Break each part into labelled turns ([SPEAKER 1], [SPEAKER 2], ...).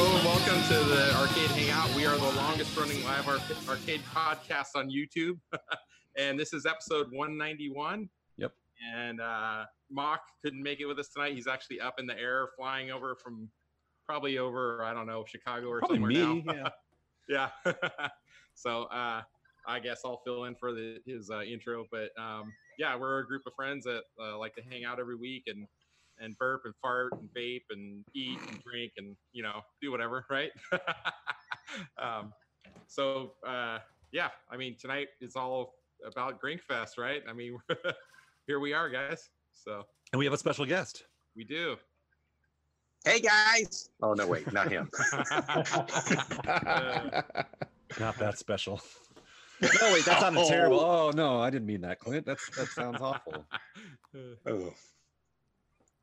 [SPEAKER 1] to the Arcade Hangout. We are the longest running live ar- arcade podcast on YouTube. and this is episode 191.
[SPEAKER 2] Yep.
[SPEAKER 1] And uh, Mock couldn't make it with us tonight. He's actually up in the air flying over from probably over, I don't know, Chicago or
[SPEAKER 2] Probably
[SPEAKER 1] somewhere
[SPEAKER 2] me.
[SPEAKER 1] now.
[SPEAKER 2] Yeah.
[SPEAKER 1] yeah. so uh, I guess I'll fill in for the, his uh, intro. But um, yeah, we're a group of friends that uh, like to hang out every week and and burp and fart and vape and eat and drink and you know do whatever, right? um, so uh, yeah, I mean tonight is all about Grinkfest, right? I mean here we are, guys. So
[SPEAKER 2] And we have a special guest.
[SPEAKER 1] we do.
[SPEAKER 3] Hey guys! Oh no, wait, not him.
[SPEAKER 2] Not that special. no, wait, that sounded
[SPEAKER 3] Oh.
[SPEAKER 2] terrible. Oh no, I didn't mean that, Clint. That's that sounds awful.
[SPEAKER 3] oh,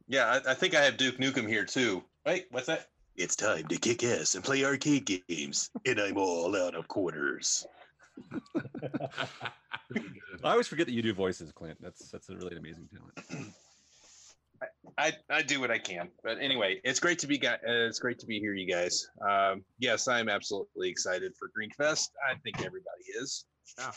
[SPEAKER 4] Yeah, I, I think I have Duke Nukem here too. Wait, what's that?
[SPEAKER 5] It's time to kick ass and play arcade games, and I'm all out of quarters.
[SPEAKER 2] I always forget that you do voices, Clint. That's that's a really amazing talent.
[SPEAKER 4] I, I do what I can. But anyway, it's great to be gu- uh, it's great to be here, you guys. Um, yes, I'm absolutely excited for Greenfest. I think everybody is.
[SPEAKER 1] Yeah.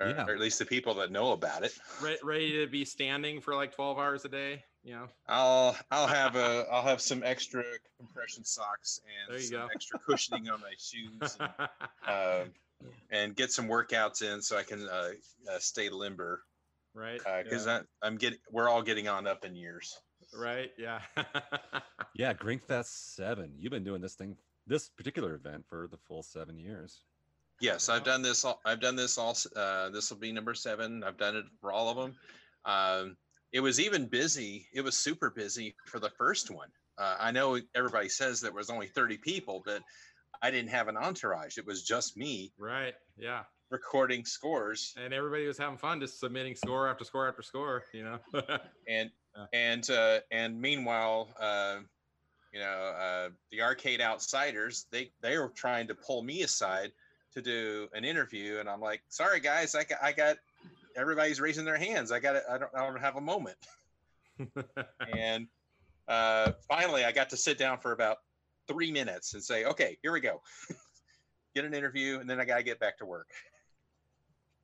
[SPEAKER 4] Or,
[SPEAKER 2] Yeah.
[SPEAKER 4] or at least the people that know about it.
[SPEAKER 1] Re- ready to be standing for like 12 hours a day, you know?
[SPEAKER 4] I'll I'll have a I'll have some extra compression socks and
[SPEAKER 1] There you
[SPEAKER 4] some
[SPEAKER 1] go.
[SPEAKER 4] extra cushioning on my shoes. And, um, and get some workouts in so I can uh, uh, stay limber
[SPEAKER 1] right?
[SPEAKER 4] because
[SPEAKER 1] yeah.
[SPEAKER 4] I'm getting we're all getting on up in years.
[SPEAKER 1] right? Yeah.
[SPEAKER 2] Yeah, Grinkfest seven. You've been doing this thing, this particular event for the full seven years.
[SPEAKER 4] Yes,
[SPEAKER 1] Uh-huh.
[SPEAKER 4] I've done this. All, I've done this all. Uh, this will be number seven. I've done it for all of them. Um, it was even busy. It was super busy for the first one. Uh, I know everybody says there was only 30 people, but I didn't have an entourage. It was just me
[SPEAKER 1] right. Yeah.
[SPEAKER 4] recording scores
[SPEAKER 1] And everybody was having fun just submitting score after score after score, you know?
[SPEAKER 4] and
[SPEAKER 1] Yeah.
[SPEAKER 4] and uh, and meanwhile, uh, you know, uh, the arcade outsiders they they were trying to pull me aside to do an interview, and I'm like, sorry guys, I got, I got everybody's raising their hands. I got I don't I don't have a moment. and uh, finally, I got to sit down for about three minutes and say, okay, here we go. get an interview, and then I got to get back to work.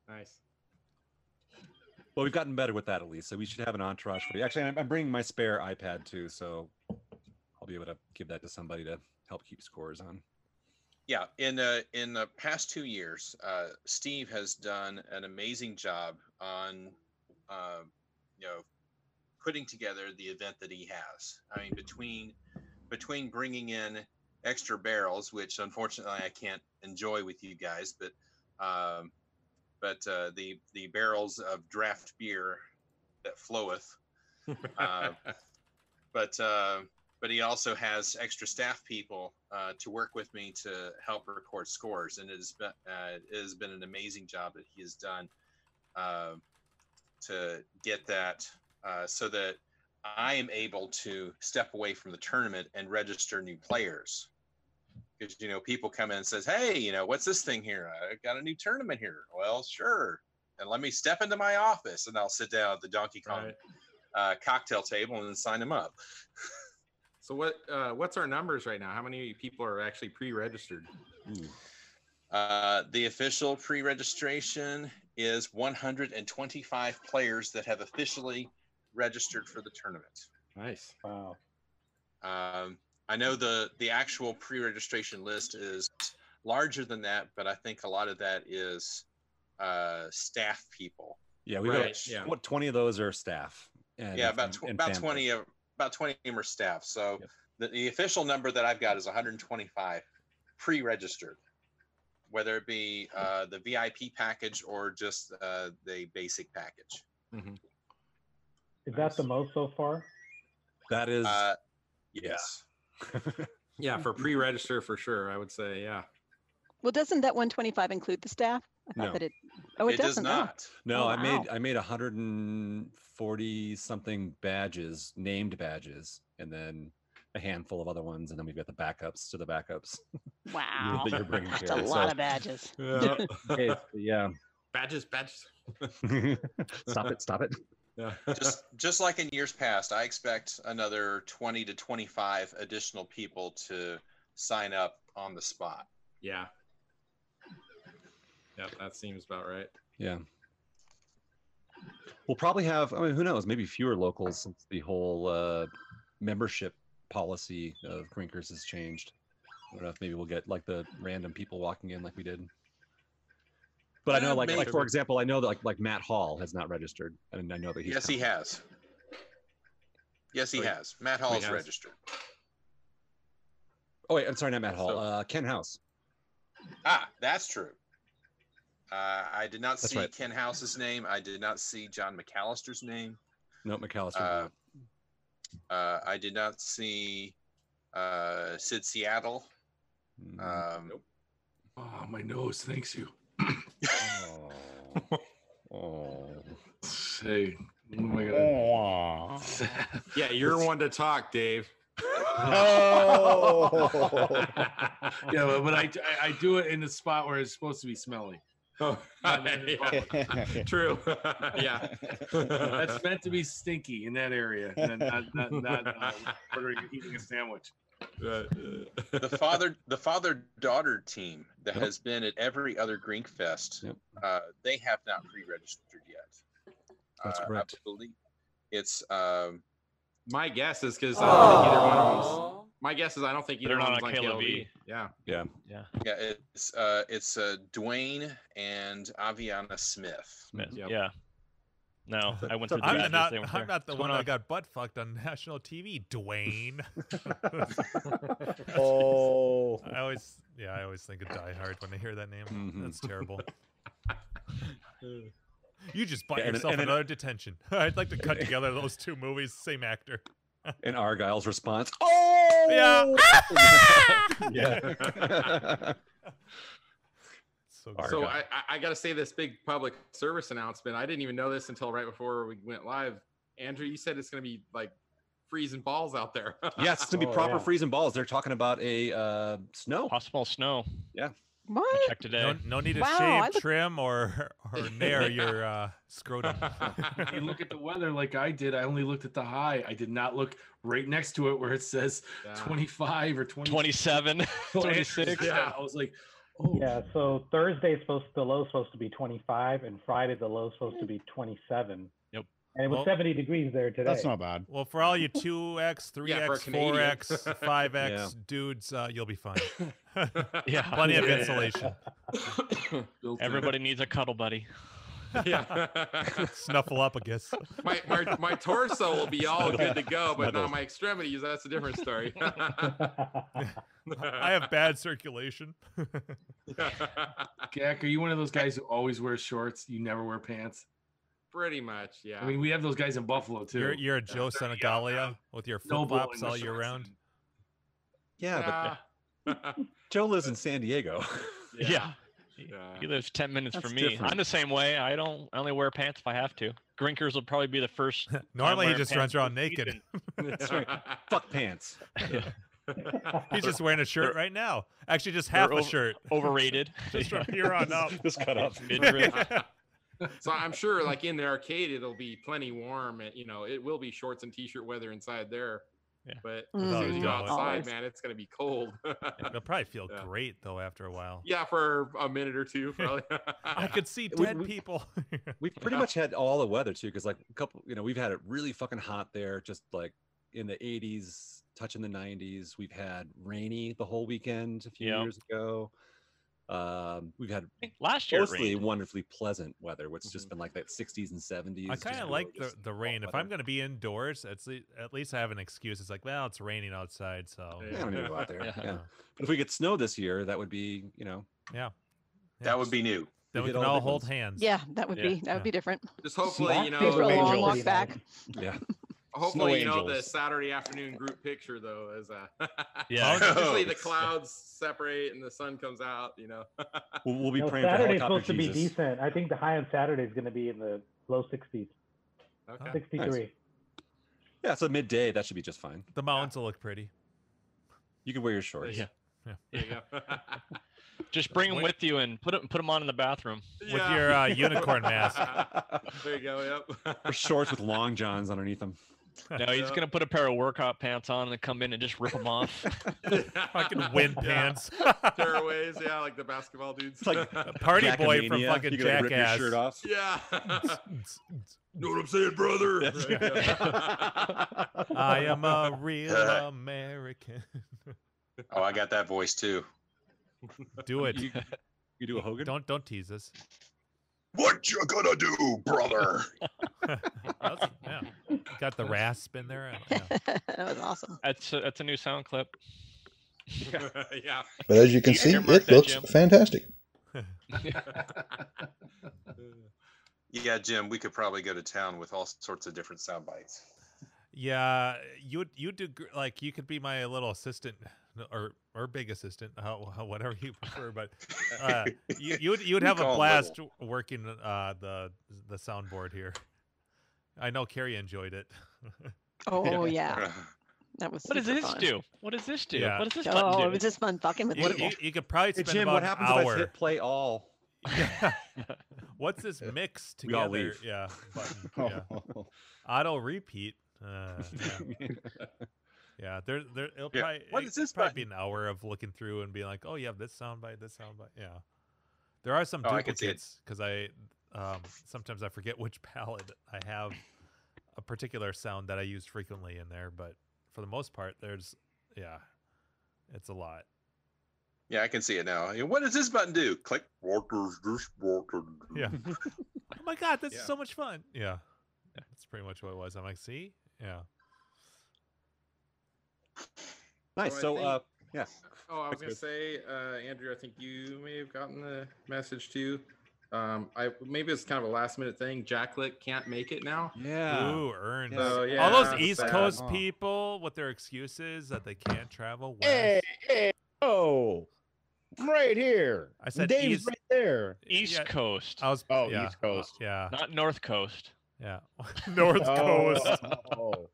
[SPEAKER 1] nice.
[SPEAKER 2] Well, we've gotten better with that at least, so we should have an entourage for you. Actually, I'm, I'm bringing my spare iPad too, so I'll be able to give that to somebody to help keep scores on.
[SPEAKER 4] Yeah, in uh, in the past two years, uh, Steve has done an amazing job on, uh, you know, putting together the event that he has. I mean, between between bringing in extra barrels, which unfortunately I can't enjoy with you guys, but um, but uh, the the barrels of draft beer that floweth Uh, but uh, but he also has extra staff people uh, to work with me to help record scores, and it has been uh, it has been an amazing job that he has done uh, to get that uh, so that I am able to step away from the tournament and register new players. Because you know, people come in and says, "Hey, you know, what's this thing here? I got a new tournament here." Well, sure, and let me step into my office, and I'll sit down at the Donkey Kong
[SPEAKER 1] Right.
[SPEAKER 4] uh, cocktail table and sign them up.
[SPEAKER 1] So what uh, what's our numbers right now? How many people are actually pre-registered?
[SPEAKER 2] Ooh.
[SPEAKER 4] Uh, the official pre-registration is 125 players that have officially registered for the tournament.
[SPEAKER 1] Nice.
[SPEAKER 6] Wow.
[SPEAKER 4] Um, I know the the actual pre-registration list is larger than that, but I think a lot of that is uh, staff people.
[SPEAKER 2] Yeah, we
[SPEAKER 1] Right,
[SPEAKER 2] got
[SPEAKER 1] yeah.
[SPEAKER 2] what twenty of those are staff. And,
[SPEAKER 4] yeah, about
[SPEAKER 2] and-
[SPEAKER 4] tw-
[SPEAKER 2] and
[SPEAKER 4] about
[SPEAKER 2] family.
[SPEAKER 4] 20 of about 20 of them are staff. So
[SPEAKER 2] Yep.
[SPEAKER 4] the, the official number that I've got is 125 pre-registered, whether it be uh, the VIP package or just uh, the basic package.
[SPEAKER 7] Mm-hmm.
[SPEAKER 6] Is that the most so far?
[SPEAKER 2] That is
[SPEAKER 4] Uh, yes.
[SPEAKER 1] Yeah, for pre-register for sure, I would say. Yeah.
[SPEAKER 8] Well, doesn't that 125 include the staff? I thought
[SPEAKER 2] No.
[SPEAKER 8] that it. Oh, it,
[SPEAKER 4] it does
[SPEAKER 8] doesn't. oh.
[SPEAKER 4] not.
[SPEAKER 2] no.
[SPEAKER 8] oh,
[SPEAKER 2] I made
[SPEAKER 8] wow.
[SPEAKER 2] I made hundred and forty something badges, named badges, and then a handful of other ones, and then we've got the backups to the backups
[SPEAKER 8] Wow,
[SPEAKER 2] that you're bringing.
[SPEAKER 8] that's a
[SPEAKER 2] here.
[SPEAKER 8] lot
[SPEAKER 2] So,
[SPEAKER 8] of badges.
[SPEAKER 2] okay, yeah.
[SPEAKER 1] badges, badges.
[SPEAKER 2] stop it! Stop it!
[SPEAKER 1] Yeah.
[SPEAKER 4] Just just like in years past, I expect another 20 to 25 additional people to sign up on the spot.
[SPEAKER 1] Yeah. Yep, that seems about right.
[SPEAKER 2] Yeah. We'll probably have, I mean, who knows, maybe fewer locals since the whole uh, membership policy of Grinkers has changed. I don't know if maybe we'll get like the random people walking in like we did. But I
[SPEAKER 4] Yeah,
[SPEAKER 2] know, like, like
[SPEAKER 4] Uh, maybe.
[SPEAKER 2] for example, I know that like, like Matt Hall has not registered, and I know that he's
[SPEAKER 4] Yes, he has. Yes, he
[SPEAKER 1] Wait.
[SPEAKER 4] has. Matt Hall
[SPEAKER 1] Wait,
[SPEAKER 4] is
[SPEAKER 1] has-
[SPEAKER 4] registered.
[SPEAKER 2] Oh wait, I'm sorry, not Matt Hall.
[SPEAKER 1] So-
[SPEAKER 2] uh, Ken House.
[SPEAKER 4] Ah, that's true. Uh, I did not
[SPEAKER 2] That's
[SPEAKER 4] see
[SPEAKER 2] right.
[SPEAKER 4] Ken House's name. I did not see John McAllister's name.
[SPEAKER 2] No, McAllister.
[SPEAKER 4] Uh, Uh, I did not see uh, Sid Seattle.
[SPEAKER 2] no.
[SPEAKER 4] Um,
[SPEAKER 5] Oh, my nose thanks you.
[SPEAKER 2] Mm. oh.
[SPEAKER 4] Um,
[SPEAKER 5] Hey, what am I gonna?
[SPEAKER 7] Aw.
[SPEAKER 1] Yeah, you're one to talk, Dave.
[SPEAKER 7] Oh.
[SPEAKER 5] yeah, but, but I, I- I do it in the spot where it's supposed to be smelly.
[SPEAKER 1] Yeah, Oh. True. yeah.
[SPEAKER 5] That's meant to be stinky in that area, and not not, not uh, ordering eating a sandwich.
[SPEAKER 1] Uh,
[SPEAKER 4] the father, the father-daughter team that
[SPEAKER 2] Yep.
[SPEAKER 4] has been at every other Greenfest, Fest,
[SPEAKER 2] Yep.
[SPEAKER 4] uh, they have not pre-registered yet.
[SPEAKER 2] That's
[SPEAKER 4] Uh,
[SPEAKER 2] correct.
[SPEAKER 4] I believe it's um,
[SPEAKER 1] My guess is because I don't think either one of them's. My guess is I don't think either
[SPEAKER 7] They're
[SPEAKER 1] one
[SPEAKER 7] not
[SPEAKER 1] of
[SPEAKER 7] on
[SPEAKER 1] them's on KLV.
[SPEAKER 7] KLV.
[SPEAKER 1] Yeah.
[SPEAKER 7] Yeah.
[SPEAKER 4] yeah, it's uh, it's uh, Dwayne and Aviana Smith.
[SPEAKER 7] Smith.
[SPEAKER 1] Yep.
[SPEAKER 7] Yeah. No, I went through the
[SPEAKER 9] I'm
[SPEAKER 7] badges,
[SPEAKER 9] not.
[SPEAKER 7] they weren't there.
[SPEAKER 9] I'm not the
[SPEAKER 7] What's
[SPEAKER 9] one
[SPEAKER 7] going
[SPEAKER 9] that got butt fucked on national TV, Dwayne.
[SPEAKER 7] Oh.
[SPEAKER 9] I always, yeah, I always think of Die Hard when I hear that name.
[SPEAKER 2] Mhm.
[SPEAKER 9] That's terrible. You just bought
[SPEAKER 2] Yeah, and then-
[SPEAKER 9] yourself
[SPEAKER 2] and then-
[SPEAKER 9] another detention. I'd like to cut together those two movies, same actor.
[SPEAKER 4] uh,
[SPEAKER 2] And Argyle's response. Oh.
[SPEAKER 9] Yeah.
[SPEAKER 2] yeah.
[SPEAKER 9] So
[SPEAKER 2] All
[SPEAKER 9] good.
[SPEAKER 1] So
[SPEAKER 2] Argyle.
[SPEAKER 1] I, I- I got to say this big public service announcement. I didn't even know this until right before we went live. Andrew, you said it's going to be like freezing balls out there.
[SPEAKER 2] yes, to be
[SPEAKER 6] Oh,
[SPEAKER 2] proper
[SPEAKER 6] yeah.
[SPEAKER 2] freezing balls. They're talking about a uh, snow.
[SPEAKER 7] Possible snow. I
[SPEAKER 8] What?
[SPEAKER 7] checked today.
[SPEAKER 9] no, no need to
[SPEAKER 8] Wow, I
[SPEAKER 9] shave,
[SPEAKER 8] look-
[SPEAKER 9] trim, or or nair your uh, scrotum.
[SPEAKER 5] You look at the weather like I did. I only looked at the high. I did not look right next to it where it says
[SPEAKER 1] Yeah.
[SPEAKER 5] 25 or 20.
[SPEAKER 7] 27,
[SPEAKER 5] Oh, Andrew
[SPEAKER 7] 26.
[SPEAKER 5] said that. I was like, oh,
[SPEAKER 6] Yeah, so Thursday's supposed the low's supposed to be 25, and Friday the low's supposed to be 27.
[SPEAKER 7] Yep.
[SPEAKER 6] And it was
[SPEAKER 9] Well-
[SPEAKER 6] 70 degrees there today.
[SPEAKER 7] That's not bad.
[SPEAKER 9] Well, for all you two X, three
[SPEAKER 1] Yeah, for a
[SPEAKER 9] X, four X,
[SPEAKER 1] Canadian.
[SPEAKER 9] five X dudes, uh, you'll be fine.
[SPEAKER 7] Yeah.
[SPEAKER 9] Plenty of
[SPEAKER 1] Yeah.
[SPEAKER 9] insulation.
[SPEAKER 5] built in.
[SPEAKER 7] Everybody needs a cuddle buddy.
[SPEAKER 1] yeah.
[SPEAKER 9] Snuffle up, I guess.
[SPEAKER 1] my, my my torso will be all good to go, but
[SPEAKER 7] Snuggles.
[SPEAKER 1] not my extremities. That's a different story.
[SPEAKER 9] I have bad circulation.
[SPEAKER 5] Jack, are you one of those guys who always wears shorts? You never wear pants?
[SPEAKER 1] pretty much. Yeah.
[SPEAKER 5] I mean, we have those guys in Buffalo, too.
[SPEAKER 9] You're you're a Joe Senegalia with your flip
[SPEAKER 5] bowling
[SPEAKER 9] flops all
[SPEAKER 5] with
[SPEAKER 9] year
[SPEAKER 5] shorts
[SPEAKER 9] round.
[SPEAKER 5] and-
[SPEAKER 2] Yeah, but
[SPEAKER 1] Nah.
[SPEAKER 2] Joe lives in San Diego.
[SPEAKER 7] Yeah.
[SPEAKER 1] Yeah.
[SPEAKER 7] He lives 10 minutes
[SPEAKER 2] That's
[SPEAKER 7] from me.
[SPEAKER 2] different.
[SPEAKER 7] I'm the same way. I don't I only wear pants if I have to. Grinkers will probably be the first. time
[SPEAKER 9] Normally he
[SPEAKER 7] wearing
[SPEAKER 9] just
[SPEAKER 7] pants
[SPEAKER 9] runs around
[SPEAKER 7] this
[SPEAKER 9] naked.
[SPEAKER 7] season.
[SPEAKER 2] That's right. Fuck pants.
[SPEAKER 9] He's just wearing a shirt right now. Actually, just
[SPEAKER 7] they're
[SPEAKER 9] half
[SPEAKER 7] over-
[SPEAKER 9] a shirt.
[SPEAKER 7] Overrated.
[SPEAKER 9] Just
[SPEAKER 7] Yeah.
[SPEAKER 9] from here on up.
[SPEAKER 2] Just cut up.
[SPEAKER 7] Midriff.
[SPEAKER 1] so I'm sure, like in the arcade, it'll be plenty warm. And, you know, it will be shorts and t-shirt weather inside there.
[SPEAKER 9] Yeah.
[SPEAKER 1] But as
[SPEAKER 9] Without
[SPEAKER 1] soon
[SPEAKER 9] a
[SPEAKER 1] as you
[SPEAKER 8] Mhm.
[SPEAKER 1] go
[SPEAKER 9] doubt.
[SPEAKER 1] outside,
[SPEAKER 8] Always.
[SPEAKER 1] man, it's gonna be cold.
[SPEAKER 9] It'll probably feel
[SPEAKER 1] Yeah.
[SPEAKER 9] great though after a while.
[SPEAKER 1] yeah, for a minute or two, probably.
[SPEAKER 9] I could see
[SPEAKER 2] We-
[SPEAKER 9] dead
[SPEAKER 2] we-
[SPEAKER 9] people.
[SPEAKER 2] We've pretty
[SPEAKER 1] Yeah.
[SPEAKER 2] much had all the weather too, because like a couple, you know, we've had it really fucking hot there, just like in the 80s, touching the 90s. We've had rainy the whole weekend a few
[SPEAKER 7] Yeah.
[SPEAKER 2] years ago. Um, we've had
[SPEAKER 7] Last year, it
[SPEAKER 2] mostly
[SPEAKER 7] rained.
[SPEAKER 2] wonderfully pleasant weather, which has just been like that 60s and 70s.
[SPEAKER 9] Mm-hmm. I
[SPEAKER 2] just
[SPEAKER 9] kind of
[SPEAKER 2] really
[SPEAKER 9] like the,
[SPEAKER 2] just
[SPEAKER 9] the
[SPEAKER 2] hot
[SPEAKER 9] rain. If
[SPEAKER 2] weather.
[SPEAKER 9] I'm going to be indoors, at least, at least I have an excuse. It's like, well, it's raining outside, so
[SPEAKER 2] Yeah, I don't need to go out there.
[SPEAKER 7] Yeah.
[SPEAKER 2] yeah. But if we get snow this year, that would be, you know,
[SPEAKER 4] That would be new.
[SPEAKER 9] Then
[SPEAKER 2] we
[SPEAKER 9] we
[SPEAKER 2] did all
[SPEAKER 9] can
[SPEAKER 2] the
[SPEAKER 9] all
[SPEAKER 2] big
[SPEAKER 9] hold
[SPEAKER 2] ones.
[SPEAKER 9] hands.
[SPEAKER 8] Yeah, that would
[SPEAKER 7] Yeah.
[SPEAKER 8] be that
[SPEAKER 9] Yeah.
[SPEAKER 8] would be different.
[SPEAKER 1] Just hopefully,
[SPEAKER 6] Black
[SPEAKER 1] you
[SPEAKER 8] Be for a
[SPEAKER 1] know,
[SPEAKER 6] people-
[SPEAKER 8] long
[SPEAKER 6] angels.
[SPEAKER 8] walk back.
[SPEAKER 2] yeah.
[SPEAKER 1] hopefully, you
[SPEAKER 7] Snow
[SPEAKER 1] know, the
[SPEAKER 7] angels.
[SPEAKER 1] Saturday afternoon group picture though is uh,
[SPEAKER 7] Yeah.
[SPEAKER 4] Oh,
[SPEAKER 1] usually the
[SPEAKER 4] it's-
[SPEAKER 1] clouds separate and the sun comes out. You know,
[SPEAKER 2] We'll, we'll be
[SPEAKER 6] No,
[SPEAKER 2] praying for
[SPEAKER 6] Saturday's supposed
[SPEAKER 2] helicopter
[SPEAKER 6] to be
[SPEAKER 2] Jesus.
[SPEAKER 6] decent. I think the high on Saturday is going to be in the low 60s,
[SPEAKER 1] okay.
[SPEAKER 6] 63.
[SPEAKER 2] Yeah, so midday, that should be just fine.
[SPEAKER 9] The mountains will look pretty.
[SPEAKER 2] You can wear your shorts.
[SPEAKER 7] Yeah.
[SPEAKER 1] There you go.
[SPEAKER 7] Just bring them
[SPEAKER 9] Wait.
[SPEAKER 7] with you and put them, put them on in the bathroom.
[SPEAKER 1] Yeah.
[SPEAKER 9] your, uh, unicorn mask.
[SPEAKER 1] there you go. Yep.
[SPEAKER 2] Or shorts with long johns underneath them.
[SPEAKER 7] No, he's gonna put a pair of workout pants on and come in and just rip them off.
[SPEAKER 9] fucking wind
[SPEAKER 1] Yeah.
[SPEAKER 9] pants.
[SPEAKER 1] Tearaways, yeah, like the basketball dudes.
[SPEAKER 2] It's like
[SPEAKER 9] A Party boy from
[SPEAKER 2] Jackamania,
[SPEAKER 9] fucking
[SPEAKER 2] you gonna Rip
[SPEAKER 9] Jackass.
[SPEAKER 2] your shirt off.
[SPEAKER 1] yeah. know what I'm saying, brother?
[SPEAKER 9] I am a real
[SPEAKER 4] Uh,
[SPEAKER 9] American.
[SPEAKER 4] Oh, I got that voice too.
[SPEAKER 9] Do it.
[SPEAKER 2] You, you do a Hogan.
[SPEAKER 9] Don't don't tease us.
[SPEAKER 4] What you gonna do, brother?
[SPEAKER 9] That's- yeah. Got the rasp in there. I don't know.
[SPEAKER 8] that was awesome.
[SPEAKER 7] That's a, that's a new sound clip.
[SPEAKER 1] yeah.
[SPEAKER 10] But as you can
[SPEAKER 7] Yeah,
[SPEAKER 10] see,
[SPEAKER 7] earmark
[SPEAKER 10] it
[SPEAKER 7] that,
[SPEAKER 10] looks
[SPEAKER 7] Jim.
[SPEAKER 10] fantastic.
[SPEAKER 4] Yeah, Jim, we could probably go to town with all sorts of different sound bites.
[SPEAKER 9] Yeah, you would you do gr- like you could be my little assistant no, or or big assistant, how, how, whatever you prefer. But uh, you you would you would
[SPEAKER 4] We
[SPEAKER 9] have
[SPEAKER 4] call
[SPEAKER 9] a
[SPEAKER 4] 'em
[SPEAKER 9] blast w- working uh, the the soundboard here. I know Carrie enjoyed it.
[SPEAKER 8] Oh yeah, that was.
[SPEAKER 7] What does
[SPEAKER 8] super
[SPEAKER 7] this
[SPEAKER 8] fun.
[SPEAKER 7] do? What does this do?
[SPEAKER 9] Yeah.
[SPEAKER 7] What does this
[SPEAKER 8] Oh, it
[SPEAKER 7] button
[SPEAKER 8] was
[SPEAKER 7] do?
[SPEAKER 8] just fun fucking with
[SPEAKER 9] you,
[SPEAKER 8] people.
[SPEAKER 9] you, you could probably
[SPEAKER 2] Hey
[SPEAKER 9] spend
[SPEAKER 2] Jim,
[SPEAKER 9] about
[SPEAKER 2] what happens if
[SPEAKER 9] an
[SPEAKER 2] I
[SPEAKER 9] hour.
[SPEAKER 2] hit play all?
[SPEAKER 9] What's this mix
[SPEAKER 2] We all
[SPEAKER 9] together?
[SPEAKER 2] leave.
[SPEAKER 9] Yeah, button, yeah. Auto repeat. Uh, yeah. Yeah, there, there. It'll
[SPEAKER 4] Yeah.
[SPEAKER 9] probably,
[SPEAKER 4] What
[SPEAKER 9] it-
[SPEAKER 4] is this
[SPEAKER 9] probably be an hour of looking through and being like, oh, yeah, this soundbite, this soundbite. Yeah, there are some
[SPEAKER 4] Oh, I can see it.
[SPEAKER 9] duplicates because I, um, sometimes I forget which palette I have a particular sound that I use frequently in there, but for the most part, there's yeah, it's a lot.
[SPEAKER 4] Yeah, I can see it now. Yeah, What does this button do? Click. What does this button do?
[SPEAKER 9] Yeah. Oh my god, this
[SPEAKER 4] Yeah.
[SPEAKER 9] is so much fun. Yeah, that's pretty much what it was. I'm like, see, yeah,
[SPEAKER 2] Nice.
[SPEAKER 1] So I
[SPEAKER 2] So,
[SPEAKER 1] think-
[SPEAKER 2] uh, yeah.
[SPEAKER 1] Oh, I was
[SPEAKER 2] That's
[SPEAKER 1] gonna
[SPEAKER 2] good.
[SPEAKER 1] say, uh, Andrew, I think you may have gotten the message too. Um, I maybe it's kind of a last minute thing. Jacklick can't make it now.
[SPEAKER 2] Yeah.
[SPEAKER 9] ooh, earns.
[SPEAKER 2] Yeah.
[SPEAKER 1] So, yeah,
[SPEAKER 9] All those
[SPEAKER 1] that's
[SPEAKER 9] East
[SPEAKER 1] sad.
[SPEAKER 9] Coast
[SPEAKER 2] Huh.
[SPEAKER 9] people with their excuses that they can't travel west.
[SPEAKER 11] Hey, hey, oh, I'm right here.
[SPEAKER 9] I said
[SPEAKER 11] Dave's
[SPEAKER 9] east-
[SPEAKER 11] right there.
[SPEAKER 7] East
[SPEAKER 9] Yeah,
[SPEAKER 7] Coast,
[SPEAKER 9] I was.
[SPEAKER 11] Oh,
[SPEAKER 9] yeah,
[SPEAKER 11] East Coast.
[SPEAKER 9] Yeah.
[SPEAKER 7] not North Coast.
[SPEAKER 9] Yeah. North Coast.
[SPEAKER 11] Oh,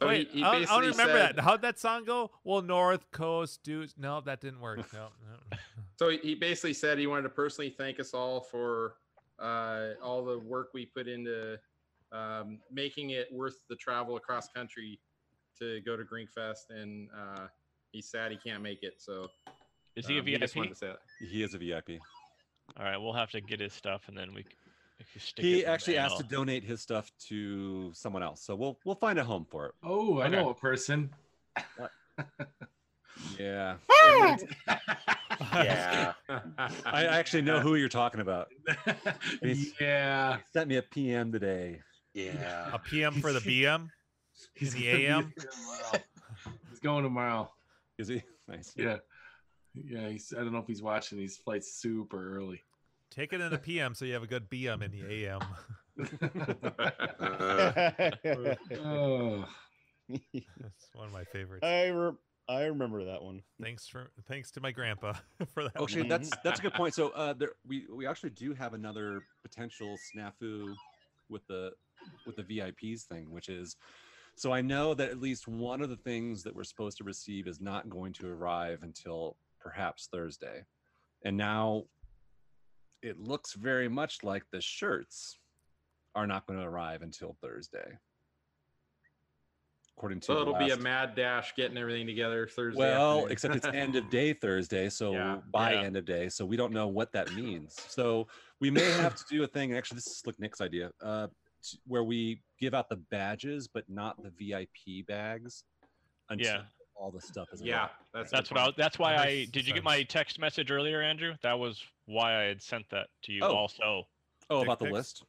[SPEAKER 1] So he-
[SPEAKER 9] Wait,
[SPEAKER 1] he
[SPEAKER 9] I, don't- I don't
[SPEAKER 1] basically
[SPEAKER 9] remember
[SPEAKER 1] said-
[SPEAKER 9] that. How'd that song go? Well, North Coast dudes. No, that didn't work. No. no.
[SPEAKER 1] So he- he basically said he wanted to personally thank us all for uh, all the work we put into um, making it worth the travel across country to go to Grinkfest, and uh, he's sad he can't make it. So
[SPEAKER 7] Is he a
[SPEAKER 1] um, just
[SPEAKER 7] VIP?
[SPEAKER 1] wanted to say that.
[SPEAKER 2] He is a VIP.
[SPEAKER 7] All right, we'll have to get his stuff and then we. c- we can stick it in
[SPEAKER 2] He
[SPEAKER 7] the
[SPEAKER 2] actually asked to
[SPEAKER 7] mail.
[SPEAKER 2] donate his stuff to someone else, so we'll we'll find a home for it.
[SPEAKER 5] Oh, I
[SPEAKER 7] Okay.
[SPEAKER 5] know a person.
[SPEAKER 2] Yeah.
[SPEAKER 4] Yeah.
[SPEAKER 2] I I actually know who you're talking about. He's-
[SPEAKER 5] yeah.
[SPEAKER 2] He sent me a PM today.
[SPEAKER 4] Yeah.
[SPEAKER 9] A PM for the BM.
[SPEAKER 5] He's
[SPEAKER 9] the
[SPEAKER 5] gonna be
[SPEAKER 9] AM?
[SPEAKER 5] there tomorrow. he's going tomorrow.
[SPEAKER 2] Is he nice?
[SPEAKER 5] Yeah. Yeah, he's, I don't know if he's watching. He's flights super early.
[SPEAKER 9] Take it in the PM so you have a good BM in the AM.
[SPEAKER 4] Uh,
[SPEAKER 5] oh.
[SPEAKER 9] That's one of my favorites.
[SPEAKER 11] I re- I remember that one.
[SPEAKER 9] Thanks for thanks to my grandpa for that.
[SPEAKER 2] Actually,
[SPEAKER 9] one.
[SPEAKER 2] Oh, that's that's a good point. So uh, there, we we actually do have another potential snafu with the with the VIPs thing, which is so I know that at least one of the things that we're supposed to receive is not going to arrive until perhaps Thursday, and now it looks very much like the shirts are not going to arrive until Thursday, according to
[SPEAKER 1] So
[SPEAKER 2] the
[SPEAKER 1] it'll be a
[SPEAKER 2] last-
[SPEAKER 1] mad dash getting everything together Thursday.
[SPEAKER 2] well,
[SPEAKER 1] afternoon.
[SPEAKER 2] except it's end of day Thursday, so
[SPEAKER 1] Yeah,
[SPEAKER 2] by
[SPEAKER 7] yeah.
[SPEAKER 2] end of day, so we don't know what that means. So we may have to do a thing. Actually, this is Slick Nick's idea, uh, t- where we give out the badges but not the VIP bags until
[SPEAKER 7] Yeah.
[SPEAKER 2] all the stuff is.
[SPEAKER 1] yeah,
[SPEAKER 2] arrived.
[SPEAKER 1] that's a
[SPEAKER 7] That's
[SPEAKER 1] good
[SPEAKER 7] what I.
[SPEAKER 1] point.
[SPEAKER 7] was- That's why I
[SPEAKER 9] makes
[SPEAKER 7] did. You
[SPEAKER 9] sense.
[SPEAKER 7] get my text message earlier, Andrew? That was why I had sent that to you.
[SPEAKER 2] Oh.
[SPEAKER 7] Also,
[SPEAKER 2] Oh,
[SPEAKER 9] Dick
[SPEAKER 2] about the
[SPEAKER 9] pics?
[SPEAKER 2] list.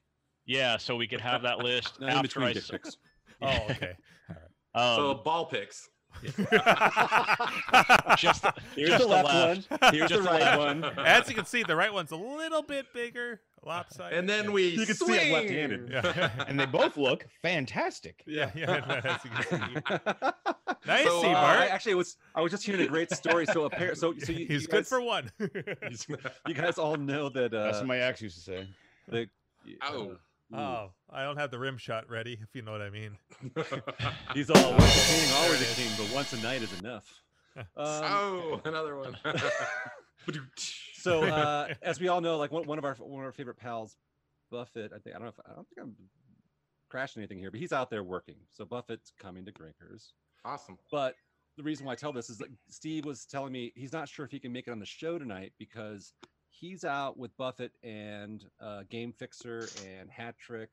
[SPEAKER 7] yeah. So we could have that list
[SPEAKER 2] Not in
[SPEAKER 7] after
[SPEAKER 2] between
[SPEAKER 7] I.
[SPEAKER 2] dick
[SPEAKER 7] s-
[SPEAKER 2] pics.
[SPEAKER 9] Oh, okay.
[SPEAKER 1] so
[SPEAKER 7] Um,
[SPEAKER 1] ball picks.
[SPEAKER 7] just
[SPEAKER 2] Here's
[SPEAKER 7] just
[SPEAKER 2] the left, one. Here's
[SPEAKER 7] Just the
[SPEAKER 2] the right
[SPEAKER 7] left.
[SPEAKER 2] one.
[SPEAKER 9] As you can see, the right one's a little bit bigger, lopsided.
[SPEAKER 1] And then
[SPEAKER 9] yeah.
[SPEAKER 1] we
[SPEAKER 2] You can
[SPEAKER 1] swing.
[SPEAKER 2] see I'm left-handed.
[SPEAKER 9] Yeah.
[SPEAKER 11] And they both look fantastic.
[SPEAKER 9] Yeah, yeah. As you can see. Nice,
[SPEAKER 2] Nice, so, uh,
[SPEAKER 9] Mark.
[SPEAKER 2] I actually was I was just hearing a great story. So apparently, so so you,
[SPEAKER 9] he's
[SPEAKER 2] you
[SPEAKER 9] good
[SPEAKER 2] guys-
[SPEAKER 9] for one.
[SPEAKER 2] you guys all know that uh,
[SPEAKER 11] That's what my ex used to say.
[SPEAKER 2] the
[SPEAKER 1] Ow.
[SPEAKER 2] uh,
[SPEAKER 9] oh, I don't have the rim shot ready, if you know what I mean.
[SPEAKER 2] He's all once a
[SPEAKER 9] There
[SPEAKER 2] king, always
[SPEAKER 9] it
[SPEAKER 2] a
[SPEAKER 9] is.
[SPEAKER 2] king, but once a night is enough. Um,
[SPEAKER 1] oh, another one.
[SPEAKER 2] so uh, as we all know, like one, one of our one of our favorite pals, Buffett. I think I don't know. If, I don't think I'm crashing anything here, but he's out there working. So Buffett's coming to Grinkers.
[SPEAKER 1] Awesome.
[SPEAKER 2] But the reason why I tell this is that Steve was telling me he's not sure if he can make it on the show tonight because he's out with Buffett and uh, Game Fixer and Hat Trick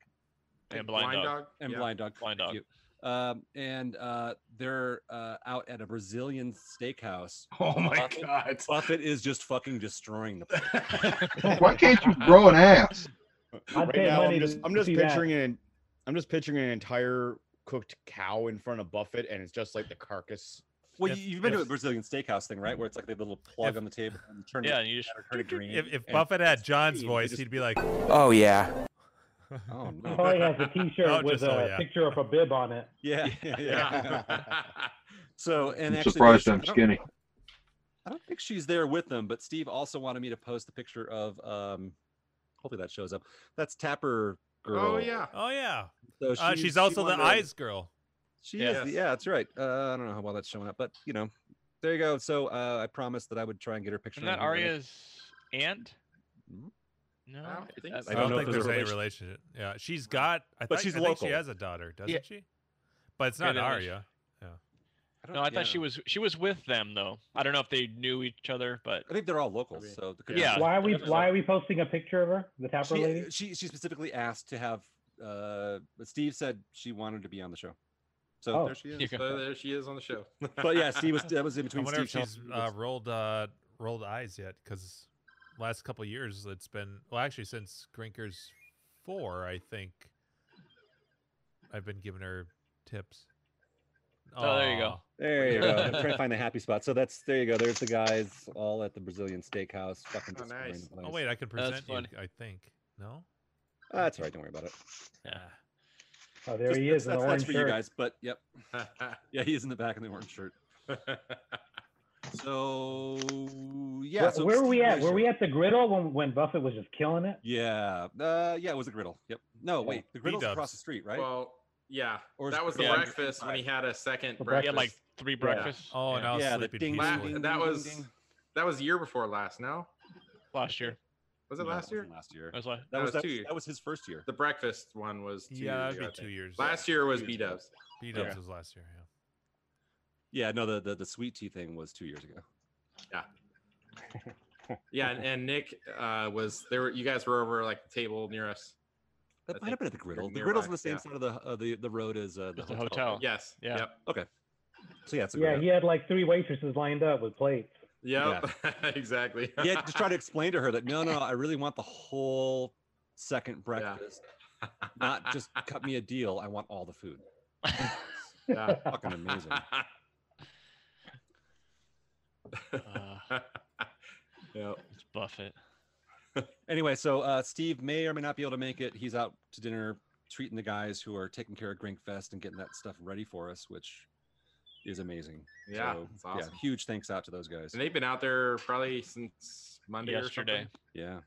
[SPEAKER 7] And Blind Blind Dog. Dog.
[SPEAKER 2] and
[SPEAKER 7] Yeah.
[SPEAKER 2] Blind Dog.
[SPEAKER 7] Blind
[SPEAKER 2] thank
[SPEAKER 7] Dog.
[SPEAKER 2] you. Um, and uh, they're uh, out at a Brazilian steakhouse.
[SPEAKER 5] Oh my
[SPEAKER 2] Buffett-
[SPEAKER 5] god!
[SPEAKER 2] Buffett is just fucking destroying the place.
[SPEAKER 10] Why can't you grow an ass?
[SPEAKER 11] Right
[SPEAKER 2] pay
[SPEAKER 11] now,
[SPEAKER 2] money
[SPEAKER 11] I'm
[SPEAKER 2] to
[SPEAKER 11] just, I'm just
[SPEAKER 2] see that.
[SPEAKER 11] picturing an, I'm just picturing an entire cooked cow in front of Buffett, and it's just like the carcass.
[SPEAKER 2] Well, you- you've been to a Brazilian steakhouse thing, right? Where it's like they have a little plug
[SPEAKER 11] If-
[SPEAKER 2] on the table and turn
[SPEAKER 7] Yeah,
[SPEAKER 2] it,
[SPEAKER 7] and you just-
[SPEAKER 2] or turn it green.
[SPEAKER 9] If, if
[SPEAKER 2] and-
[SPEAKER 9] Buffett had John's voice, he'd be like,
[SPEAKER 11] Oh, yeah.
[SPEAKER 2] oh
[SPEAKER 6] He
[SPEAKER 2] no,
[SPEAKER 6] probably has a T-shirt
[SPEAKER 9] Oh,
[SPEAKER 6] with
[SPEAKER 9] just-
[SPEAKER 6] a
[SPEAKER 9] oh, yeah.
[SPEAKER 6] picture of a bib on it.
[SPEAKER 2] yeah, yeah. So and
[SPEAKER 10] I'm
[SPEAKER 2] actually,
[SPEAKER 10] surprised
[SPEAKER 2] Lisa-
[SPEAKER 10] I'm
[SPEAKER 2] I don't-
[SPEAKER 10] skinny.
[SPEAKER 2] I don't think she's there with them, but Steve also wanted me to post the picture of. um Hopefully that shows up. That's Tapper girl.
[SPEAKER 1] Oh yeah.
[SPEAKER 9] "Oh yeah,
[SPEAKER 2] So
[SPEAKER 9] uh,
[SPEAKER 2] she-
[SPEAKER 9] she's
[SPEAKER 2] she
[SPEAKER 9] also the
[SPEAKER 2] wanted-
[SPEAKER 9] eyes girl."
[SPEAKER 2] She
[SPEAKER 7] Yeah.
[SPEAKER 2] is. the- Yeah, that's right. Uh, I don't know how well that's showing up, but you know, there you go. So uh, I promised that I would try and get her picture.
[SPEAKER 7] Isn't that
[SPEAKER 2] on here, and it-
[SPEAKER 7] Arya's aunt?
[SPEAKER 2] Hmm?
[SPEAKER 7] No,
[SPEAKER 1] I don't think
[SPEAKER 7] I-
[SPEAKER 1] so.
[SPEAKER 9] I don't, think there's any relationship. Yeah, she's got. I
[SPEAKER 2] Uh, But
[SPEAKER 9] thought-
[SPEAKER 2] she's
[SPEAKER 9] I think
[SPEAKER 2] local.
[SPEAKER 9] She has a daughter, doesn't
[SPEAKER 7] Yeah.
[SPEAKER 9] she? But it's
[SPEAKER 7] Yeah,
[SPEAKER 9] not
[SPEAKER 7] that was-
[SPEAKER 9] Arya.
[SPEAKER 2] I don't-
[SPEAKER 7] No, I
[SPEAKER 2] yeah.
[SPEAKER 7] thought she was she was with them though. I don't know if they knew each other, but
[SPEAKER 2] I think they're all locals, so it could be
[SPEAKER 7] Yeah.
[SPEAKER 2] just-
[SPEAKER 6] Why are we
[SPEAKER 7] that's
[SPEAKER 6] Why are we posting a picture of her, the Tapper
[SPEAKER 2] she,
[SPEAKER 6] lady?
[SPEAKER 2] she she specifically asked to have uh but Steve said she wanted to be on the show. So
[SPEAKER 6] Oh.
[SPEAKER 2] there she is.
[SPEAKER 7] You go.
[SPEAKER 1] So there she is on the show.
[SPEAKER 2] But yeah, Steve was that was in
[SPEAKER 9] I
[SPEAKER 2] between
[SPEAKER 9] wonder
[SPEAKER 2] Steve
[SPEAKER 9] if she's
[SPEAKER 2] telling me
[SPEAKER 9] uh,
[SPEAKER 2] this-
[SPEAKER 9] rolled uh, rolled eyes yet, because last couple of years it's been well, actually since Grinkers four, I think I've been giving her tips.
[SPEAKER 7] Oh, there you go.
[SPEAKER 9] Aw.
[SPEAKER 2] There you go. I'm trying to find the happy spot. So that's there you go. There's the guys all at the Brazilian steakhouse. Fucking
[SPEAKER 1] Oh,
[SPEAKER 2] destroying
[SPEAKER 1] nice.
[SPEAKER 2] the place.
[SPEAKER 9] Oh wait, I can
[SPEAKER 7] That's
[SPEAKER 9] present you.
[SPEAKER 7] funny.
[SPEAKER 9] I think no.
[SPEAKER 2] Ah, that's all right. Don't worry about it.
[SPEAKER 7] yeah.
[SPEAKER 6] Oh, there
[SPEAKER 2] Just-
[SPEAKER 6] he is in
[SPEAKER 2] That's,
[SPEAKER 6] the
[SPEAKER 2] that's- that's
[SPEAKER 6] orange
[SPEAKER 2] for you
[SPEAKER 6] shirt.
[SPEAKER 2] guys. But yep, yeah, he is in the back in the orange shirt. So yeah.
[SPEAKER 6] Where,
[SPEAKER 2] so
[SPEAKER 6] where were we
[SPEAKER 2] Steve
[SPEAKER 6] at? Were
[SPEAKER 2] Glacier.
[SPEAKER 6] we at the griddle when when Buffett was just killing it?
[SPEAKER 2] Yeah. Uh, yeah. It was the griddle. Yep. No,
[SPEAKER 6] Yeah.
[SPEAKER 2] wait. The griddle's
[SPEAKER 9] B-dubs.
[SPEAKER 2] across the street, right?
[SPEAKER 1] Well, yeah.
[SPEAKER 2] Or is
[SPEAKER 1] that
[SPEAKER 2] it
[SPEAKER 1] was the
[SPEAKER 7] Yeah.
[SPEAKER 1] breakfast when he had a second
[SPEAKER 7] He
[SPEAKER 6] The
[SPEAKER 1] breakfast.
[SPEAKER 7] had like three breakfasts.
[SPEAKER 9] Oh,
[SPEAKER 7] yeah,
[SPEAKER 9] now
[SPEAKER 2] Yeah, the
[SPEAKER 9] sleeping
[SPEAKER 2] ding-
[SPEAKER 1] La-
[SPEAKER 9] peacefully.
[SPEAKER 2] Ding,
[SPEAKER 1] that
[SPEAKER 2] ding,
[SPEAKER 1] was
[SPEAKER 2] ding.
[SPEAKER 1] that was the year before last. No,
[SPEAKER 7] last year.
[SPEAKER 1] was it
[SPEAKER 2] No,
[SPEAKER 1] last
[SPEAKER 2] that
[SPEAKER 1] year?
[SPEAKER 2] wasn't Last year.
[SPEAKER 7] I was like,
[SPEAKER 2] That
[SPEAKER 1] No,
[SPEAKER 2] was
[SPEAKER 1] it was
[SPEAKER 2] that,
[SPEAKER 1] two
[SPEAKER 2] was-
[SPEAKER 1] years.
[SPEAKER 2] that was his first year.
[SPEAKER 1] The breakfast one was two
[SPEAKER 9] Yeah,
[SPEAKER 1] years
[SPEAKER 9] that'd
[SPEAKER 1] ago,
[SPEAKER 9] be
[SPEAKER 1] I
[SPEAKER 9] two
[SPEAKER 1] think.
[SPEAKER 9] years.
[SPEAKER 1] Last year was
[SPEAKER 2] Two
[SPEAKER 1] B
[SPEAKER 2] years ago.
[SPEAKER 1] Dubs.
[SPEAKER 9] B dubs
[SPEAKER 1] Yeah.
[SPEAKER 9] was last year. Yeah.
[SPEAKER 2] Yeah, no, the, the the sweet tea thing was two years ago.
[SPEAKER 1] Yeah, and, and Nick uh, was there. Were, you guys were over like the table near us.
[SPEAKER 2] That
[SPEAKER 1] I
[SPEAKER 2] might have
[SPEAKER 1] think
[SPEAKER 2] been at the griddle. The
[SPEAKER 1] nearby,
[SPEAKER 2] griddle's on the same
[SPEAKER 1] yeah.
[SPEAKER 2] side of the uh, the the road as uh, the
[SPEAKER 7] It's a
[SPEAKER 2] hotel.
[SPEAKER 7] hotel.
[SPEAKER 1] Yes.
[SPEAKER 7] Yeah.
[SPEAKER 1] Yep.
[SPEAKER 2] So yeah, it's a
[SPEAKER 6] Yeah,
[SPEAKER 2] griddle.
[SPEAKER 6] he had like three waitresses lined up with plates.
[SPEAKER 1] Yep. exactly.
[SPEAKER 2] Yeah, just try to explain to her that no, no, no, I really want the whole second breakfast, not just cut me a deal. I want all the food.
[SPEAKER 1] Yeah.
[SPEAKER 2] Fucking amazing.
[SPEAKER 7] uh,
[SPEAKER 1] yep.
[SPEAKER 7] it's Buffett.
[SPEAKER 2] Anyway, so uh, Steve may or may not be able to make it. He's out to dinner treating the guys who are taking care of Grinkfest and getting that stuff ready for us, which is amazing.
[SPEAKER 1] Yeah.
[SPEAKER 2] So,
[SPEAKER 1] it's awesome.
[SPEAKER 2] yeah, huge thanks out to those guys.
[SPEAKER 1] And they've been out there probably since Monday or
[SPEAKER 7] Yesterday.
[SPEAKER 1] something.
[SPEAKER 2] Yeah.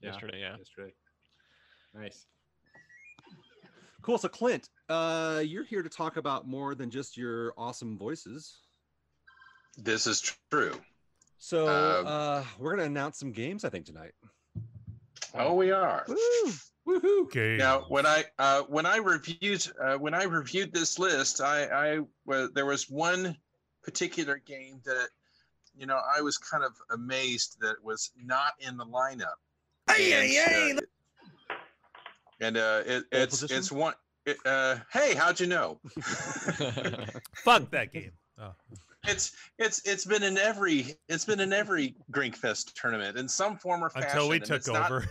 [SPEAKER 1] Yeah,
[SPEAKER 7] Yesterday, yeah.
[SPEAKER 1] Yesterday. Nice.
[SPEAKER 2] Cool. So Clint, uh, you're here to talk about more than just your awesome voices.
[SPEAKER 4] This is true.
[SPEAKER 2] So
[SPEAKER 4] Um,
[SPEAKER 2] uh, we're gonna announce some games, I think, tonight.
[SPEAKER 4] Oh, we are.
[SPEAKER 2] Woohoo!
[SPEAKER 9] Okay.
[SPEAKER 4] Now, when I uh, when I reviewed uh, when I reviewed this list, I I well, there was one particular game that you know I was kind of amazed that it was not in the lineup. And, uh, and uh, it, it's
[SPEAKER 2] position?
[SPEAKER 4] it's one. It, uh, hey, how'd you know?
[SPEAKER 9] Fuck that game. Oh.
[SPEAKER 4] it's it's it's been in every it's been in every Grinkfest tournament in some form or fashion.
[SPEAKER 9] Until we
[SPEAKER 4] and
[SPEAKER 9] took
[SPEAKER 4] it's not-
[SPEAKER 9] over.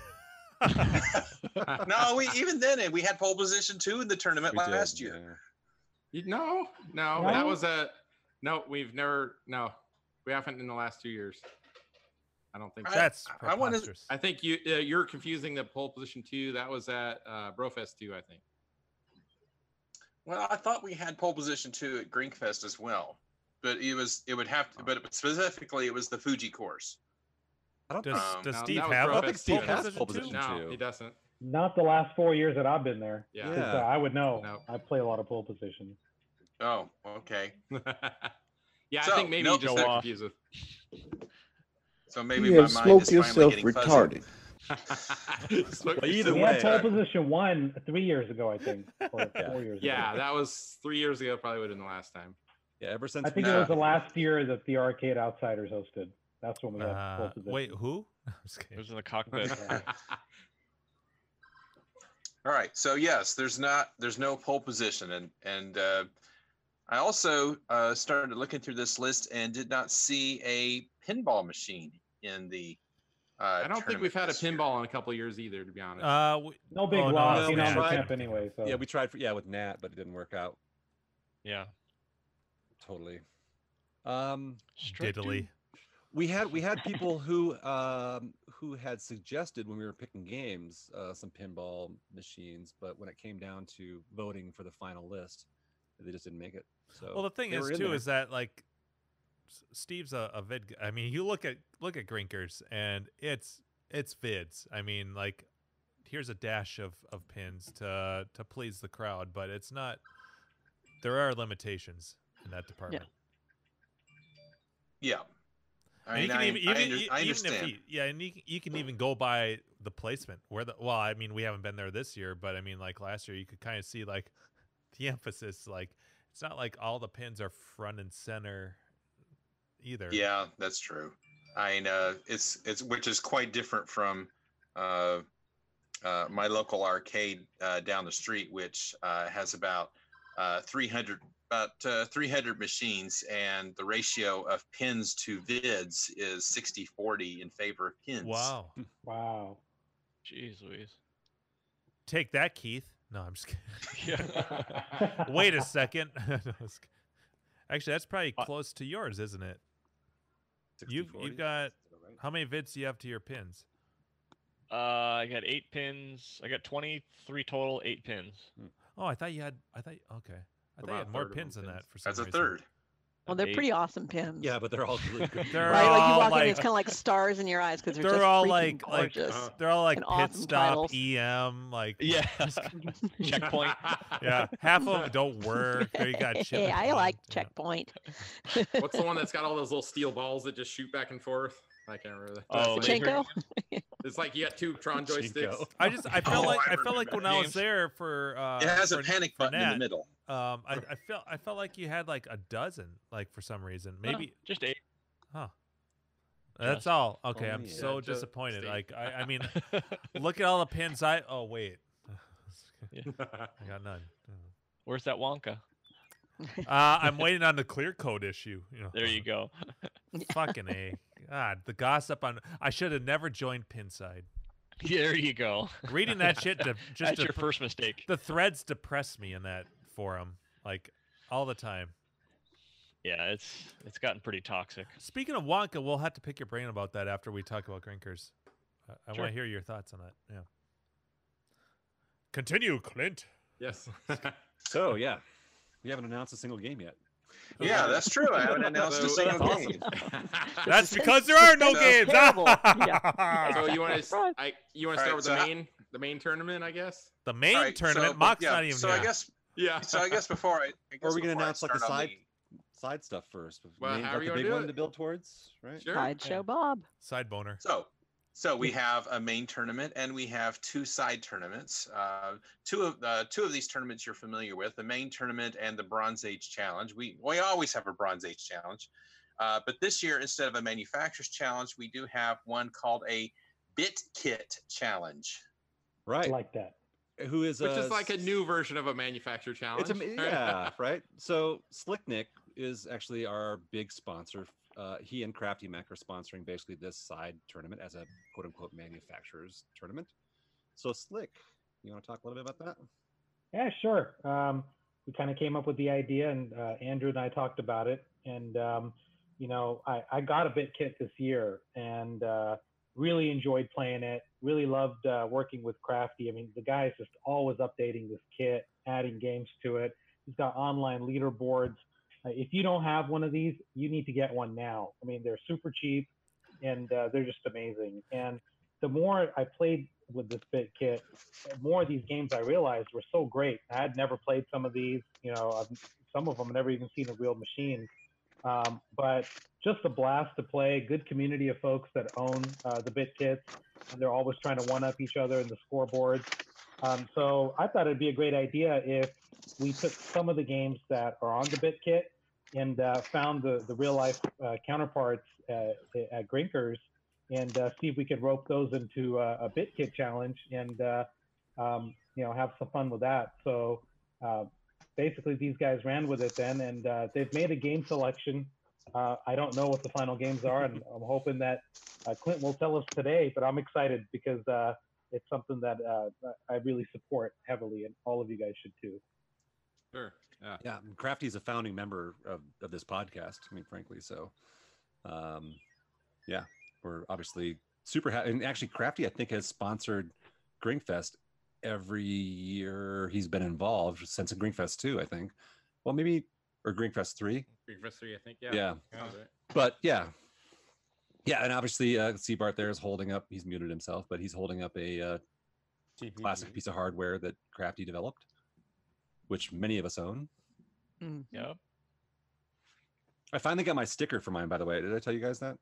[SPEAKER 4] no, we even then eh, we had pole position two in the tournament
[SPEAKER 2] We did,
[SPEAKER 4] last year.
[SPEAKER 1] You, no, no, that
[SPEAKER 6] No?
[SPEAKER 1] was a no. We've never no, we haven't in the last two years. I don't think. so.
[SPEAKER 9] That's
[SPEAKER 4] I wanna-
[SPEAKER 9] preposterous.
[SPEAKER 1] I think you uh, you're confusing the pole position two. That was at uh, Brofest two, I think.
[SPEAKER 4] Well, I thought we had pole position two at Grinkfest as well, but it was it would have to, but specifically it was the Fuji course.
[SPEAKER 2] I don't,
[SPEAKER 9] Does,
[SPEAKER 2] think-
[SPEAKER 4] Um,
[SPEAKER 9] does
[SPEAKER 1] no,
[SPEAKER 9] Steve
[SPEAKER 1] that was
[SPEAKER 9] have?
[SPEAKER 2] I don't think
[SPEAKER 1] Brofest
[SPEAKER 2] Steve
[SPEAKER 1] two.
[SPEAKER 2] has
[SPEAKER 9] Position
[SPEAKER 2] pole
[SPEAKER 9] two?
[SPEAKER 2] position
[SPEAKER 1] No,
[SPEAKER 2] two.
[SPEAKER 1] he doesn't.
[SPEAKER 6] Not the last four years that I've been there.
[SPEAKER 1] Yeah.
[SPEAKER 6] 'cause, uh, I would know.
[SPEAKER 1] No.
[SPEAKER 6] I play a lot of pole position.
[SPEAKER 4] Oh, okay.
[SPEAKER 1] Yeah, I
[SPEAKER 4] So,
[SPEAKER 1] think maybe
[SPEAKER 4] nope,
[SPEAKER 1] you just
[SPEAKER 7] go
[SPEAKER 1] got
[SPEAKER 7] off.
[SPEAKER 1] confused with.
[SPEAKER 4] So maybe
[SPEAKER 10] you
[SPEAKER 4] my
[SPEAKER 10] have
[SPEAKER 4] mind
[SPEAKER 10] smoked
[SPEAKER 4] is finally
[SPEAKER 10] yourself
[SPEAKER 4] getting fuzzy.
[SPEAKER 10] retarded.
[SPEAKER 6] we had pole position one three years ago, I think, or four years
[SPEAKER 1] yeah,
[SPEAKER 6] ago.
[SPEAKER 1] that was three years ago. Probably would have been the last time.
[SPEAKER 2] Yeah, ever since
[SPEAKER 6] I think it was the last year that the Arcade Outsiders hosted. That's when we had pole
[SPEAKER 9] Uh,
[SPEAKER 6] position.
[SPEAKER 9] wait, who? It
[SPEAKER 7] was in the cockpit.
[SPEAKER 4] All right. So yes, there's not there's no pole position, and and uh, I also uh, started looking through this list and did not see a pinball machine in the. Uh,
[SPEAKER 1] I don't think we've had a pinball in a couple of years either, to be honest.
[SPEAKER 9] Uh,
[SPEAKER 6] No big
[SPEAKER 1] Oh, no,
[SPEAKER 6] loss,
[SPEAKER 1] no,
[SPEAKER 6] you
[SPEAKER 1] we
[SPEAKER 6] know,
[SPEAKER 1] tried-
[SPEAKER 6] camp anyway. So
[SPEAKER 2] Yeah, we tried for yeah with Nat, but it didn't work out.
[SPEAKER 7] Yeah.
[SPEAKER 2] Totally. Um,
[SPEAKER 9] Strike Diddly. two.
[SPEAKER 2] We had we had people who um, who had suggested when we were picking games uh, some pinball machines, but when it came down to voting for the final list, they just didn't make it. So
[SPEAKER 9] well, the thing
[SPEAKER 2] they
[SPEAKER 9] is
[SPEAKER 2] were in
[SPEAKER 9] too
[SPEAKER 2] there.
[SPEAKER 9] is that like S- Steve's a, a vid. g- I mean, you look at look at Grinkers and it's it's vids. I mean, like here's a dash of of pins to to please the crowd, but it's not. There are limitations in that department.
[SPEAKER 4] Yeah. I mean,
[SPEAKER 9] And
[SPEAKER 4] I,
[SPEAKER 9] you can
[SPEAKER 4] I
[SPEAKER 9] even- e,
[SPEAKER 4] under-
[SPEAKER 9] even-
[SPEAKER 4] I
[SPEAKER 9] even- even if
[SPEAKER 4] understand.
[SPEAKER 9] you- yeah, and you, can- you can even go by the placement where the well, I mean, we haven't been there this year, but I mean, like last year, you could kind of see like the emphasis. Like it's not like all the pins are front and center either.
[SPEAKER 4] Yeah, that's true. I mean, uh, it's it's which is quite different from uh, uh, my local arcade uh, down the street, which uh, has about uh, 300 about uh, 300 machines, and the ratio of pins to vids is 60-40 in favor of pins.
[SPEAKER 9] Wow.
[SPEAKER 6] Wow.
[SPEAKER 7] Jeez Louise.
[SPEAKER 9] Take that, Keith. No, I'm just kidding.
[SPEAKER 7] Yeah.
[SPEAKER 9] Wait a second. No, I'm just kid- Actually, that's probably
[SPEAKER 7] Uh,
[SPEAKER 9] close to yours, isn't it? You've
[SPEAKER 7] 60-40?
[SPEAKER 9] you've got how many vids do you have to your pins?
[SPEAKER 7] Uh, I got eight pins. I got 23 total, eight pins.
[SPEAKER 2] Hmm.
[SPEAKER 9] Oh, I thought you had. I thought okay. I thought you
[SPEAKER 7] About
[SPEAKER 9] had
[SPEAKER 7] a
[SPEAKER 9] more
[SPEAKER 7] third of 'em
[SPEAKER 9] pins than
[SPEAKER 7] pins.
[SPEAKER 9] that for some
[SPEAKER 4] That's a
[SPEAKER 9] reason.
[SPEAKER 4] third.
[SPEAKER 8] Well, they're
[SPEAKER 9] Eight.
[SPEAKER 8] pretty awesome pins.
[SPEAKER 2] yeah, but they're all really good.
[SPEAKER 9] They're
[SPEAKER 8] right, like you
[SPEAKER 9] all
[SPEAKER 8] walk in,
[SPEAKER 9] like-
[SPEAKER 8] and it's kind of like stars in your eyes because they're,
[SPEAKER 9] they're
[SPEAKER 8] just
[SPEAKER 9] all
[SPEAKER 8] freaking
[SPEAKER 9] like
[SPEAKER 8] gorgeous.
[SPEAKER 1] Uh-huh.
[SPEAKER 9] like they're all like
[SPEAKER 8] and
[SPEAKER 9] pit
[SPEAKER 8] awesome
[SPEAKER 9] stop
[SPEAKER 8] titles.
[SPEAKER 9] em like
[SPEAKER 7] Yeah. Checkpoint.
[SPEAKER 9] yeah half of them don't work or you got
[SPEAKER 8] hey,
[SPEAKER 9] chip
[SPEAKER 8] I like checkpoint.
[SPEAKER 1] What's the one that's got all those little steel balls that just shoot back and forth? I can't remember. the-
[SPEAKER 9] Oh,
[SPEAKER 1] That's like-
[SPEAKER 9] Pachinko?
[SPEAKER 1] It's like you got two Tron joysticks.
[SPEAKER 9] I just I felt
[SPEAKER 1] Oh,
[SPEAKER 9] like I, felt
[SPEAKER 1] remember
[SPEAKER 9] like when
[SPEAKER 1] that.
[SPEAKER 9] I
[SPEAKER 1] James.
[SPEAKER 9] was there for uh,
[SPEAKER 4] It has a
[SPEAKER 9] for-
[SPEAKER 4] panic
[SPEAKER 9] for
[SPEAKER 4] button in the
[SPEAKER 9] Nat,
[SPEAKER 4] middle.
[SPEAKER 9] Um, I, I felt I felt like you had like a dozen like for some reason
[SPEAKER 7] Huh,
[SPEAKER 9] maybe
[SPEAKER 7] just eight.
[SPEAKER 9] Huh.
[SPEAKER 7] Just
[SPEAKER 9] That's all. Okay, I'm
[SPEAKER 7] only eight. Yeah,
[SPEAKER 9] so
[SPEAKER 7] just
[SPEAKER 9] disappointed.
[SPEAKER 7] eight.
[SPEAKER 9] Like I, I mean, uh, look at all the pins I. Oh wait, I got none.
[SPEAKER 7] Where's that Wonka?
[SPEAKER 9] Uh, I'm waiting on the clear code issue. You know.
[SPEAKER 7] There you go.
[SPEAKER 9] Fucking a. God, the gossip on. I should have never joined Pinside.
[SPEAKER 7] There you go.
[SPEAKER 9] Reading that shit de- just
[SPEAKER 7] That's your
[SPEAKER 9] dep-
[SPEAKER 7] first mistake.
[SPEAKER 9] The threads depress me in that forum, like all the time.
[SPEAKER 7] Yeah, it's it's gotten pretty toxic.
[SPEAKER 9] Speaking of Wonka, we'll have to pick your brain about that after we talk about Grinkers. I, I
[SPEAKER 7] Sure.
[SPEAKER 9] want to hear your thoughts on that. Yeah. Continue, Clint.
[SPEAKER 1] Yes.
[SPEAKER 2] so yeah, we haven't announced a single game yet.
[SPEAKER 4] Yeah, that's true. I haven't announced a
[SPEAKER 2] So-
[SPEAKER 4] single
[SPEAKER 2] That's
[SPEAKER 4] game.
[SPEAKER 9] That's because there are no games.
[SPEAKER 1] so you want to? I you want to start
[SPEAKER 4] All right,
[SPEAKER 1] with
[SPEAKER 4] so
[SPEAKER 1] the
[SPEAKER 4] how-
[SPEAKER 1] main the main tournament, I guess.
[SPEAKER 9] The main
[SPEAKER 4] All right, so,
[SPEAKER 9] tournament.
[SPEAKER 4] but
[SPEAKER 9] Mock's
[SPEAKER 4] yeah,
[SPEAKER 9] not even
[SPEAKER 4] So
[SPEAKER 9] here.
[SPEAKER 4] I guess.
[SPEAKER 1] Yeah.
[SPEAKER 4] So I guess before I. I guess
[SPEAKER 2] Or are we gonna
[SPEAKER 4] before I
[SPEAKER 2] announce like the
[SPEAKER 4] start on
[SPEAKER 2] side side stuff first?
[SPEAKER 4] Well,
[SPEAKER 2] Name- like
[SPEAKER 4] however you
[SPEAKER 2] the
[SPEAKER 4] wanna
[SPEAKER 2] big
[SPEAKER 4] do
[SPEAKER 2] one
[SPEAKER 4] it.
[SPEAKER 2] to build towards, right?
[SPEAKER 4] Sure.
[SPEAKER 8] Sideshow Bob.
[SPEAKER 9] Side boner.
[SPEAKER 4] So, so we have a main tournament and we have two side tournaments. Uh, two of uh, two of these tournaments you're familiar with: the main tournament and the Bronze Age Challenge. We we always have a Bronze Age Challenge, uh, but this year instead of a manufacturer's challenge, we do have one called a Bit Kit Challenge.
[SPEAKER 2] Right.
[SPEAKER 6] like that.
[SPEAKER 2] Who is
[SPEAKER 1] Which
[SPEAKER 2] uh,
[SPEAKER 1] is like a new version of a manufacturer
[SPEAKER 2] It's
[SPEAKER 1] challenge.
[SPEAKER 2] am- yeah, right. So Slicknick is actually our big sponsor. Uh, he and Crafty Mac are sponsoring basically this side tournament as a quote unquote manufacturers tournament. So Slick, you want to talk a little bit about that?
[SPEAKER 6] Yeah, sure. Um, we kind of came up with the idea, and uh, Andrew and I talked about it. And um, you know, I, I got a bit kit this year, and uh, really enjoyed playing it. Really loved uh, working with Crafty. I mean, the guy is just always updating this kit, adding games to it. He's got online leaderboards. Uh, if you don't have one of these, you need to get one now. I mean, they're super cheap, and uh, they're just amazing. And the more I played with this bit kit, the more of these games I realized were so great. I had never played some of these, you know, I've, some of them never even seen a real machine. Um, but just a blast to play. Good community of folks that own uh, the bit kits. And they're always trying to one up each other in the scoreboards. Um, so I thought it'd be a great idea if we took some of the games that are on the bit kit and uh, found the, the real life uh, counterparts uh, at Grinkers and uh, see if we could rope those into uh, a bit kit challenge and uh, um, you know have some fun with that. So uh, basically, these guys ran with it then, and uh, they've made a game selection. Uh, I don't know what the final games are, and I'm hoping that uh, Clint will tell us today. But I'm excited because uh, it's something that uh, I really support heavily, and all of you guys should too.
[SPEAKER 1] Sure. Yeah.
[SPEAKER 2] Yeah. and Crafty's a founding member of, of this podcast. I mean, frankly, so, um, yeah, we're obviously super happy. And actually, Crafty, I think, has sponsored Greenfest every year he's been involved since Greenfest two, I think. Well, maybe or Greenfest three.
[SPEAKER 1] Grinkfest three, I think. Yeah.
[SPEAKER 2] Yeah.
[SPEAKER 1] Sounds right.
[SPEAKER 2] But yeah. Yeah, and obviously uh Seabart there is holding up he's muted himself, but he's holding up a uh classic piece of hardware that Crafty developed, which many of us own.
[SPEAKER 7] Yep.
[SPEAKER 2] I finally got my sticker for mine, by the way. Did I tell you guys that?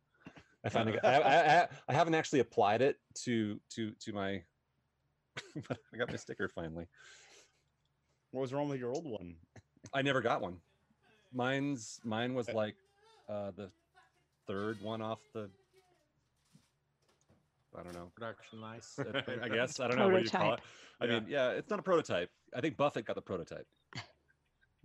[SPEAKER 2] I finally got I,
[SPEAKER 7] Uh-uh.
[SPEAKER 2] I, I, I haven't actually applied it to to to my but I got my sticker finally.
[SPEAKER 11] What was wrong with your old one?
[SPEAKER 2] I never got one. Mine's mine was like uh the third one off the I don't know.
[SPEAKER 1] Production lice.
[SPEAKER 2] I guess I don't know what you call it. I mean, yeah, it's not a prototype. I think Buffett got the prototype.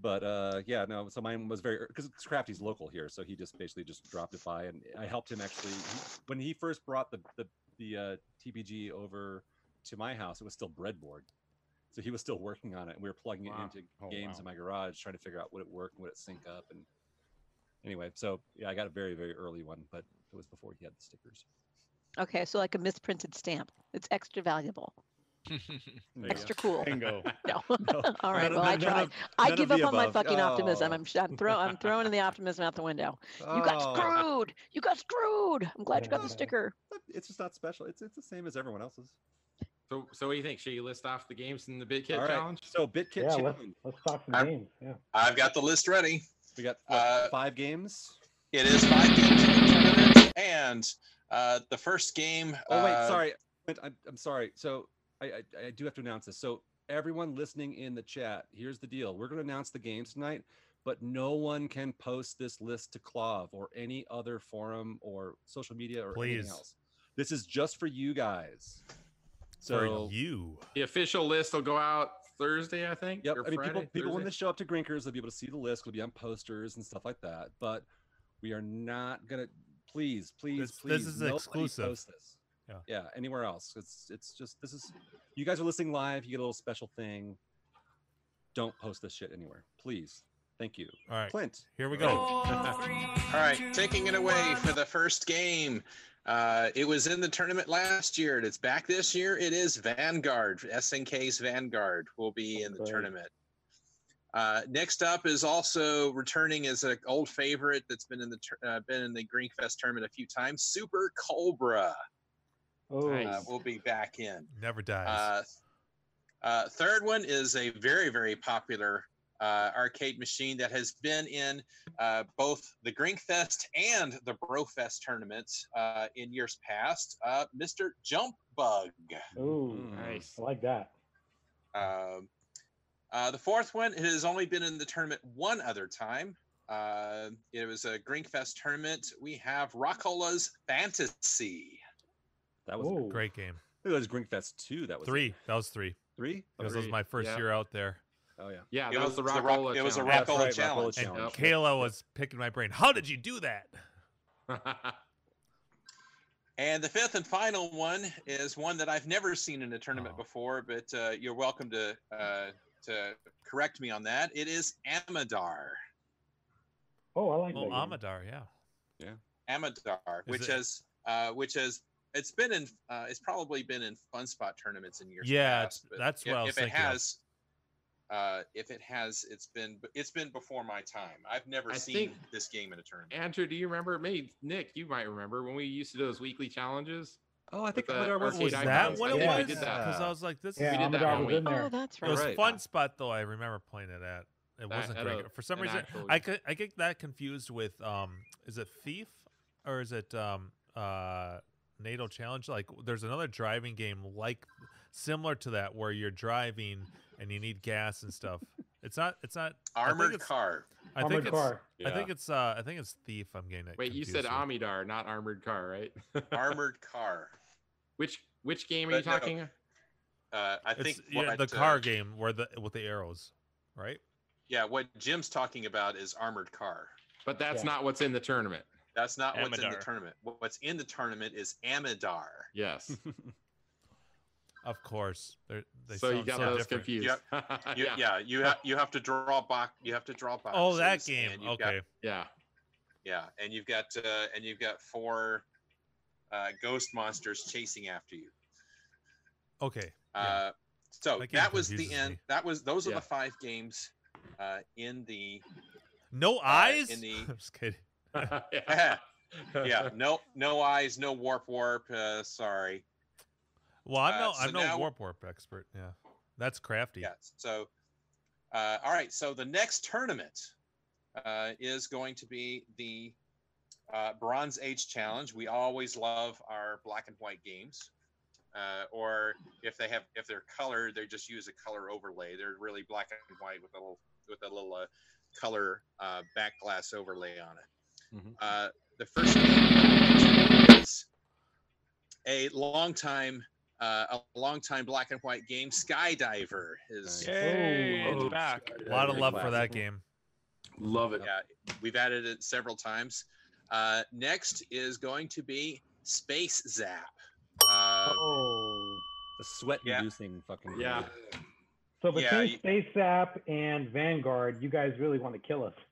[SPEAKER 2] But uh yeah, no, so mine was very because Crafty's local here, so he just basically just dropped it by and I helped him actually he- when he first brought the the, the uh TPG over to my house, it was still breadboard. So he was still working on it and we were plugging
[SPEAKER 1] Wow.
[SPEAKER 2] it into
[SPEAKER 1] Oh,
[SPEAKER 2] games
[SPEAKER 1] wow.
[SPEAKER 2] in my garage, trying to figure out would it work and would it sync up and anyway, so yeah, I got a very, very early one, but it was before he had the stickers.
[SPEAKER 8] Okay, so like a misprinted stamp. It's extra valuable.
[SPEAKER 2] There you
[SPEAKER 8] extra
[SPEAKER 2] go.
[SPEAKER 8] cool.
[SPEAKER 2] Bingo.
[SPEAKER 8] No.
[SPEAKER 2] No.
[SPEAKER 8] All right.
[SPEAKER 2] None of-
[SPEAKER 8] Well, I
[SPEAKER 2] none
[SPEAKER 8] tried.
[SPEAKER 2] of-
[SPEAKER 8] I
[SPEAKER 2] none of
[SPEAKER 8] give
[SPEAKER 2] the
[SPEAKER 8] up on my
[SPEAKER 2] above.
[SPEAKER 8] fucking optimism.
[SPEAKER 2] Oh.
[SPEAKER 8] I'm, sh- I'm, throw, I'm throwing the optimism out the window. You got
[SPEAKER 2] Oh.
[SPEAKER 8] screwed. You got screwed. Oh, I'm glad you got the
[SPEAKER 2] Yeah.
[SPEAKER 8] sticker.
[SPEAKER 2] It's just not special. It's it's the same as everyone else's.
[SPEAKER 1] So, so what do you think? Should you list off the games in the BitKit
[SPEAKER 2] All right,
[SPEAKER 1] challenge?
[SPEAKER 2] So BitKit
[SPEAKER 1] Yeah, let's-
[SPEAKER 2] challenge.
[SPEAKER 6] Let's talk some games. Yeah.
[SPEAKER 4] I've got the list ready.
[SPEAKER 2] We got
[SPEAKER 4] what, uh,
[SPEAKER 2] five games.
[SPEAKER 4] It is five games in the tournament, and uh, the first game.
[SPEAKER 2] Oh wait,
[SPEAKER 4] uh,
[SPEAKER 2] sorry. Clint, I'm, I'm sorry. So I, I I do have to announce this. So everyone listening in the chat, here's the deal. We're going to announce the games tonight, but no one can post this list to Clov or any other forum or social media or
[SPEAKER 9] Please.
[SPEAKER 2] anything else. This is just for you guys. So
[SPEAKER 9] for you.
[SPEAKER 1] The official list will go out Thursday, I think.
[SPEAKER 2] Yep.
[SPEAKER 1] or
[SPEAKER 2] I mean,
[SPEAKER 1] Friday,
[SPEAKER 2] people people when
[SPEAKER 1] Thursday?
[SPEAKER 2] they show up to Grinkers, they'll be able to see the list. It'll be on posters and stuff like that. But we are not gonna. Please, please,
[SPEAKER 9] This- this
[SPEAKER 2] please.
[SPEAKER 9] is
[SPEAKER 2] nobody
[SPEAKER 9] exclusive.
[SPEAKER 2] post this.
[SPEAKER 9] Yeah.
[SPEAKER 2] Yeah. Anywhere else, it's it's just this is. You guys are listening live. You get a little special thing. Don't post this shit anywhere, please. Thank you.
[SPEAKER 9] All right.
[SPEAKER 2] Clint.
[SPEAKER 9] Here we go.
[SPEAKER 4] All right, taking it away for the first game. Uh, it was in the tournament last year, and it's back this year. It is Vanguard. SNK's Vanguard will be in the tournament. Uh, next up is also returning as an old favorite that's been in the tur- uh, been in the Greenfest tournament a few times. Super Cobra
[SPEAKER 6] Oh.
[SPEAKER 4] uh, will be back in.
[SPEAKER 9] Never dies.
[SPEAKER 4] Uh, uh, third one is a very, very popular uh, arcade machine that has been in uh, both the Grinkfest and the Brofest tournaments uh, in years past. Uh, Mr. Jump Bug.
[SPEAKER 6] Ooh.
[SPEAKER 1] Nice.
[SPEAKER 6] I like that.
[SPEAKER 4] Um, uh, the fourth one it has only been in the tournament one other time. Uh, it was a Grinkfest tournament. We have Rockola's Fantasy.
[SPEAKER 2] That was
[SPEAKER 6] Ooh.
[SPEAKER 9] Great game.
[SPEAKER 2] it was Grinkfest two. That was it.
[SPEAKER 9] Three. That was three.
[SPEAKER 2] Three.
[SPEAKER 9] Because that was
[SPEAKER 1] Three,
[SPEAKER 9] my first
[SPEAKER 1] yeah.
[SPEAKER 9] year out there.
[SPEAKER 2] Oh yeah.
[SPEAKER 1] Yeah,
[SPEAKER 4] It
[SPEAKER 1] that was,
[SPEAKER 4] was
[SPEAKER 1] the
[SPEAKER 4] the Rock-
[SPEAKER 1] Rockola.
[SPEAKER 4] it was a
[SPEAKER 1] challenge.
[SPEAKER 4] That's Rockola right,
[SPEAKER 2] Rockola
[SPEAKER 4] challenge.
[SPEAKER 9] And
[SPEAKER 1] Yep.
[SPEAKER 9] Kayla was picking my brain. How did you do that?
[SPEAKER 4] And the fifth and final one is one that I've never seen in a tournament
[SPEAKER 9] Oh.
[SPEAKER 4] before, but uh, you're welcome to uh, to correct me on that. It is Amadar,
[SPEAKER 6] Oh, I like
[SPEAKER 9] Well,
[SPEAKER 6] that. game.
[SPEAKER 9] Amadar, yeah.
[SPEAKER 4] Amadar, which
[SPEAKER 9] it-
[SPEAKER 4] has uh, which has it's been in uh, it's probably been in Fun Spot tournaments in years
[SPEAKER 9] Yeah,
[SPEAKER 4] past. but
[SPEAKER 9] that's what
[SPEAKER 4] if,
[SPEAKER 9] I was
[SPEAKER 4] if it
[SPEAKER 9] thinking of.
[SPEAKER 4] has. Uh, if it has, it's been it's been before my time. I've never
[SPEAKER 1] I
[SPEAKER 4] seen
[SPEAKER 1] think-
[SPEAKER 4] this game in a tournament.
[SPEAKER 1] Andrew, do you remember? Maybe Nick, you might remember when we used to do those weekly challenges.
[SPEAKER 2] Oh, I think
[SPEAKER 1] the
[SPEAKER 2] Amadar was-
[SPEAKER 1] arcade
[SPEAKER 9] Was
[SPEAKER 2] I
[SPEAKER 9] that
[SPEAKER 1] icons. I
[SPEAKER 9] what it
[SPEAKER 1] think
[SPEAKER 9] was?
[SPEAKER 1] we did that.
[SPEAKER 9] Because I was like, this
[SPEAKER 6] Yeah,
[SPEAKER 1] we did that
[SPEAKER 6] Amadar
[SPEAKER 1] one
[SPEAKER 6] was
[SPEAKER 1] week.
[SPEAKER 6] in there.
[SPEAKER 8] Oh, that's
[SPEAKER 9] It
[SPEAKER 8] right.
[SPEAKER 9] was
[SPEAKER 1] Right.
[SPEAKER 9] fun spot though. I remember playing it at. It
[SPEAKER 1] That
[SPEAKER 9] wasn't
[SPEAKER 1] had a-
[SPEAKER 9] Grinker. For some
[SPEAKER 1] an
[SPEAKER 9] reason,
[SPEAKER 1] actual-
[SPEAKER 9] I could I get that confused with um, is it Thief or is it um uh NATO Challenge? Like, there's another driving game like similar to that where you're driving and you need gas and stuff. It's not. It's not I think
[SPEAKER 4] Armored
[SPEAKER 9] it's-
[SPEAKER 4] Car.
[SPEAKER 9] I
[SPEAKER 1] Armored
[SPEAKER 9] think it's,
[SPEAKER 1] Car.
[SPEAKER 9] I think
[SPEAKER 1] Yeah.
[SPEAKER 9] it's. uh I think it's Thief. I'm getting it.
[SPEAKER 1] Wait, you said Amidar, not armored car, right?
[SPEAKER 4] Armored Car.
[SPEAKER 1] Which which game are you
[SPEAKER 4] But no,
[SPEAKER 1] talking?
[SPEAKER 4] Uh, I
[SPEAKER 9] It's,
[SPEAKER 4] think
[SPEAKER 9] yeah,
[SPEAKER 4] what,
[SPEAKER 9] the car
[SPEAKER 4] uh,
[SPEAKER 9] game where the with the arrows, right?
[SPEAKER 4] Yeah, what Jim's talking about is Armored Car.
[SPEAKER 1] But that's
[SPEAKER 4] Yeah.
[SPEAKER 1] not what's in the tournament.
[SPEAKER 4] That's not what's in the
[SPEAKER 1] Amidar.
[SPEAKER 4] tournament. What- What's in the tournament is Amidar.
[SPEAKER 1] Yes.
[SPEAKER 9] Of course. They're, they
[SPEAKER 1] So you
[SPEAKER 9] sound
[SPEAKER 1] got
[SPEAKER 9] so
[SPEAKER 1] those
[SPEAKER 9] different.
[SPEAKER 1] confused.
[SPEAKER 4] Yep. You, yeah.
[SPEAKER 1] Yeah.
[SPEAKER 4] you have you have to draw box. You have to draw boxes.
[SPEAKER 9] Oh,
[SPEAKER 4] and
[SPEAKER 9] that game.
[SPEAKER 4] you've got-
[SPEAKER 9] Okay.
[SPEAKER 1] Yeah.
[SPEAKER 4] yeah, and you've got uh, and you've got four uh, ghost monsters chasing after you.
[SPEAKER 9] Okay.
[SPEAKER 4] Uh, so
[SPEAKER 9] That
[SPEAKER 4] that,
[SPEAKER 9] game
[SPEAKER 4] was the
[SPEAKER 9] confuses
[SPEAKER 4] end.
[SPEAKER 9] me.
[SPEAKER 4] That was those are
[SPEAKER 9] Yeah.
[SPEAKER 4] the five games uh, in the
[SPEAKER 9] No
[SPEAKER 4] uh,
[SPEAKER 9] eyes.
[SPEAKER 4] in the
[SPEAKER 9] I'm just kidding.
[SPEAKER 4] yeah. no no eyes no warp warp uh, sorry
[SPEAKER 9] Well, I'm
[SPEAKER 4] Uh,
[SPEAKER 9] no,
[SPEAKER 4] so
[SPEAKER 9] I'm no
[SPEAKER 4] now-
[SPEAKER 9] warp warp expert. Yeah, that's crafty.
[SPEAKER 4] yeah so uh, all right so the next tournament uh, is going to be the uh, bronze age challenge we always love our black and white games uh, or if they have if they're colored they just use a color overlay they're really black and white with a little with a little uh, color uh, back glass overlay on it
[SPEAKER 9] Mm-hmm.
[SPEAKER 4] Uh, the first game is a long time, uh, a long time black and white game. Skydiver is.
[SPEAKER 7] Yay, it's Oh, back.
[SPEAKER 9] A lot of love for that game.
[SPEAKER 5] Love it.
[SPEAKER 4] Yeah, we've added it several times. Uh, next is going to be Space Zap. Uh,
[SPEAKER 6] oh.
[SPEAKER 2] The sweat inducing fucking. game.
[SPEAKER 4] Yeah.
[SPEAKER 6] So between
[SPEAKER 4] Yeah, you-
[SPEAKER 6] Space App and Vanguard, you guys really want to kill us.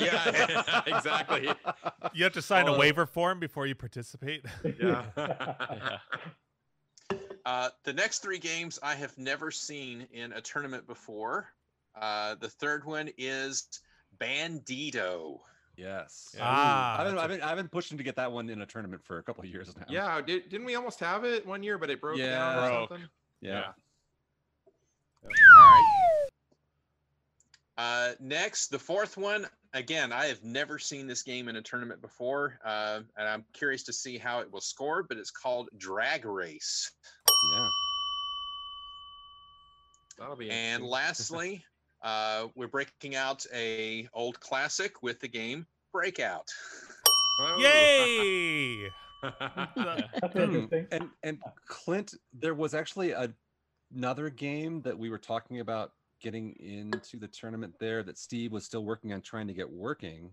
[SPEAKER 1] Yeah. exactly.
[SPEAKER 9] You have to sign a
[SPEAKER 1] Oh.
[SPEAKER 9] waiver form before you participate.
[SPEAKER 1] Yeah.
[SPEAKER 4] Uh, the next three games I have never seen in a tournament before. Uh, the third one is Bandito.
[SPEAKER 2] Yes.
[SPEAKER 4] Yeah.
[SPEAKER 9] Ah,
[SPEAKER 2] I've been,
[SPEAKER 9] that's
[SPEAKER 2] I've been I've been pushing to get that one in a tournament for a couple of years now.
[SPEAKER 1] Yeah. Did, didn't we almost have it one year, but it broke down or
[SPEAKER 2] Yeah. Broke.
[SPEAKER 1] something?
[SPEAKER 2] Yeah.
[SPEAKER 4] All right. Uh, next, the fourth one. Again, I have never seen this game in a tournament before, uh, and I'm curious to see how it will score. But it's called Drag Race.
[SPEAKER 2] Yeah.
[SPEAKER 1] That'll be
[SPEAKER 4] And
[SPEAKER 1] interesting.
[SPEAKER 4] lastly, uh, we're breaking out a old classic with the game Breakout.
[SPEAKER 1] Oh.
[SPEAKER 9] Yay!
[SPEAKER 6] That's
[SPEAKER 2] Hmm.
[SPEAKER 6] interesting.
[SPEAKER 2] And and Clint, there was actually a- another game that we were talking about getting into the tournament there that Steve was still working on trying to get working.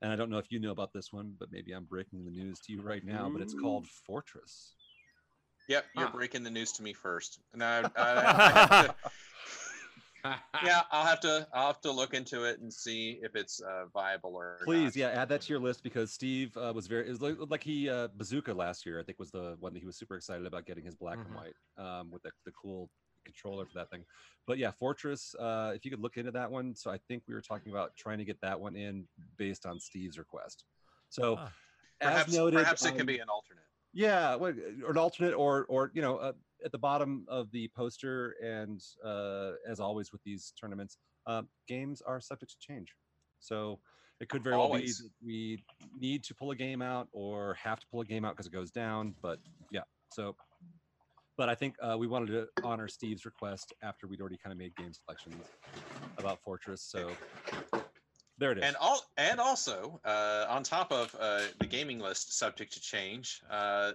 [SPEAKER 2] And I don't know if you know about this one, but maybe I'm breaking the news to you right now. But it's called Fortress.
[SPEAKER 4] Yep, you're
[SPEAKER 2] Huh.
[SPEAKER 4] breaking the news to me first. And I, I- I have to- yeah, I'll have to I'll have to look into it and see if it's uh, viable or
[SPEAKER 2] Please, yeah, add that to your list because Steve uh, was very. It was like, like he uh, bazooka last year. I think was the one that he was super excited about getting his black
[SPEAKER 4] Mm-hmm.
[SPEAKER 1] Mhm.
[SPEAKER 2] and white um, with the, the cool controller for that thing. But yeah, Fortress. Uh, if you could look into that one, so I think we were talking about trying to get that one in based on Steve's request. So,
[SPEAKER 9] Ah.
[SPEAKER 2] as
[SPEAKER 4] Perhaps,
[SPEAKER 2] noted,
[SPEAKER 4] perhaps it
[SPEAKER 2] on-
[SPEAKER 4] can
[SPEAKER 1] um,
[SPEAKER 4] be an alternate.
[SPEAKER 2] yeah, well, or an alternate, or or you know, uh, at the bottom of the poster, and uh, as always with these tournaments, uh, games are subject to change. So it could very well be
[SPEAKER 4] Always.
[SPEAKER 2] that we need to pull a game out, or have to pull a game out because it goes down. But yeah, so. But I think uh, we wanted to honor Steve's request after we'd already kind of made game selections about Fortress. So there it is.
[SPEAKER 4] And all and also uh, on top of uh, the gaming list subject to change. Uh,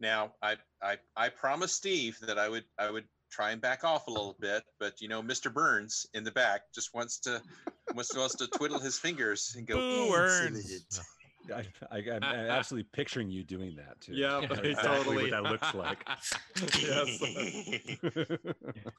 [SPEAKER 4] now I, I I promised Steve that I would I would try and back off a little bit, but you know Mr. Burns in the back just wants to wants, wants to twiddle his fingers and go. "Mm,
[SPEAKER 9] Boo, Ernst.
[SPEAKER 4] "Excellent."
[SPEAKER 2] I, I, I'm I'm absolutely picturing you doing that too.
[SPEAKER 1] Yeah,
[SPEAKER 2] I know
[SPEAKER 1] totally.
[SPEAKER 2] exactly what that looks like.
[SPEAKER 1] yes.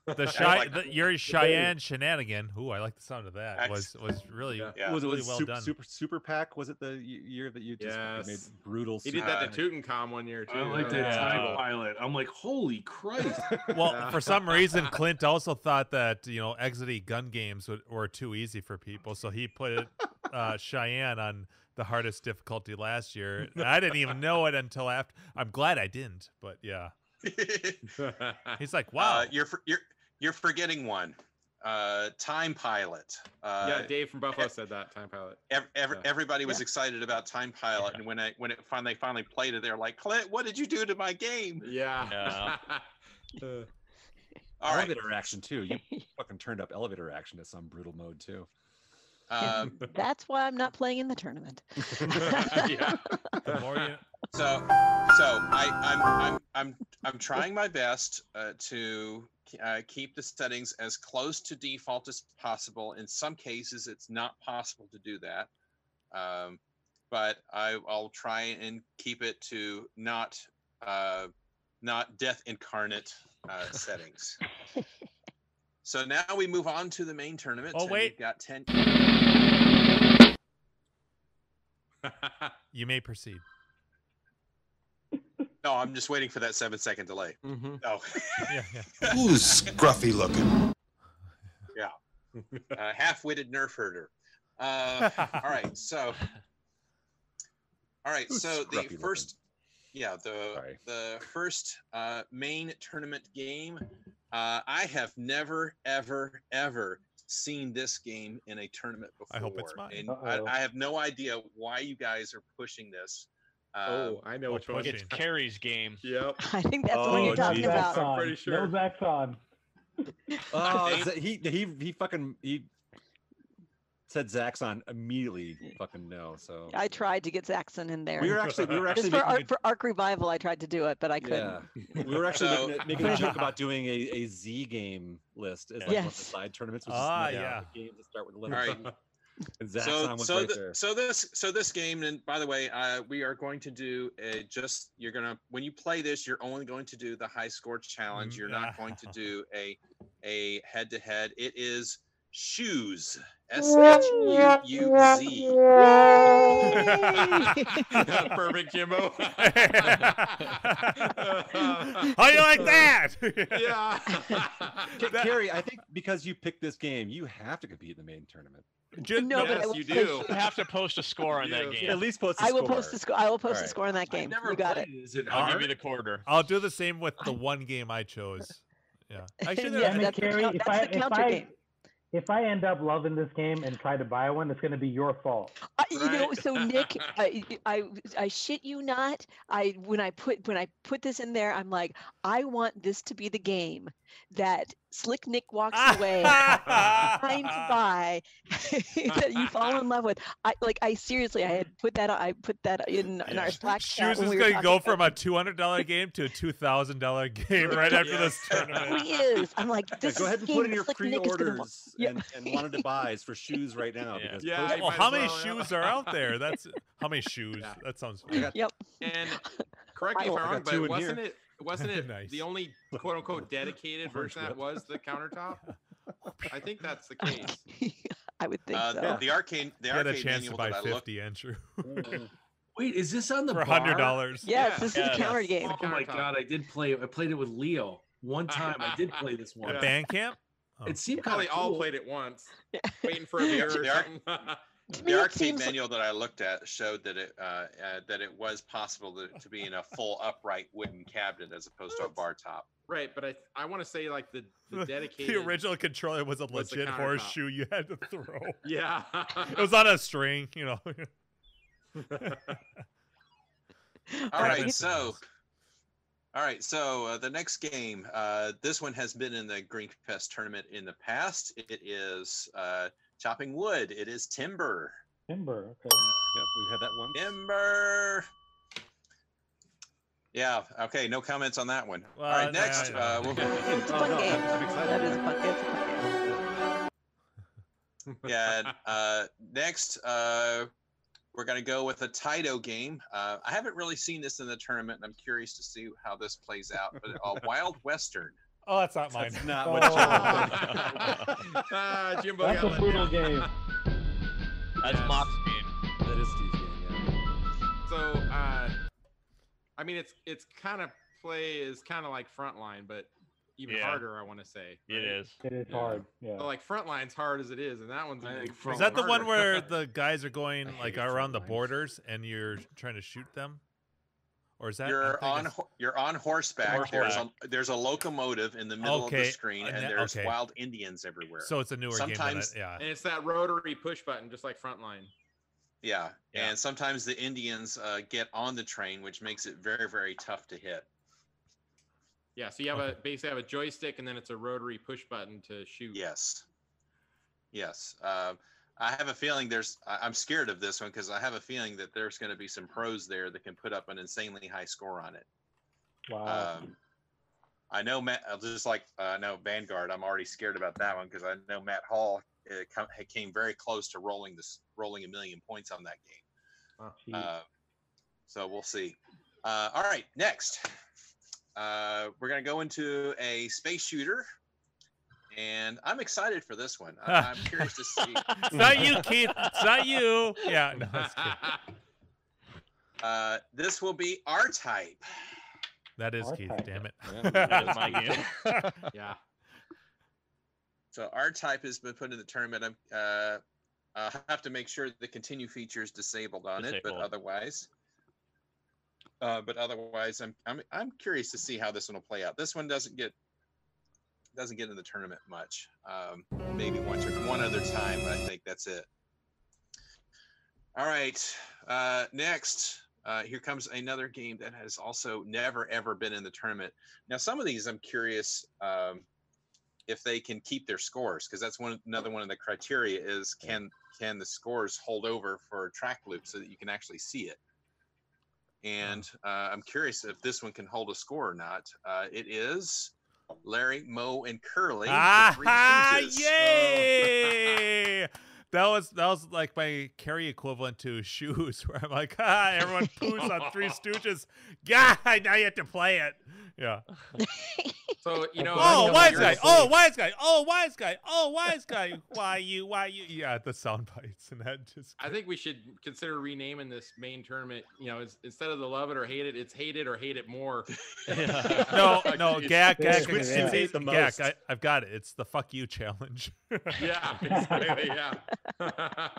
[SPEAKER 9] The
[SPEAKER 4] That's
[SPEAKER 9] Chey-
[SPEAKER 4] like-
[SPEAKER 9] the, your Cheyenne shenanigan. Ooh, I like the sound of that.
[SPEAKER 4] Ex-
[SPEAKER 9] Was was really
[SPEAKER 4] Yeah.
[SPEAKER 2] was it
[SPEAKER 9] really
[SPEAKER 2] was
[SPEAKER 9] well
[SPEAKER 2] super,
[SPEAKER 9] done.
[SPEAKER 2] super super pack? Was it the y- year that you just fucking
[SPEAKER 1] Yes.
[SPEAKER 2] made brutal?
[SPEAKER 1] He
[SPEAKER 2] super
[SPEAKER 1] did that
[SPEAKER 2] pack?
[SPEAKER 1] to Tutankhamun one year too.
[SPEAKER 5] I like
[SPEAKER 1] That
[SPEAKER 5] that
[SPEAKER 1] was
[SPEAKER 5] time
[SPEAKER 1] cool.
[SPEAKER 5] pilot. I'm like, holy Christ!
[SPEAKER 9] Well, for some reason, Clint also thought that you know Exity gun games would, were too easy for people, so he put uh, Cheyenne on the hardest difficulty last year. And I didn't even know it until after. I'm glad I didn't, but yeah, he's like, "Wow,
[SPEAKER 4] Uh, you're for, you're you're forgetting one. uh, Time Pilot. Uh,
[SPEAKER 1] yeah, Dave from Buffalo said that time pilot.
[SPEAKER 4] ev- ev-
[SPEAKER 1] Yeah.
[SPEAKER 4] everybody was excited about Time Pilot, and when I when it finally finally played it, they're like, "Clint, what did you do to my game?"
[SPEAKER 1] Yeah.
[SPEAKER 2] Uh,
[SPEAKER 4] All right.
[SPEAKER 2] elevator action too. You fucking turned up elevator action to some brutal mode too.
[SPEAKER 4] Um,
[SPEAKER 8] That's why I'm not playing in the tournament.
[SPEAKER 9] The more you,
[SPEAKER 4] so so I, I'm I'm I'm I'm trying my best uh, to uh, keep the settings as close to default as possible. In some cases, it's not possible to do that, um, but I, I'll try and keep it to not uh, not death incarnate uh, settings. so now we move on to the main tournament.
[SPEAKER 9] Oh,
[SPEAKER 4] and
[SPEAKER 9] wait.
[SPEAKER 4] we've got ten.
[SPEAKER 9] you may proceed.
[SPEAKER 4] No, I'm just waiting for that seven second delay. Oh. No.
[SPEAKER 9] Mm-hmm. Yeah, yeah.
[SPEAKER 12] Ooh, scruffy looking.
[SPEAKER 4] Yeah. Uh, half-witted nerf herder. Uh, all right, so. All right,
[SPEAKER 12] Who's
[SPEAKER 4] so
[SPEAKER 12] scruffy
[SPEAKER 4] the
[SPEAKER 12] looking?
[SPEAKER 4] first, yeah, the
[SPEAKER 12] Sorry.
[SPEAKER 4] the first uh, main tournament game. Uh, I have never, ever, ever seen this game in a tournament before.
[SPEAKER 9] I hope it's mine.
[SPEAKER 4] And I,
[SPEAKER 9] Uh-oh.
[SPEAKER 4] I have no idea why you guys are pushing this. Um,
[SPEAKER 1] Oh, I know which one.
[SPEAKER 7] It's Carrie's game.
[SPEAKER 1] Yep.
[SPEAKER 8] I think that's
[SPEAKER 1] the
[SPEAKER 8] the one
[SPEAKER 1] Oh,
[SPEAKER 8] you're talking
[SPEAKER 1] geez.
[SPEAKER 8] about.
[SPEAKER 1] I'm pretty sure.
[SPEAKER 6] No Zach's on.
[SPEAKER 2] Oh, is that- he he he fucking he said Zaxxon immediately. Fucking no. So
[SPEAKER 8] I tried to get Zaxxon in there.
[SPEAKER 2] We were actually- we were actually
[SPEAKER 8] Just for,
[SPEAKER 2] making
[SPEAKER 8] Arc,
[SPEAKER 2] a-
[SPEAKER 8] for Arc Revival, I tried to do it, but I couldn't.
[SPEAKER 2] Yeah. We were actually
[SPEAKER 4] So-
[SPEAKER 2] making, a, making a joke about doing a, a Z game list as like one of the
[SPEAKER 8] Yes.
[SPEAKER 2] side tournaments. Which
[SPEAKER 9] Ah,
[SPEAKER 2] is another
[SPEAKER 9] yeah.
[SPEAKER 2] Game to start with the
[SPEAKER 4] All
[SPEAKER 2] letter.
[SPEAKER 4] right.
[SPEAKER 2] and Zaxxon
[SPEAKER 4] so,
[SPEAKER 2] was
[SPEAKER 4] so,
[SPEAKER 2] right
[SPEAKER 4] th-
[SPEAKER 2] there.
[SPEAKER 4] so this so this game and by the way uh, we are going to do a just you're gonna when you play this you're only going to do the high score
[SPEAKER 2] Mm,
[SPEAKER 4] challenge you're not going to do a a head to head it is shoes s h
[SPEAKER 2] E
[SPEAKER 4] u u z
[SPEAKER 1] Perfect, Jimbo.
[SPEAKER 9] How you like that?
[SPEAKER 1] yeah.
[SPEAKER 2] K- Carrie, I think because you picked this game, you have to compete in the main tournament.
[SPEAKER 9] Just,
[SPEAKER 8] No, but I will-
[SPEAKER 7] You have to post a score on that game.
[SPEAKER 2] At least post. A
[SPEAKER 8] I will post the score. I will post
[SPEAKER 2] Alright.
[SPEAKER 8] the score on that game. You got it.
[SPEAKER 5] Is it
[SPEAKER 7] I'll
[SPEAKER 9] hard?
[SPEAKER 7] give you the quarter.
[SPEAKER 9] I'll do the same with the one game I chose. Yeah. Actually, there-
[SPEAKER 8] Yes,
[SPEAKER 9] I-
[SPEAKER 8] that's the
[SPEAKER 6] Carrie,
[SPEAKER 8] count-
[SPEAKER 6] if
[SPEAKER 8] that's
[SPEAKER 6] I-
[SPEAKER 8] the
[SPEAKER 6] if
[SPEAKER 8] counter
[SPEAKER 6] I-
[SPEAKER 8] game.
[SPEAKER 6] If I end up loving this game and try to buy one, it's going to be your fault.
[SPEAKER 8] I, you know,
[SPEAKER 1] Right.
[SPEAKER 8] Oh, so Nick, I, I, I shit you not. I when I put when I put this in there, I'm like, I want this to be the game that Slick Nick walks away trying to buy that you fall in love with. I like, I seriously, I had put that, I put that in in our Slack chat
[SPEAKER 9] Shoes
[SPEAKER 8] when
[SPEAKER 9] is
[SPEAKER 8] we were
[SPEAKER 9] going to
[SPEAKER 8] talking
[SPEAKER 9] go
[SPEAKER 8] about
[SPEAKER 9] from a two hundred dollar game to a two thousand dollar game right after this tournament.
[SPEAKER 8] Please, I'm like, this
[SPEAKER 2] go
[SPEAKER 8] is
[SPEAKER 2] ahead
[SPEAKER 8] the
[SPEAKER 2] and
[SPEAKER 8] game
[SPEAKER 2] put in your
[SPEAKER 8] Slick Nick is gonna want.
[SPEAKER 2] pre-orders and, and wanted to buys for shoes right now.
[SPEAKER 7] Yeah.
[SPEAKER 2] Because
[SPEAKER 1] Yeah,
[SPEAKER 2] post-
[SPEAKER 1] I
[SPEAKER 9] Well,
[SPEAKER 1] might
[SPEAKER 9] how
[SPEAKER 1] as
[SPEAKER 9] many
[SPEAKER 1] well, yeah.
[SPEAKER 9] shoes are out there? That's how many shoes.
[SPEAKER 1] Yeah.
[SPEAKER 9] That sounds.
[SPEAKER 2] I got-
[SPEAKER 8] Yep.
[SPEAKER 1] And correct me
[SPEAKER 2] Oh,
[SPEAKER 1] if
[SPEAKER 2] I got
[SPEAKER 1] I'm wrong,
[SPEAKER 2] two
[SPEAKER 1] but
[SPEAKER 2] in
[SPEAKER 1] wasn't
[SPEAKER 2] here.
[SPEAKER 1] it wasn't it
[SPEAKER 9] Nice.
[SPEAKER 1] the only quote unquote dedicated
[SPEAKER 2] Orange
[SPEAKER 1] version that
[SPEAKER 2] whip.
[SPEAKER 1] was the countertop? I think that's the case.
[SPEAKER 8] I would think
[SPEAKER 4] uh,
[SPEAKER 8] so.
[SPEAKER 4] the arcane the
[SPEAKER 9] You had a
[SPEAKER 4] arcade
[SPEAKER 9] chance
[SPEAKER 4] manual
[SPEAKER 9] to buy
[SPEAKER 4] that i looked
[SPEAKER 9] fifty, Andrew,
[SPEAKER 2] Oh.
[SPEAKER 5] Wait, is this on the
[SPEAKER 9] for
[SPEAKER 5] bar?
[SPEAKER 9] hundred dollars.
[SPEAKER 8] Yes, this is
[SPEAKER 7] yeah,
[SPEAKER 8] the counter
[SPEAKER 7] yes.
[SPEAKER 8] game.
[SPEAKER 5] Oh my
[SPEAKER 1] Countertop.
[SPEAKER 5] god, I did play. I played it with Leo one
[SPEAKER 1] Uh,
[SPEAKER 5] time. I did play this one.
[SPEAKER 1] Yeah.
[SPEAKER 9] Band camp. Oh.
[SPEAKER 5] It seemed kind
[SPEAKER 1] Probably
[SPEAKER 5] of
[SPEAKER 1] all played it once, waiting for a
[SPEAKER 4] Yeah,
[SPEAKER 1] beer or
[SPEAKER 4] they are-
[SPEAKER 1] something.
[SPEAKER 8] To me,
[SPEAKER 4] the
[SPEAKER 8] it
[SPEAKER 4] arcade
[SPEAKER 8] seems like-
[SPEAKER 4] manual that I looked at showed that it uh, uh, that it was possible to, to be in a full upright wooden cabinet as opposed to a bar top.
[SPEAKER 1] right, but I I want to say like the, the
[SPEAKER 9] The-
[SPEAKER 1] dedicated.
[SPEAKER 9] The original controller was a
[SPEAKER 1] was the
[SPEAKER 9] legit
[SPEAKER 1] countertop.
[SPEAKER 9] horseshoe you had to throw.
[SPEAKER 1] Yeah.
[SPEAKER 9] It was on a string, you know.
[SPEAKER 4] All
[SPEAKER 9] That
[SPEAKER 4] right,
[SPEAKER 9] happens
[SPEAKER 4] so
[SPEAKER 9] sometimes.
[SPEAKER 4] all right, so uh, the next game. Uh, this one has been in the Greenfest tournament in the past. It is uh, chopping wood. It is timber.
[SPEAKER 6] Timber. Okay.
[SPEAKER 2] Yep, we've had that once.
[SPEAKER 4] Timber. Yeah. Okay. No comments on that one. All
[SPEAKER 9] Well,
[SPEAKER 4] right.
[SPEAKER 9] no,
[SPEAKER 4] Next,
[SPEAKER 9] no.
[SPEAKER 4] uh, we'll go.
[SPEAKER 8] It's a fun
[SPEAKER 2] no,
[SPEAKER 8] game.
[SPEAKER 2] I'm excited.
[SPEAKER 8] That is a fun. It's a fun game.
[SPEAKER 4] and uh, next uh, we're going to go with a Taito game. Uh, I haven't really seen this in the tournament, and I'm curious to see how this plays out. But uh, Wild Western.
[SPEAKER 9] Oh, that's not mine.
[SPEAKER 2] That's not
[SPEAKER 6] Oh.
[SPEAKER 2] what you
[SPEAKER 1] ah, Jimbo
[SPEAKER 6] That's
[SPEAKER 1] got
[SPEAKER 6] a
[SPEAKER 1] let
[SPEAKER 6] brutal
[SPEAKER 1] down.
[SPEAKER 6] game.
[SPEAKER 7] That's
[SPEAKER 1] Yes.
[SPEAKER 7] Mop's game.
[SPEAKER 2] That is Steve's game,
[SPEAKER 1] So, uh, I mean, it's it's kind of play is kind of like frontline, but even
[SPEAKER 7] Yeah.
[SPEAKER 1] harder. I want to say
[SPEAKER 7] It is.
[SPEAKER 6] It is
[SPEAKER 2] Yeah.
[SPEAKER 6] hard. Yeah.
[SPEAKER 1] So, like frontline's hard as it is, and that one's
[SPEAKER 5] I
[SPEAKER 1] even
[SPEAKER 5] think
[SPEAKER 1] freaking
[SPEAKER 9] Is that the one
[SPEAKER 1] harder.
[SPEAKER 9] where the guys are going
[SPEAKER 2] I
[SPEAKER 9] like
[SPEAKER 2] hate
[SPEAKER 9] around the
[SPEAKER 2] frontline.
[SPEAKER 9] borders and you're trying to shoot them? Or is that I'm
[SPEAKER 4] you're
[SPEAKER 9] thinking
[SPEAKER 4] on
[SPEAKER 9] it's-
[SPEAKER 4] ho- you're on horseback. There's a there's a locomotive in the middle of
[SPEAKER 9] Okay,
[SPEAKER 4] the screen,
[SPEAKER 9] uh,
[SPEAKER 4] and
[SPEAKER 9] that-
[SPEAKER 4] there's
[SPEAKER 9] okay.
[SPEAKER 4] wild Indians everywhere.
[SPEAKER 9] So it's a newer game than
[SPEAKER 4] Sometimes,
[SPEAKER 9] that, yeah.
[SPEAKER 1] And it's that rotary push button, just like Frontline.
[SPEAKER 4] yeah, and sometimes the Indians uh, get on the train, which makes it very very tough to hit.
[SPEAKER 1] Yeah, so you have a basically have a joystick, and then it's a rotary push button to shoot.
[SPEAKER 4] Yes. Yes. Um, I have a feeling there's, I- I'm scared of this one because I have a feeling that there's going to be some pros there that can put up an insanely high score on it.
[SPEAKER 6] Wow.
[SPEAKER 4] Um, I know Matt, uh, just like uh, I know Vanguard, I'm already scared about that one because I know Matt Hall uh, come, had came very close to rolling this, rolling a million points on that game. Uh, so we'll see. Uh, all right, next. Uh, we're going to go into a space shooter. And I'm excited for this one. I, I'm curious to see.
[SPEAKER 9] It's not you, Keith. It's not you. Yeah, no, it's
[SPEAKER 4] Uh, this will be our type.
[SPEAKER 9] That is
[SPEAKER 4] Our
[SPEAKER 9] Keith.
[SPEAKER 4] type.
[SPEAKER 9] Damn it.
[SPEAKER 4] Yeah, that is my
[SPEAKER 9] game.
[SPEAKER 1] yeah.
[SPEAKER 4] So our type has been put in the tournament. I'm, uh, I have to make sure the continue feature is disabled on it, but
[SPEAKER 7] Disabled.
[SPEAKER 4] otherwise, uh, but otherwise, I'm, I'm I'm curious to see how this one will play out. This one doesn't get doesn't get in the tournament much. Um, maybe once or one other time, but I think that's it. All right, uh, next. Uh, here comes another game that has also never ever been in the tournament. Now, some of these I'm curious um, if they can keep their scores because that's one another one of the criteria is can can the scores hold over for a track loop so that you can actually see it and uh, i'm curious if this one can hold a score or not uh, it is larry moe and curly the Three
[SPEAKER 9] Ah,
[SPEAKER 4] Stooges.
[SPEAKER 9] yay! that was that was like my carry equivalent to shoes, where I'm like, ah, everyone poos on Three Stooges. God, now you have to play it. Yeah.
[SPEAKER 1] So you know.
[SPEAKER 9] oh,
[SPEAKER 1] like,
[SPEAKER 9] wise
[SPEAKER 1] you're
[SPEAKER 9] guy!
[SPEAKER 1] asleep.
[SPEAKER 9] Oh, wise guy! Oh, wise guy! Oh, wise guy! Why you? Why you? Yeah, the sound bites and that just.
[SPEAKER 1] I think we should consider renaming this main tournament. You know, it's, instead of the love it or hate it, it's hate it or hate it more.
[SPEAKER 9] No, no, Gak,
[SPEAKER 1] Jeez.
[SPEAKER 9] Gak, it's, it's, it's Gak. I, I've got it. It's the fuck you challenge.
[SPEAKER 1] Yeah, exactly. Yeah.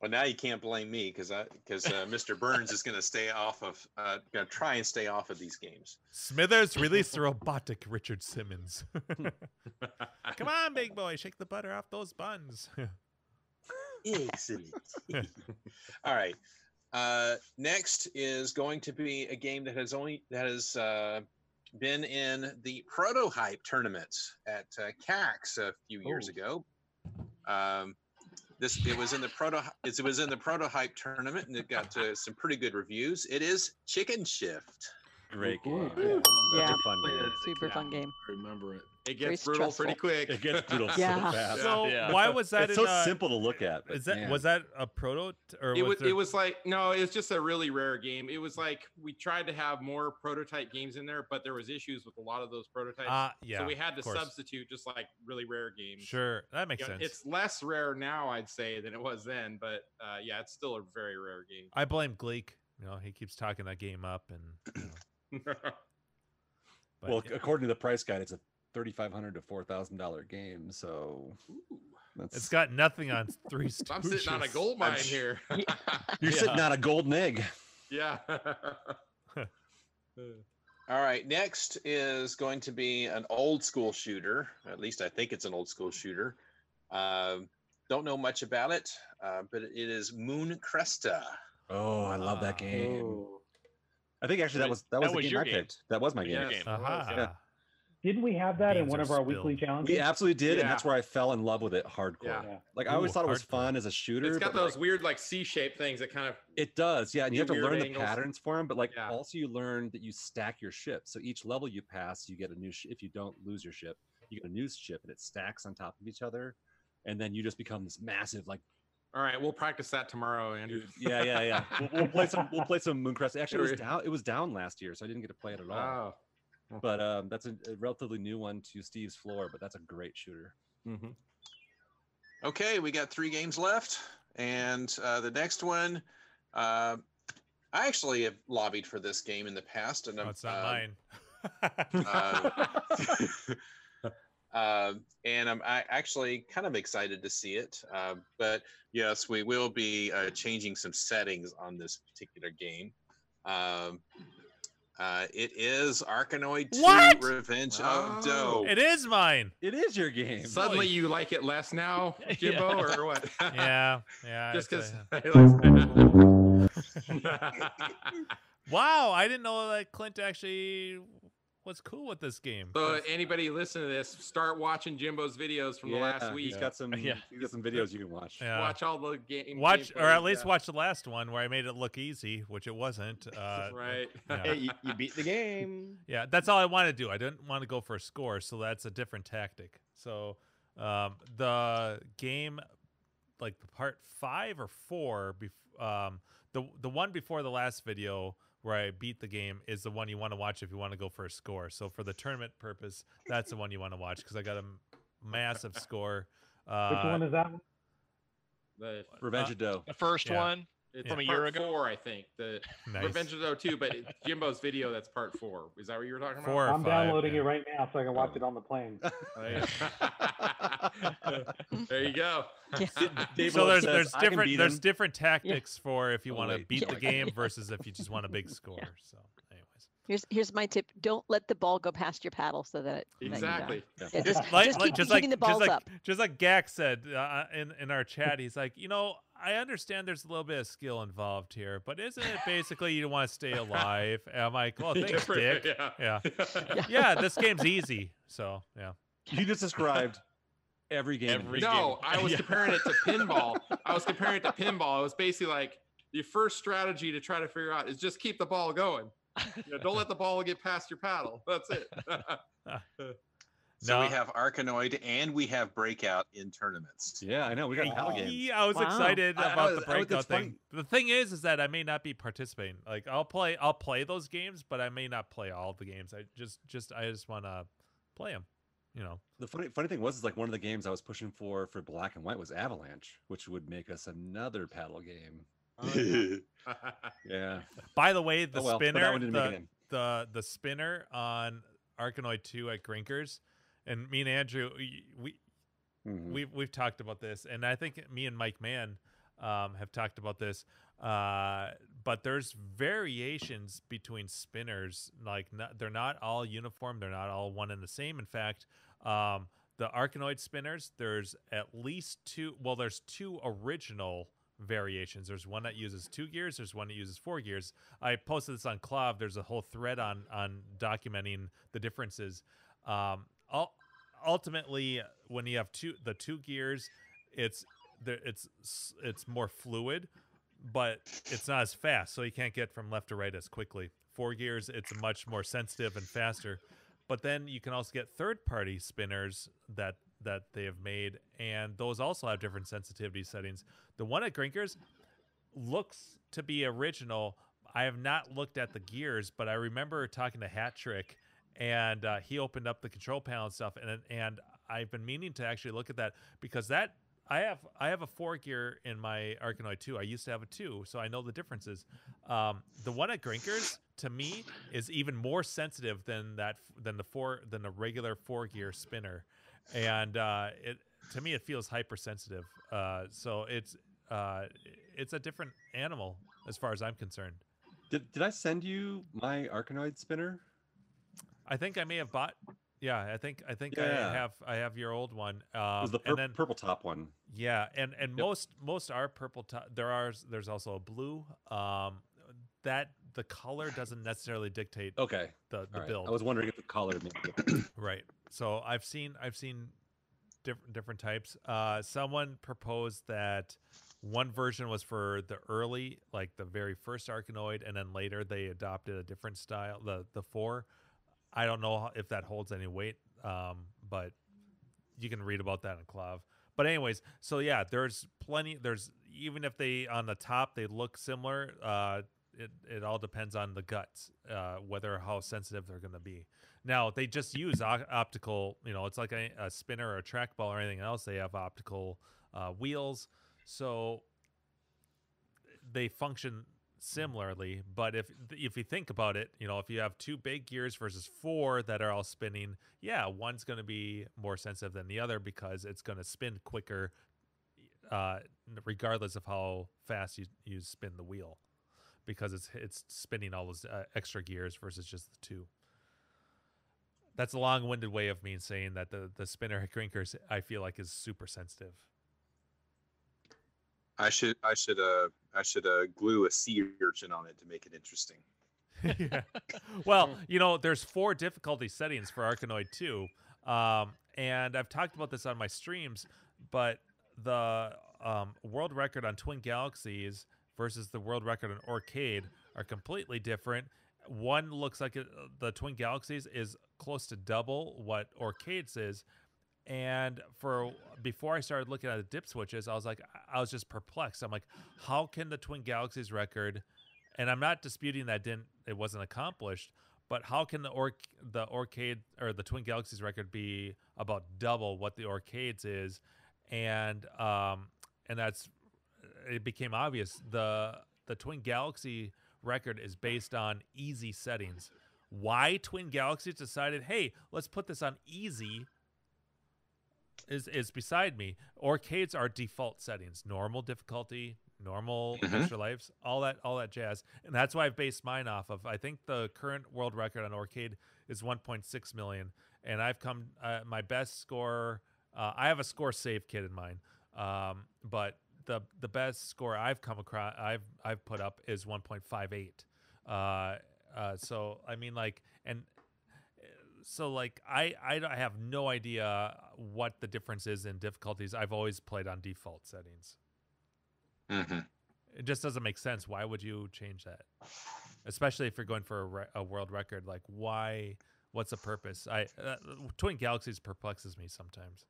[SPEAKER 4] well now you can't blame me because i because uh, mr burns is going to stay off of uh, going to try and stay off of these games
[SPEAKER 9] Smithers released the robotic Richard Simmons. Come on, big boy, shake the butter off those buns.
[SPEAKER 4] Excellent. All right. Uh, next is going to be a game that has only that has uh, been in the proto hype tournament at uh, CAX a few years ago. Um, this it was in the proto it was in the proto hype tournament and it got uh, some pretty good reviews. It is Chicken Shift.
[SPEAKER 2] Great
[SPEAKER 4] Ooh.
[SPEAKER 5] Oh,
[SPEAKER 2] game.
[SPEAKER 4] Ooh.
[SPEAKER 2] That's
[SPEAKER 4] Yeah.
[SPEAKER 2] a fun game.
[SPEAKER 8] Super fun game.
[SPEAKER 5] remember it.
[SPEAKER 1] It gets brutal pretty quick.
[SPEAKER 2] It gets brutal so fast.
[SPEAKER 9] So why was that?
[SPEAKER 2] It's
[SPEAKER 9] in,
[SPEAKER 2] so
[SPEAKER 9] uh,
[SPEAKER 2] simple to look at. but
[SPEAKER 9] Is that
[SPEAKER 2] man.
[SPEAKER 9] was that a proto or
[SPEAKER 1] it
[SPEAKER 9] was,
[SPEAKER 1] was,
[SPEAKER 9] there-
[SPEAKER 1] it was like no it was just a really rare game it was like we tried to have more prototype games in there but there was issues with a lot of those prototypes
[SPEAKER 9] Ah, yeah,
[SPEAKER 1] so we had
[SPEAKER 9] of
[SPEAKER 1] to
[SPEAKER 9] course.
[SPEAKER 1] substitute just like really rare games
[SPEAKER 9] Sure, that makes
[SPEAKER 1] You know,
[SPEAKER 9] sense.
[SPEAKER 1] it's less rare now i'd say than it was then but uh, yeah it's still a very rare game
[SPEAKER 9] I blame Gleek. You know, he keeps talking that game up, and you know, but
[SPEAKER 2] well,
[SPEAKER 9] yeah.
[SPEAKER 2] according to the price guide, it's a thirty-five hundred to four thousand dollar game. So that's
[SPEAKER 9] it's got nothing on three.
[SPEAKER 1] i'm sitting on a
[SPEAKER 9] Stooges.
[SPEAKER 1] gold
[SPEAKER 2] I'm
[SPEAKER 1] mine
[SPEAKER 2] sh-
[SPEAKER 1] here
[SPEAKER 2] You're sitting on a golden egg.
[SPEAKER 1] yeah
[SPEAKER 4] All right, next is going to be an old school shooter. At least I think it's an old school shooter. Um, don't know much about it, uh, but it is Moon Cresta.
[SPEAKER 2] Oh, I love that game. I think actually that was that
[SPEAKER 4] That
[SPEAKER 2] was, the
[SPEAKER 4] was
[SPEAKER 2] game
[SPEAKER 4] your
[SPEAKER 2] I
[SPEAKER 4] game.
[SPEAKER 2] picked. That was my game.
[SPEAKER 4] Your game.
[SPEAKER 9] Aha.
[SPEAKER 2] Yeah.
[SPEAKER 6] Didn't we have that in
[SPEAKER 2] Beans
[SPEAKER 6] one
[SPEAKER 2] are
[SPEAKER 6] of our weekly
[SPEAKER 2] spilled.
[SPEAKER 6] challenges?
[SPEAKER 2] We absolutely did, and that's
[SPEAKER 1] Yeah.
[SPEAKER 2] where I fell in love with it hardcore.
[SPEAKER 1] Yeah.
[SPEAKER 2] Like I always
[SPEAKER 1] Ooh,
[SPEAKER 2] thought it was
[SPEAKER 1] hardcore.
[SPEAKER 2] fun as a shooter.
[SPEAKER 1] it's got
[SPEAKER 2] but, like,
[SPEAKER 1] those weird like c-shaped things that kind of
[SPEAKER 2] It does, yeah. And you have to
[SPEAKER 1] Weird
[SPEAKER 2] learn the
[SPEAKER 1] angles.
[SPEAKER 2] patterns for them, but like also you learn that you stack your ship. So each level you pass, you get a new. Sh- if you don't lose your ship, you get a new ship, and it stacks on top of each other, and then you just become this massive like.
[SPEAKER 1] all right we'll practice that tomorrow andrew
[SPEAKER 2] Yeah, yeah, yeah. We'll, we'll play some. We'll play some Mooncrest. Actually, it
[SPEAKER 1] Sure.
[SPEAKER 2] was down. It was down last year, so I didn't get to play it at all. But um, that's a, a relatively new one to Steve's floor, but that's a great shooter.
[SPEAKER 4] Okay, we got three games left, and uh, the next one, uh, I actually have lobbied for this game in the past, and I'm,
[SPEAKER 9] it's not
[SPEAKER 4] um,
[SPEAKER 9] mine.
[SPEAKER 4] uh, uh, and I'm I actually kind of excited to see it. Uh, but yes, we will be uh, changing some settings on this particular game. Um, uh, it is Arkanoid 2
[SPEAKER 9] What?
[SPEAKER 4] Revenge
[SPEAKER 1] Oh.
[SPEAKER 4] of Doe.
[SPEAKER 9] It is mine.
[SPEAKER 2] It is your game.
[SPEAKER 1] Suddenly you like it less now, Jimbo,
[SPEAKER 9] Yeah.
[SPEAKER 1] or what?
[SPEAKER 9] Yeah, yeah,
[SPEAKER 1] Just
[SPEAKER 9] it's
[SPEAKER 1] because.
[SPEAKER 9] a- Wow, I didn't know that Clint actually was cool with this game.
[SPEAKER 1] so anybody listening to this, start watching Jimbo's videos from the last week.
[SPEAKER 2] He's got some. He's got some videos you can watch.
[SPEAKER 9] Yeah.
[SPEAKER 1] Watch all the game.
[SPEAKER 9] watch or
[SPEAKER 1] gameplay,
[SPEAKER 9] at least
[SPEAKER 1] yeah.
[SPEAKER 9] watch the last one where I made it look easy, which it wasn't. Uh,
[SPEAKER 1] Right.
[SPEAKER 9] yeah.
[SPEAKER 11] Hey, you, you beat the game.
[SPEAKER 9] Yeah, that's all I want to do. I didn't want to go for a score, so that's a different tactic. So um, the game, like the part five or four, bef- um, the the one before the last video where I beat the game is the one you want to watch if you want to go for a score. So for the tournament purpose, that's the one you want to watch because I got a m- massive score. Uh,
[SPEAKER 6] Which one is that? one?
[SPEAKER 1] the uh,
[SPEAKER 2] Revenge of Doe.
[SPEAKER 7] The first
[SPEAKER 9] Yeah.
[SPEAKER 7] one
[SPEAKER 1] It's
[SPEAKER 7] from a
[SPEAKER 1] part
[SPEAKER 7] year ago.
[SPEAKER 1] four, I think. The
[SPEAKER 9] Nice.
[SPEAKER 1] Revenge of Doe two, but it- Jimbo's video that's part four. Is that what you were talking
[SPEAKER 9] Four.
[SPEAKER 1] about?
[SPEAKER 6] I'm
[SPEAKER 9] five,
[SPEAKER 6] downloading
[SPEAKER 9] yeah. Oh,
[SPEAKER 6] it right now so I can watch it on the plane.
[SPEAKER 1] there you go.
[SPEAKER 9] so there's
[SPEAKER 2] says,
[SPEAKER 9] there's
[SPEAKER 2] "I can
[SPEAKER 9] different
[SPEAKER 2] beat
[SPEAKER 9] there's
[SPEAKER 2] him."
[SPEAKER 9] different tactics for if you
[SPEAKER 2] Oh,
[SPEAKER 9] want to
[SPEAKER 2] wait.
[SPEAKER 9] beat the
[SPEAKER 2] Sorry.
[SPEAKER 9] game versus if you just want a big score. So, anyways,
[SPEAKER 8] Here's here's my tip: don't let the ball go past your paddle, so that that you know.
[SPEAKER 1] Exactly.
[SPEAKER 8] Yeah, just,
[SPEAKER 9] Like-
[SPEAKER 8] just
[SPEAKER 9] like-
[SPEAKER 8] keep keeping the balls
[SPEAKER 9] like,
[SPEAKER 8] up.
[SPEAKER 9] Just like Gak said uh, in in our chat, he's like, you know, I understand there's a little bit of skill involved here, but isn't it basically you want to stay alive? And I'm like, well, thanks,
[SPEAKER 1] Different-
[SPEAKER 9] Dick. Yeah.
[SPEAKER 1] yeah.
[SPEAKER 9] yeah, this game's easy. So yeah,
[SPEAKER 2] You just described every game.
[SPEAKER 7] Every
[SPEAKER 1] No,
[SPEAKER 7] game.
[SPEAKER 1] I was
[SPEAKER 7] Yeah.
[SPEAKER 1] comparing it to pinball. I was comparing it to pinball. It was basically like your first strategy to try to figure out is just keep the ball going. You know, don't let the ball get past your paddle. That's it.
[SPEAKER 4] So we
[SPEAKER 9] No.
[SPEAKER 4] have Arkanoid and we have Breakout in tournaments.
[SPEAKER 2] Yeah, I know. We got paddle games.
[SPEAKER 9] Yeah, I was
[SPEAKER 8] Wow.
[SPEAKER 9] excited
[SPEAKER 2] I- I
[SPEAKER 9] about
[SPEAKER 2] was-
[SPEAKER 9] the
[SPEAKER 2] I was-
[SPEAKER 9] breakout
[SPEAKER 2] it's
[SPEAKER 9] thing.
[SPEAKER 2] funny.
[SPEAKER 9] The thing is, is that I may not be participating. Like I'll play, I'll play those games, but I may not play all the games. I just, just, I just want to play them. You know,
[SPEAKER 2] The funny funny thing was is like one of the games I was pushing for for black and white was Avalanche, which would make us another paddle game. Yeah.
[SPEAKER 9] Oh, By the way, the
[SPEAKER 2] Oh, well, but that
[SPEAKER 9] spinner,
[SPEAKER 2] one didn't make it
[SPEAKER 9] the,
[SPEAKER 2] in.
[SPEAKER 9] the the spinner on Arkanoid Two at Grinkers, and me and Andrew, we- we
[SPEAKER 2] Mhm.
[SPEAKER 9] we've we've talked about this, and I think me and Mike Mann um, have talked about this. Uh, but there's variations between spinners. Like not, they're not all uniform. They're not all one and the same. In fact, um, the Arkanoid spinners, there's at least two. Well, there's two original variations. There's one that uses two gears. There's one that uses four gears. I posted this on Clav. There's a whole thread on on documenting the differences. Um, all, ultimately when you have two the two gears it's there it's s- it's more fluid but it's not as fast so you can't get from left to right as quickly four gears it's much more sensitive and faster but then you can also get third party spinners that that they have made and those also have different sensitivity settings the one at grinkers looks to be original. I have not looked at the gears, but I remember talking to Hat Trick, and uh, he opened up the control panel and stuff, and and I've been meaning to actually look at that because that I have I have a four gear in my Arkanoid two. I used to have a two, so I know the differences. Um, the one at Grinkers to me is even more sensitive than that than the four than the regular four gear spinner, and uh, it to me it feels hypersensitive. Uh, so it's uh, it's a different animal as far as I'm concerned.
[SPEAKER 2] Did did I send you my Arkanoid spinner?
[SPEAKER 9] I think I may have bought. Yeah, I think I think
[SPEAKER 2] Yeah.
[SPEAKER 9] I have I have your old one.
[SPEAKER 2] It
[SPEAKER 9] Um,
[SPEAKER 2] was the pur-
[SPEAKER 9] and then
[SPEAKER 2] purple top one.
[SPEAKER 9] yeah, and and
[SPEAKER 2] Yep.
[SPEAKER 9] most most are purple. To- there are there's also a blue. Um, that the color doesn't necessarily dictate
[SPEAKER 2] Okay.
[SPEAKER 9] the the
[SPEAKER 2] all right.
[SPEAKER 9] build.
[SPEAKER 2] I was wondering if the color made a difference.
[SPEAKER 9] Right. So I've seen I've seen different different types. Uh, someone proposed that one version was for the early, like the very first Arkanoid, and then later they adopted a different style. The the four. I don't know how- if that holds any weight, um, but you can read about that in Clav. But anyways, so yeah, there's plenty. There's even if they on the top they look similar. Uh, it it all depends on the guts, uh, whether how sensitive they're going to be. Now they just use o- optical. You know, it's like a, a spinner or a trackball or anything else. They have optical uh, wheels, so they function similarly. But if if you think about it, you know, if you have two big gears versus four that are all spinning, yeah, one's going to be more sensitive than the other because it's going to spin quicker, uh, n- regardless of how fast you you spin the wheel. because it's it's spinning all those uh, extra gears versus just the two. That's a long-winded way of me saying that the the spinner at Grinkers I feel like is super sensitive.
[SPEAKER 4] I should I should uh I should uh glue a sea urchin on it to make it interesting.
[SPEAKER 9] Well, you know, there's four difficulty settings for Arkanoid 2. Um, and I've talked about this on my streams, but the um, world record on Twin Galaxies versus the world record on Orcade are completely different. One looks like it, the Twin Galaxies is close to double what Orcade's is. And for before I started looking at the dip switches, I was like, I was just perplexed. I'm like, how can the Twin Galaxies record? And I'm not disputing that didn't it wasn't accomplished, but how can the orc the Orcade or the Twin Galaxies record be about double what the Orcades is? And um and that's it became obvious the the Twin Galaxy record is based on easy settings. Why Twin Galaxies decided, hey, let's put this on easy is is beside me. Orcades are default settings, normal difficulty, normal
[SPEAKER 4] Mhm.
[SPEAKER 9] extra lives, all that all that jazz. And that's why I've based mine off of. I think the current world record on Orcade is 1.6 million, and I've come uh, my best score. Uh, I have a score save kit in mine, um, but the the best score I've come across, I've I've put up is 1.58. Uh, uh, so I mean, like, and so like I I don't- I have no idea what the difference is in difficulties. I've always played on default settings.
[SPEAKER 4] Mm-hmm.
[SPEAKER 9] It just doesn't make sense. Why would you change that? Especially if you're going for a, re- a world record, like why? What's the purpose? I uh, Twin Galaxies perplexes me sometimes.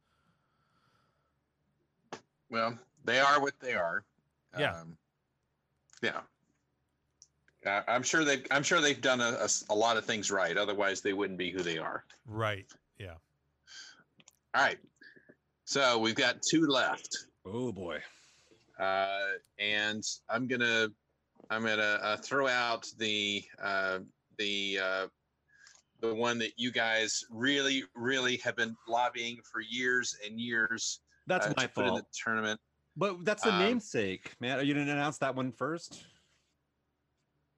[SPEAKER 4] Well, they are what they are.
[SPEAKER 9] Yeah.
[SPEAKER 4] Um, yeah. Uh, I'm sure they've I'm sure they've done a, a s- a lot of things right. Otherwise, they wouldn't be who they are.
[SPEAKER 9] Right. Yeah.
[SPEAKER 4] All right. So we've got two left.
[SPEAKER 2] Oh boy.
[SPEAKER 4] Uh, and I'm gonna I'm gonna uh, throw out the uh, the uh, the one that you guys really really have been lobbying for years and years.
[SPEAKER 2] That's
[SPEAKER 4] uh,
[SPEAKER 2] my
[SPEAKER 4] to put in the
[SPEAKER 2] fault.
[SPEAKER 4] tournament.
[SPEAKER 2] But that's the
[SPEAKER 4] Um,
[SPEAKER 2] namesake, man. You didn't announce that one first.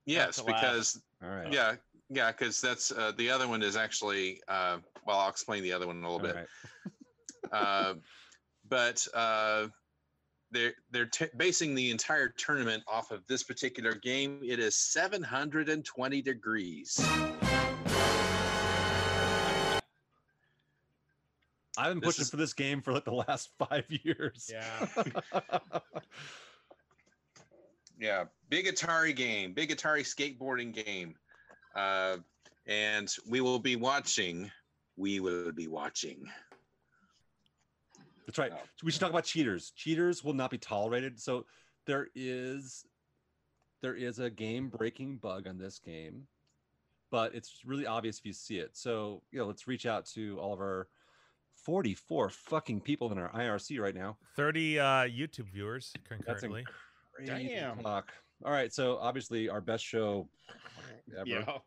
[SPEAKER 4] Yes,
[SPEAKER 2] to laugh.
[SPEAKER 4] because
[SPEAKER 2] All right.
[SPEAKER 4] yeah, yeah, because that's uh, the other one is actually. Uh, well, I'll explain the other one in a little bit. uh, but uh, they're they're t- basing the entire tournament off of this particular game. It is 720 degrees.
[SPEAKER 2] I've been
[SPEAKER 4] This
[SPEAKER 2] pushing for this game for like the last five years.
[SPEAKER 4] Yeah. yeah big atari game big atari skateboarding game uh, and we will be watching we will be watching
[SPEAKER 2] That's right. So we should talk about cheaters. Cheaters will not be tolerated. So there is there is a game breaking bug on this game, but it's really obvious if you see it. So you know, let's reach out to all of our 44 fucking people in our IRC right now.
[SPEAKER 9] Thirty uh, YouTube viewers concurrently.
[SPEAKER 2] Crazy talk. All right, so obviously our best show ever.
[SPEAKER 9] Yeah.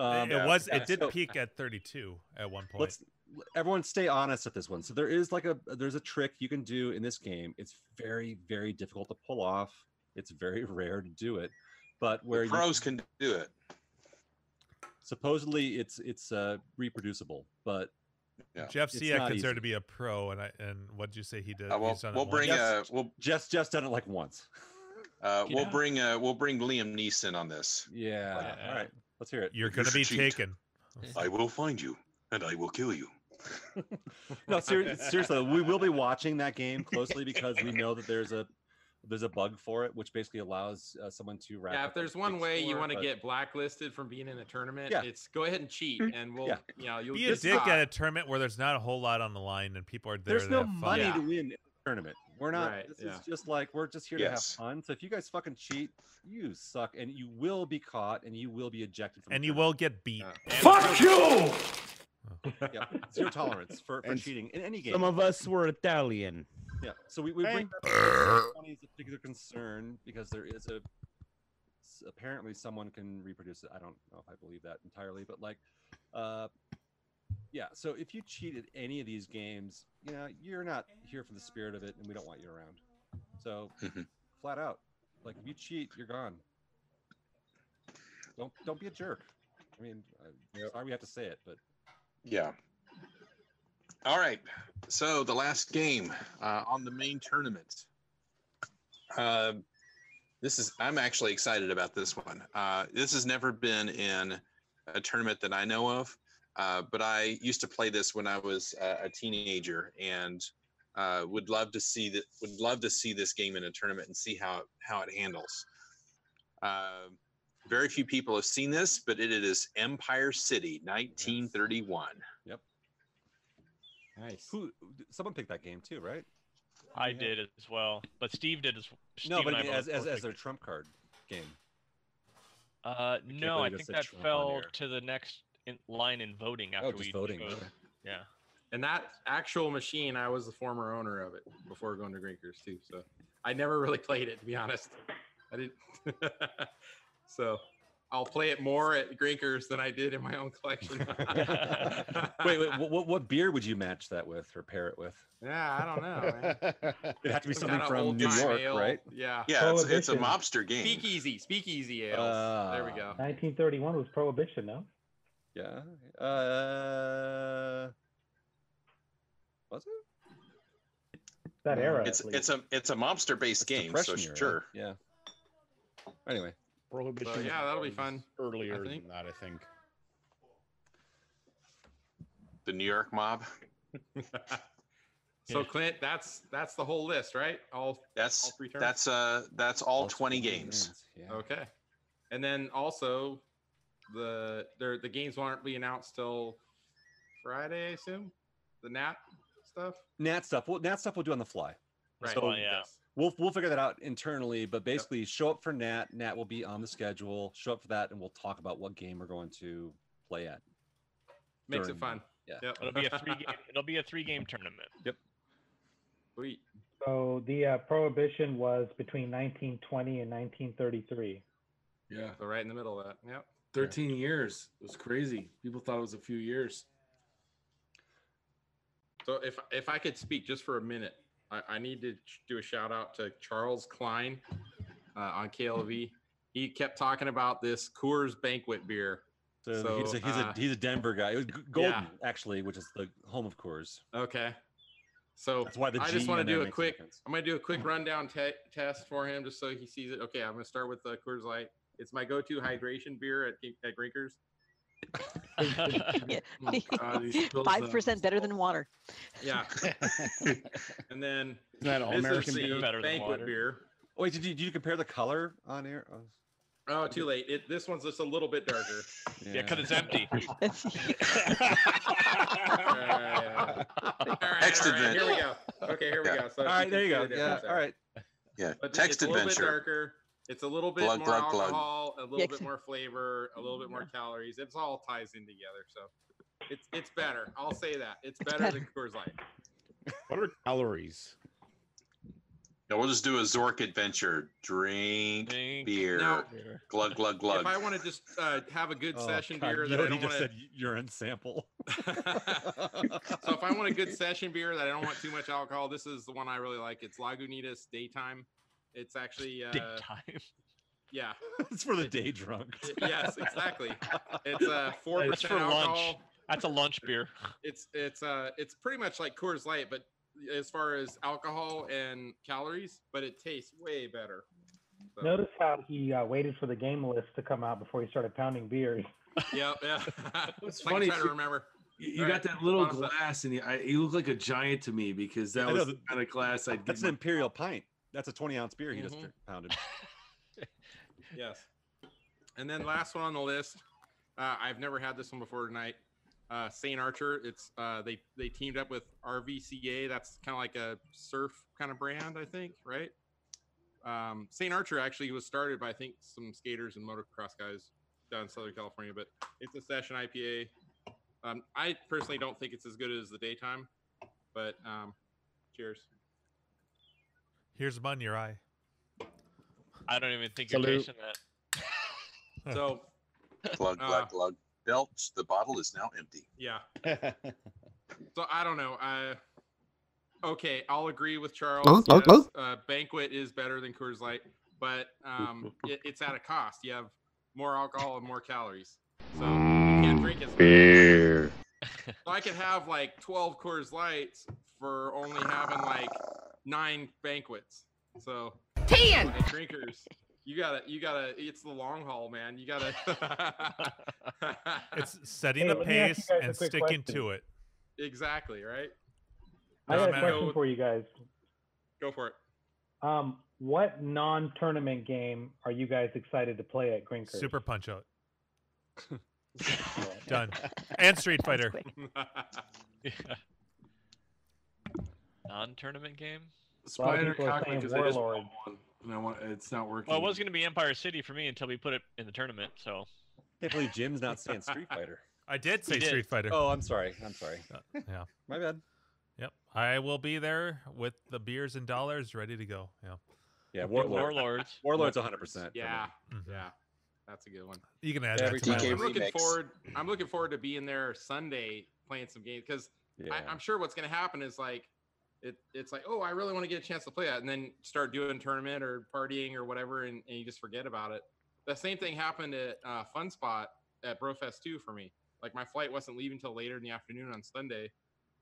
[SPEAKER 2] Um,
[SPEAKER 9] it was.
[SPEAKER 2] yeah,
[SPEAKER 9] It did
[SPEAKER 2] so-
[SPEAKER 9] peak at 32 at one point.
[SPEAKER 2] let's everyone stay honest at this one so there is like a there's a trick you can do in this game it's very very difficult to pull off it's very rare to do it but where you-
[SPEAKER 4] pros can do it
[SPEAKER 2] supposedly it's it's uh reproducible but
[SPEAKER 9] Jeff
[SPEAKER 2] it's
[SPEAKER 9] C, I
[SPEAKER 2] not
[SPEAKER 9] consider
[SPEAKER 2] easy.
[SPEAKER 9] to be a pro, and I and what did you say he did?
[SPEAKER 4] Uh, we'll-
[SPEAKER 9] he's done it
[SPEAKER 4] we'll
[SPEAKER 9] once?
[SPEAKER 4] bring
[SPEAKER 2] Yes.
[SPEAKER 4] uh, we'll
[SPEAKER 2] just just done it like once
[SPEAKER 4] uh,
[SPEAKER 2] Yeah.
[SPEAKER 4] we'll bring uh, we'll bring liam neeson on this
[SPEAKER 2] yeah all right let's hear it
[SPEAKER 9] You're
[SPEAKER 4] You
[SPEAKER 9] gonna
[SPEAKER 4] should
[SPEAKER 9] be
[SPEAKER 4] cheat.
[SPEAKER 9] taken.
[SPEAKER 4] i will find you and i will kill you
[SPEAKER 2] no ser- seriously we will be watching that game closely because we know that there's a there's a bug for it which basically allows uh, someone to wrap
[SPEAKER 1] Yeah,
[SPEAKER 2] up
[SPEAKER 1] if
[SPEAKER 2] a
[SPEAKER 1] there's one
[SPEAKER 2] big
[SPEAKER 1] way you
[SPEAKER 2] score,
[SPEAKER 1] want to
[SPEAKER 2] but-
[SPEAKER 1] get blacklisted from being in a tournament,
[SPEAKER 2] Yeah. Mm-hmm.
[SPEAKER 1] it's go ahead and cheat, and we'll,
[SPEAKER 2] Yeah.
[SPEAKER 1] you know, you'll
[SPEAKER 9] Be a
[SPEAKER 1] get
[SPEAKER 9] dick
[SPEAKER 1] caught.
[SPEAKER 9] at a tournament where there's not a whole lot on the line and people are there.
[SPEAKER 2] There's
[SPEAKER 9] to
[SPEAKER 2] no
[SPEAKER 9] have fun.
[SPEAKER 2] money
[SPEAKER 1] Yeah.
[SPEAKER 2] to win in the tournament. We're not.
[SPEAKER 1] Right,
[SPEAKER 2] this
[SPEAKER 1] yeah.
[SPEAKER 2] is just like we're just here
[SPEAKER 9] Yes.
[SPEAKER 2] to have fun. So if you guys fucking cheat, you suck, and you will be caught, and you will be ejected from. the
[SPEAKER 9] and you will get beat.
[SPEAKER 2] Fuck you! tournament. Yeah, zero tolerance for, for
[SPEAKER 11] And s-
[SPEAKER 2] cheating in any game.
[SPEAKER 11] Some of us were Italian.
[SPEAKER 2] Yeah. So we, we
[SPEAKER 11] Hey.
[SPEAKER 2] bring that money as a particular concern because there is a s- apparently someone can reproduce it. I don't know if I believe that entirely, but like, uh, yeah. So if you cheat at any of these games, you know you're not here for the spirit of it, and we don't want you around. So flat out, like if you cheat, you're gone. Don't don't be a jerk. I mean, i sorry we have to say it, but
[SPEAKER 4] Yeah. All right. So the last game uh, on the main tournament. Uh, this is I'm actually excited about this one. Uh, this has never been in a tournament that I know of, uh, but I used to play this when I was uh, a teenager, and uh, would love to see that. Would love to see this game in a tournament and see how how it handles. Uh, very few people have seen this, but it is Empire City, 1931.
[SPEAKER 2] Yep.
[SPEAKER 13] Nice.
[SPEAKER 2] Who? Someone picked that game too, right?
[SPEAKER 7] I did as well, but Steve did as Steve
[SPEAKER 2] no, but
[SPEAKER 7] and
[SPEAKER 2] I
[SPEAKER 7] I
[SPEAKER 2] mean,
[SPEAKER 7] both
[SPEAKER 2] as, as,
[SPEAKER 7] picked
[SPEAKER 2] as their trump card game.
[SPEAKER 7] Uh, no, I
[SPEAKER 2] believe I
[SPEAKER 7] think
[SPEAKER 2] said
[SPEAKER 7] that
[SPEAKER 2] Trump on
[SPEAKER 7] fell
[SPEAKER 2] air.
[SPEAKER 7] to the next in line in voting after
[SPEAKER 2] Oh, just
[SPEAKER 7] we
[SPEAKER 2] voting,
[SPEAKER 7] chose.
[SPEAKER 2] okay.
[SPEAKER 7] Yeah.
[SPEAKER 1] And that actual machine, I was the former owner of it before going to Grinkers too. So I never really played it to be honest. I didn't. so I'll play it more at Grinkers than I did in my own collection.
[SPEAKER 2] wait, wait. What, what what beer would you match that with or pair it with?
[SPEAKER 1] Yeah, I don't know. Man.
[SPEAKER 2] It'd have to be
[SPEAKER 1] Some
[SPEAKER 2] something
[SPEAKER 1] kinda
[SPEAKER 2] from
[SPEAKER 1] old
[SPEAKER 2] New
[SPEAKER 1] time
[SPEAKER 2] York,
[SPEAKER 1] ale.
[SPEAKER 2] right?
[SPEAKER 1] Yeah.
[SPEAKER 4] Yeah, it's, it's a
[SPEAKER 6] Prohibition.
[SPEAKER 4] mobster game.
[SPEAKER 1] Speakeasy, speakeasy ales.
[SPEAKER 2] Uh,
[SPEAKER 1] there we go.
[SPEAKER 6] 1931 was Prohibition, no?
[SPEAKER 2] Yeah. Uh, was it?
[SPEAKER 6] That era.
[SPEAKER 4] It's
[SPEAKER 6] at least.
[SPEAKER 4] it's a it's a mobster based game, so
[SPEAKER 2] freshman year, right?
[SPEAKER 4] sure.
[SPEAKER 2] Yeah. Anyway.
[SPEAKER 11] Prohibition.
[SPEAKER 1] So,
[SPEAKER 11] was
[SPEAKER 1] yeah, that'll be
[SPEAKER 11] always
[SPEAKER 1] fun, I
[SPEAKER 11] Earlier
[SPEAKER 1] think.
[SPEAKER 11] than that, I think.
[SPEAKER 4] The New York mob.
[SPEAKER 1] So
[SPEAKER 4] Yeah.
[SPEAKER 1] Clint, that's that's the whole list, right? All
[SPEAKER 4] That's
[SPEAKER 1] all three terms?
[SPEAKER 4] that's uh that's all, 20 games.
[SPEAKER 1] Okay. And then also the there the games won't be announced till Friday, I assume. The nap stuff.
[SPEAKER 2] Nat stuff. Well, Nat stuff we'll do on the fly.
[SPEAKER 1] Right.
[SPEAKER 2] So
[SPEAKER 1] Well, yeah.
[SPEAKER 2] We'll we'll figure that out internally, but basically show up for Nat. Nat will be on the schedule. Show up for that, and we'll talk about what game we're going to play at.
[SPEAKER 1] Makes
[SPEAKER 2] during-
[SPEAKER 1] it fun.
[SPEAKER 2] Yeah.
[SPEAKER 1] Yep.
[SPEAKER 7] It'll be a three game. It'll be a three game tournament.
[SPEAKER 2] Yep.
[SPEAKER 1] Sweet.
[SPEAKER 6] So the uh, Prohibition was between 1920 and 1933.
[SPEAKER 5] Yeah.
[SPEAKER 1] So right in the middle of that. Yep.
[SPEAKER 5] 13 years. It was crazy. People thought it was a few years.
[SPEAKER 1] So if if I could speak just for a minute, I, I need to ch- do a shout out to Charles Klein uh, on KLV. He kept talking about this Coors Banquet beer.
[SPEAKER 2] So, he's, a, he's,
[SPEAKER 1] uh,
[SPEAKER 2] a, he's a Denver guy. It was G- Golden,
[SPEAKER 1] yeah.
[SPEAKER 2] actually, which is the home of Coors.
[SPEAKER 1] Okay. So
[SPEAKER 2] That's why the
[SPEAKER 1] I just
[SPEAKER 2] G
[SPEAKER 1] want
[SPEAKER 2] in
[SPEAKER 1] to
[SPEAKER 2] there
[SPEAKER 1] do a
[SPEAKER 2] makes Mm. a
[SPEAKER 1] quick.
[SPEAKER 2] difference.
[SPEAKER 1] I'm going to do a quick rundown te- test for him just so he sees it. Okay, I'm going to start with the Coors Light. It's my go-to hydration beer at at Grinkers. Oh, God, he spills
[SPEAKER 8] Five
[SPEAKER 1] the-
[SPEAKER 8] percent better than water.
[SPEAKER 1] Yeah. and then
[SPEAKER 2] Isn't that all
[SPEAKER 1] this is
[SPEAKER 2] American
[SPEAKER 1] the
[SPEAKER 2] beer? Better than
[SPEAKER 1] banquet
[SPEAKER 2] water.
[SPEAKER 1] beer.
[SPEAKER 2] Oh, wait, did you, did you compare the color on air? Oh,
[SPEAKER 1] Oh, too late. It, this one's just a little bit darker.
[SPEAKER 7] Yeah, 'cause it's empty.
[SPEAKER 4] Text
[SPEAKER 1] all right,
[SPEAKER 4] adventure.
[SPEAKER 1] Here we go. Okay, here we
[SPEAKER 4] Yeah.
[SPEAKER 1] go. So
[SPEAKER 4] All right,
[SPEAKER 1] you can
[SPEAKER 4] there you
[SPEAKER 1] see
[SPEAKER 4] go.
[SPEAKER 1] the difference
[SPEAKER 4] Yeah,
[SPEAKER 1] there.
[SPEAKER 4] all right. Yeah,
[SPEAKER 1] But it's
[SPEAKER 4] text
[SPEAKER 1] a little bit
[SPEAKER 4] adventure.
[SPEAKER 1] darker. It's a little bit
[SPEAKER 4] Glug,
[SPEAKER 1] more
[SPEAKER 4] glug, glug.
[SPEAKER 1] alcohol, a little
[SPEAKER 8] Yeah,
[SPEAKER 1] bit more flavor, a little bit more calories. It's all ties in together. So it's it's better. I'll say that. It's better than Coors Light.
[SPEAKER 11] What are calories?
[SPEAKER 4] No, we'll just do a Zork adventure. Drink, beer.
[SPEAKER 1] No.
[SPEAKER 4] Glug glug glug.
[SPEAKER 1] If I want to just uh, have a good session
[SPEAKER 2] oh, God,
[SPEAKER 1] beer
[SPEAKER 2] you
[SPEAKER 1] that I
[SPEAKER 2] already
[SPEAKER 1] don't want
[SPEAKER 2] just
[SPEAKER 1] to
[SPEAKER 2] said urine sample.
[SPEAKER 1] so if I want a good session beer that I don't want too much alcohol, this is the one I really like. It's Lagunitas Daytime. It's actually uh,
[SPEAKER 7] Daytime.
[SPEAKER 1] Yeah.
[SPEAKER 2] it's for the day drunk.
[SPEAKER 1] yes, exactly. It's uh, four
[SPEAKER 7] That's
[SPEAKER 1] percent
[SPEAKER 7] for lunch.
[SPEAKER 1] alcohol.
[SPEAKER 7] That's a lunch beer.
[SPEAKER 1] It's it's uh it's pretty much like Coors Light, but as far as alcohol and calories, but it tastes way better. So,
[SPEAKER 6] Notice how he uh, waited for the game list to come out before he started pounding beers.
[SPEAKER 1] Yep. Yeah.
[SPEAKER 5] It's
[SPEAKER 1] Like I'm
[SPEAKER 5] funny
[SPEAKER 1] trying
[SPEAKER 5] too-
[SPEAKER 1] to remember.
[SPEAKER 5] You, you
[SPEAKER 1] All
[SPEAKER 5] got
[SPEAKER 1] right,
[SPEAKER 5] that little
[SPEAKER 1] bottom-
[SPEAKER 5] glass, and you, I, you look like a giant to me because that
[SPEAKER 2] I
[SPEAKER 5] was
[SPEAKER 2] know,
[SPEAKER 5] the kind of glass I'd
[SPEAKER 2] That's
[SPEAKER 5] give.
[SPEAKER 2] an
[SPEAKER 5] my-
[SPEAKER 2] imperial pint. That's a 20 ounce beer he just
[SPEAKER 1] Mhm.
[SPEAKER 2] drink- pounded.
[SPEAKER 1] Yes. And then last one on the list, uh, I've never had this one before tonight. Uh, Saint Archer. It's uh, they they teamed up with RVCA. That's kind of like a surf kind of brand, I think, right? Um, Saint Archer actually was started by I think some skaters and motocross guys down in Southern California, but it's a session IPA. Um, I personally don't think it's as good as the daytime, but um, cheers.
[SPEAKER 9] Here's mine, your eye.
[SPEAKER 7] I don't even think you're
[SPEAKER 9] Salute.
[SPEAKER 7] tasting that.
[SPEAKER 1] So
[SPEAKER 4] glug glug
[SPEAKER 1] uh,
[SPEAKER 4] glug. Belch. The bottle is now empty.
[SPEAKER 1] yeah, So I don't know. I okay, I'll agree with Charles.
[SPEAKER 12] Oh, oh, oh.
[SPEAKER 1] yes, Uh, banquet is better than Coors Light, but um, it, it's at a cost. You have more alcohol and more calories. So you can't drink as much. Beer. So I could have like 12 Coors Lights for only having like nine banquets. So
[SPEAKER 14] Ten.
[SPEAKER 1] like, drinkers, you gotta, you gotta. It's the long haul, man. You gotta.
[SPEAKER 9] It's setting
[SPEAKER 1] Hey,
[SPEAKER 9] the
[SPEAKER 1] let me ask you
[SPEAKER 9] pace
[SPEAKER 1] guys a
[SPEAKER 9] and
[SPEAKER 1] quick
[SPEAKER 9] sticking to it.
[SPEAKER 1] exactly right.
[SPEAKER 6] I got a
[SPEAKER 9] man.
[SPEAKER 6] question for you guys.
[SPEAKER 1] Go for it.
[SPEAKER 6] Um, what non-tournament game are you guys excited to play at Grinkers?
[SPEAKER 9] Super Punch Out. Done. And Street Fighter.
[SPEAKER 7] Non-tournament game.
[SPEAKER 5] Spider
[SPEAKER 7] people are
[SPEAKER 5] cocked me
[SPEAKER 7] saying
[SPEAKER 5] because I just
[SPEAKER 7] Warlord.
[SPEAKER 5] bought one, and I want it's not working.
[SPEAKER 7] Well, it was going to be Empire City for me until we put it in the tournament. So
[SPEAKER 2] can't believe Jim's not saying Street Fighter.
[SPEAKER 9] I did
[SPEAKER 7] say Street Fighter.
[SPEAKER 2] Oh, I'm sorry. I'm sorry.
[SPEAKER 9] Uh, yeah.
[SPEAKER 2] My bad.
[SPEAKER 9] Yep. I will be there with the beers and dollars ready to go. Yeah.
[SPEAKER 2] Yeah, Warlord.
[SPEAKER 7] Warlords.
[SPEAKER 2] Warlord's 100%. for me.
[SPEAKER 1] Yeah, yeah, that's a good one.
[SPEAKER 9] Mm-hmm. You can add
[SPEAKER 2] Every
[SPEAKER 9] that to my
[SPEAKER 2] TK
[SPEAKER 1] I'm
[SPEAKER 9] list.
[SPEAKER 1] looking forward. I'm looking forward to being there Sunday playing some games because
[SPEAKER 2] Yeah.
[SPEAKER 1] I'm sure what's going to happen is like it, it's like oh I really want to get a chance to play that and then start doing tournament or partying or whatever and, and you just forget about it. The same thing happened at uh, Fun Spot at Brofest 2 for me. Like my flight wasn't leaving till later in the afternoon on Sunday.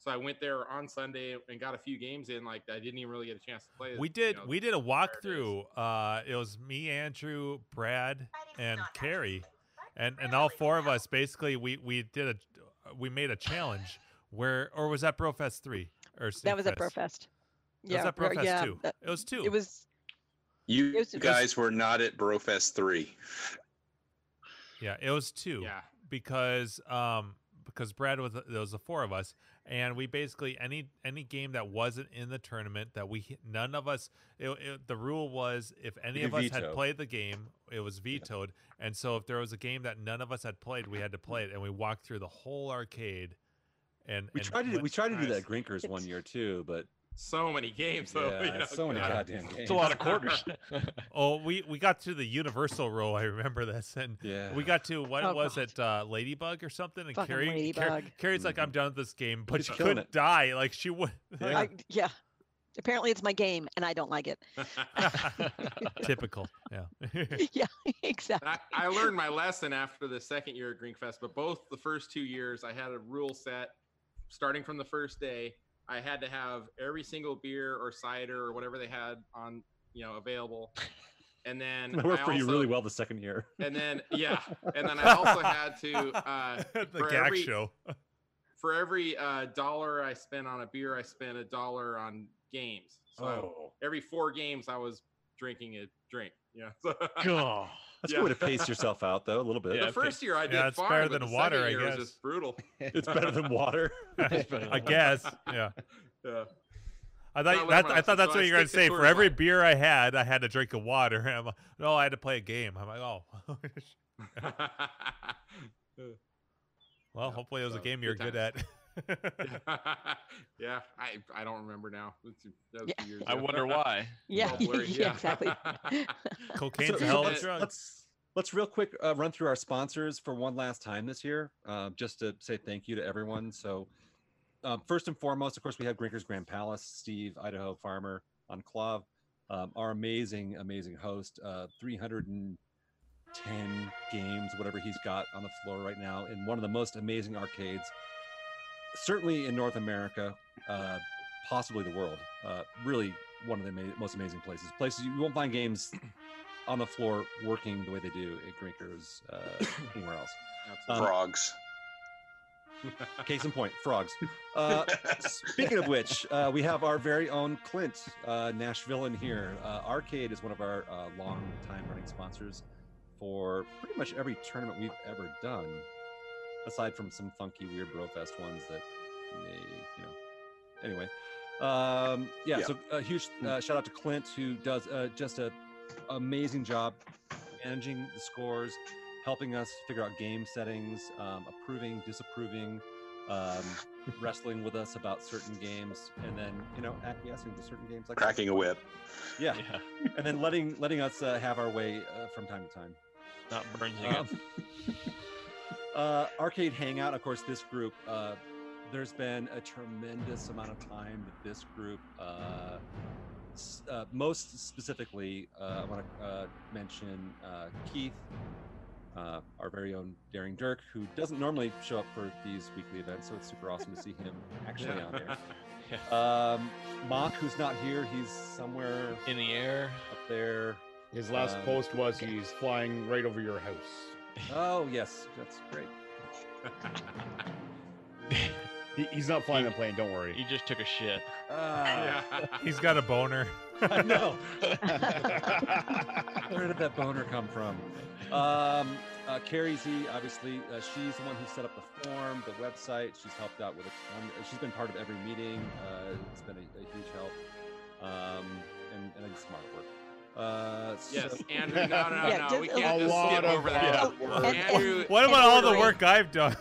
[SPEAKER 1] So I went there on Sunday and got a few games in. Like I didn't even really get a chance to play.
[SPEAKER 9] We
[SPEAKER 1] you
[SPEAKER 9] did
[SPEAKER 1] know,
[SPEAKER 9] we did a walkthrough. Uh, it was me, Andrew, Brad, and Carrie, and and all four of us basically we we did a we made a challenge where or was that Brofest three or
[SPEAKER 8] That was at
[SPEAKER 9] Steamfest?
[SPEAKER 8] Brofest.
[SPEAKER 9] It was at
[SPEAKER 8] Bro-
[SPEAKER 9] Brofest
[SPEAKER 8] yeah,
[SPEAKER 9] two.
[SPEAKER 8] that-
[SPEAKER 9] It was two.
[SPEAKER 8] It was
[SPEAKER 4] You
[SPEAKER 8] Yes, it was-
[SPEAKER 4] guys were not at Brofest three.
[SPEAKER 9] Yeah, it was two.
[SPEAKER 1] Yeah.
[SPEAKER 9] Because um because Brad was there was the four of us and we basically any any game that wasn't in the tournament that we none of us it, it- the rule was if any
[SPEAKER 2] You
[SPEAKER 9] of us had
[SPEAKER 2] veto.
[SPEAKER 9] played the game it was vetoed and so if there was a game that none of us had played we had to play it and we walked through the whole arcade and
[SPEAKER 2] We
[SPEAKER 9] and
[SPEAKER 2] tried to
[SPEAKER 9] went-
[SPEAKER 2] we tried to do that at Grinkers one year too, but
[SPEAKER 1] so many games though.
[SPEAKER 2] Yeah,
[SPEAKER 1] you know,
[SPEAKER 2] so many
[SPEAKER 1] God.
[SPEAKER 2] goddamn games.
[SPEAKER 9] oh, we we got to the universal role. I remember this, and
[SPEAKER 2] Yeah.
[SPEAKER 9] we got to what
[SPEAKER 2] Oh,
[SPEAKER 9] it was it uh, Ladybug or something. And
[SPEAKER 8] Fucking
[SPEAKER 9] Carrie, Car-
[SPEAKER 8] Ladybug.
[SPEAKER 9] Carrie's
[SPEAKER 1] Mm-hmm.
[SPEAKER 9] like, I'm done with this game, but
[SPEAKER 2] She's
[SPEAKER 9] she
[SPEAKER 2] killing
[SPEAKER 9] couldn't
[SPEAKER 2] it.
[SPEAKER 9] die. Like she would.
[SPEAKER 8] I, yeah. Apparently, it's my game, and I don't like it.
[SPEAKER 9] Typical. Yeah.
[SPEAKER 8] yeah, exactly.
[SPEAKER 1] I, I learned my lesson after the second year at Greenfest, but both the first two years I had a rule set starting from the first day. I had to have every single beer or cider or whatever they had on, you know, available. And then
[SPEAKER 2] it worked
[SPEAKER 1] I
[SPEAKER 2] for you
[SPEAKER 1] also-
[SPEAKER 2] really well the second year.
[SPEAKER 1] and then yeah, and then I also had to uh,
[SPEAKER 9] The
[SPEAKER 1] for
[SPEAKER 9] gag
[SPEAKER 1] every,
[SPEAKER 9] show.
[SPEAKER 1] For every uh, dollar I spent on a beer, I spent a dollar on games. So
[SPEAKER 2] Oh.
[SPEAKER 1] every four games, I was drinking a drink. Yeah, so,
[SPEAKER 2] God. That's a
[SPEAKER 1] Yeah.
[SPEAKER 2] good way to pace yourself out though a little bit.
[SPEAKER 1] the first year I did
[SPEAKER 9] yeah, it's
[SPEAKER 1] fine,
[SPEAKER 9] better
[SPEAKER 1] but
[SPEAKER 9] than
[SPEAKER 1] the
[SPEAKER 9] water,
[SPEAKER 1] second
[SPEAKER 9] I
[SPEAKER 1] year was
[SPEAKER 9] guess.
[SPEAKER 1] just brutal.
[SPEAKER 2] it's better than water. It's better
[SPEAKER 9] I
[SPEAKER 2] than
[SPEAKER 9] guess. Yeah.
[SPEAKER 1] Yeah.
[SPEAKER 9] I
[SPEAKER 1] Not learn
[SPEAKER 9] thought that,
[SPEAKER 1] my
[SPEAKER 9] I thought
[SPEAKER 1] lesson,
[SPEAKER 9] that's
[SPEAKER 1] so I
[SPEAKER 9] what you were
[SPEAKER 1] stick to
[SPEAKER 9] gonna say. For
[SPEAKER 1] Coors
[SPEAKER 9] every
[SPEAKER 1] Light.
[SPEAKER 9] beer I had, I had to drink a water. And I'm like, no, I had to play a game. I'm like, oh. well, hopefully it was a
[SPEAKER 1] so,
[SPEAKER 9] game you're
[SPEAKER 1] good
[SPEAKER 9] good at.
[SPEAKER 1] yeah, I I don't remember now. That was- that was two years
[SPEAKER 7] I
[SPEAKER 1] ago.
[SPEAKER 7] wonder why.
[SPEAKER 1] It's all
[SPEAKER 8] Yeah,
[SPEAKER 1] blurry,
[SPEAKER 8] yeah, exactly.
[SPEAKER 9] Cocaine's
[SPEAKER 2] So-
[SPEAKER 9] a
[SPEAKER 2] so
[SPEAKER 9] hell of a
[SPEAKER 2] let's-
[SPEAKER 9] drug.
[SPEAKER 2] Let's let's real quick uh, run through our sponsors for one last time this year, uh, just to say thank you to everyone. So um, first and foremost, of course, we have Grinker's Grand Palace, Steve, Idaho farmer on Clav, um, our amazing, amazing host, uh, 310 games, whatever he's got on the floor right now, in one of the most amazing arcades, certainly in North America, uh, possibly the world. Uh, really, one of the ama- most amazing places. Places you won't find games on the floor working the way they do at Grinker's uh, anywhere else. Um,
[SPEAKER 1] Absolutely.
[SPEAKER 4] Frogs.
[SPEAKER 2] Case in point, frogs. Uh, speaking of which, uh, we have our very own Clint uh, Nashville in here. Uh, Arcade is one of our uh, long time running sponsors for pretty much every tournament we've ever done, aside from some funky, weird Brofest ones that may, you know. Anyway, um, yeah,
[SPEAKER 12] Yeah.
[SPEAKER 2] So a huge uh, shout out to Clint who does uh, just a amazing job managing the scores, helping us figure out game settings, um, approving, disapproving, um, wrestling with us about certain games, and then you know acquiescing to certain games like
[SPEAKER 4] Cracking a whip.
[SPEAKER 2] yeah, and then letting letting us uh, have our way uh, from time to time.
[SPEAKER 7] Not burning
[SPEAKER 2] Um, uh, Arcade Hangout, of course, this group. Uh, there's been a tremendous amount of time that this group, uh, s- uh, most specifically, uh, I want to uh, mention uh, Keith, uh, our very own Daring Dirk, who doesn't normally show up for these weekly events, so it's super awesome to see him actually
[SPEAKER 7] Yeah.
[SPEAKER 2] on there. Um, Mock, who's not here, he's somewhere
[SPEAKER 7] in the air
[SPEAKER 2] up there.
[SPEAKER 11] His last
[SPEAKER 2] Um,
[SPEAKER 11] post was he's flying right over your house.
[SPEAKER 2] Oh yes, that's great.
[SPEAKER 11] He, he's not flying the plane. Don't worry.
[SPEAKER 7] He just took a shit.
[SPEAKER 9] Uh. He's got a boner.
[SPEAKER 2] I know. Where did that boner come from? Um, uh, Carrie Z, obviously, uh, she's the one who set up the form, the website. She's helped out with a ton. She's been part of every meeting. Uh, it's been a, a huge help. Um, and, and I did some artwork. Uh,
[SPEAKER 1] Yes,
[SPEAKER 2] so-
[SPEAKER 1] Andrew, no, no, Yeah, no, just we a can't
[SPEAKER 9] just skip over that.
[SPEAKER 1] Yeah. Andrew-
[SPEAKER 9] what about all the
[SPEAKER 1] Andrew-
[SPEAKER 9] work I've done?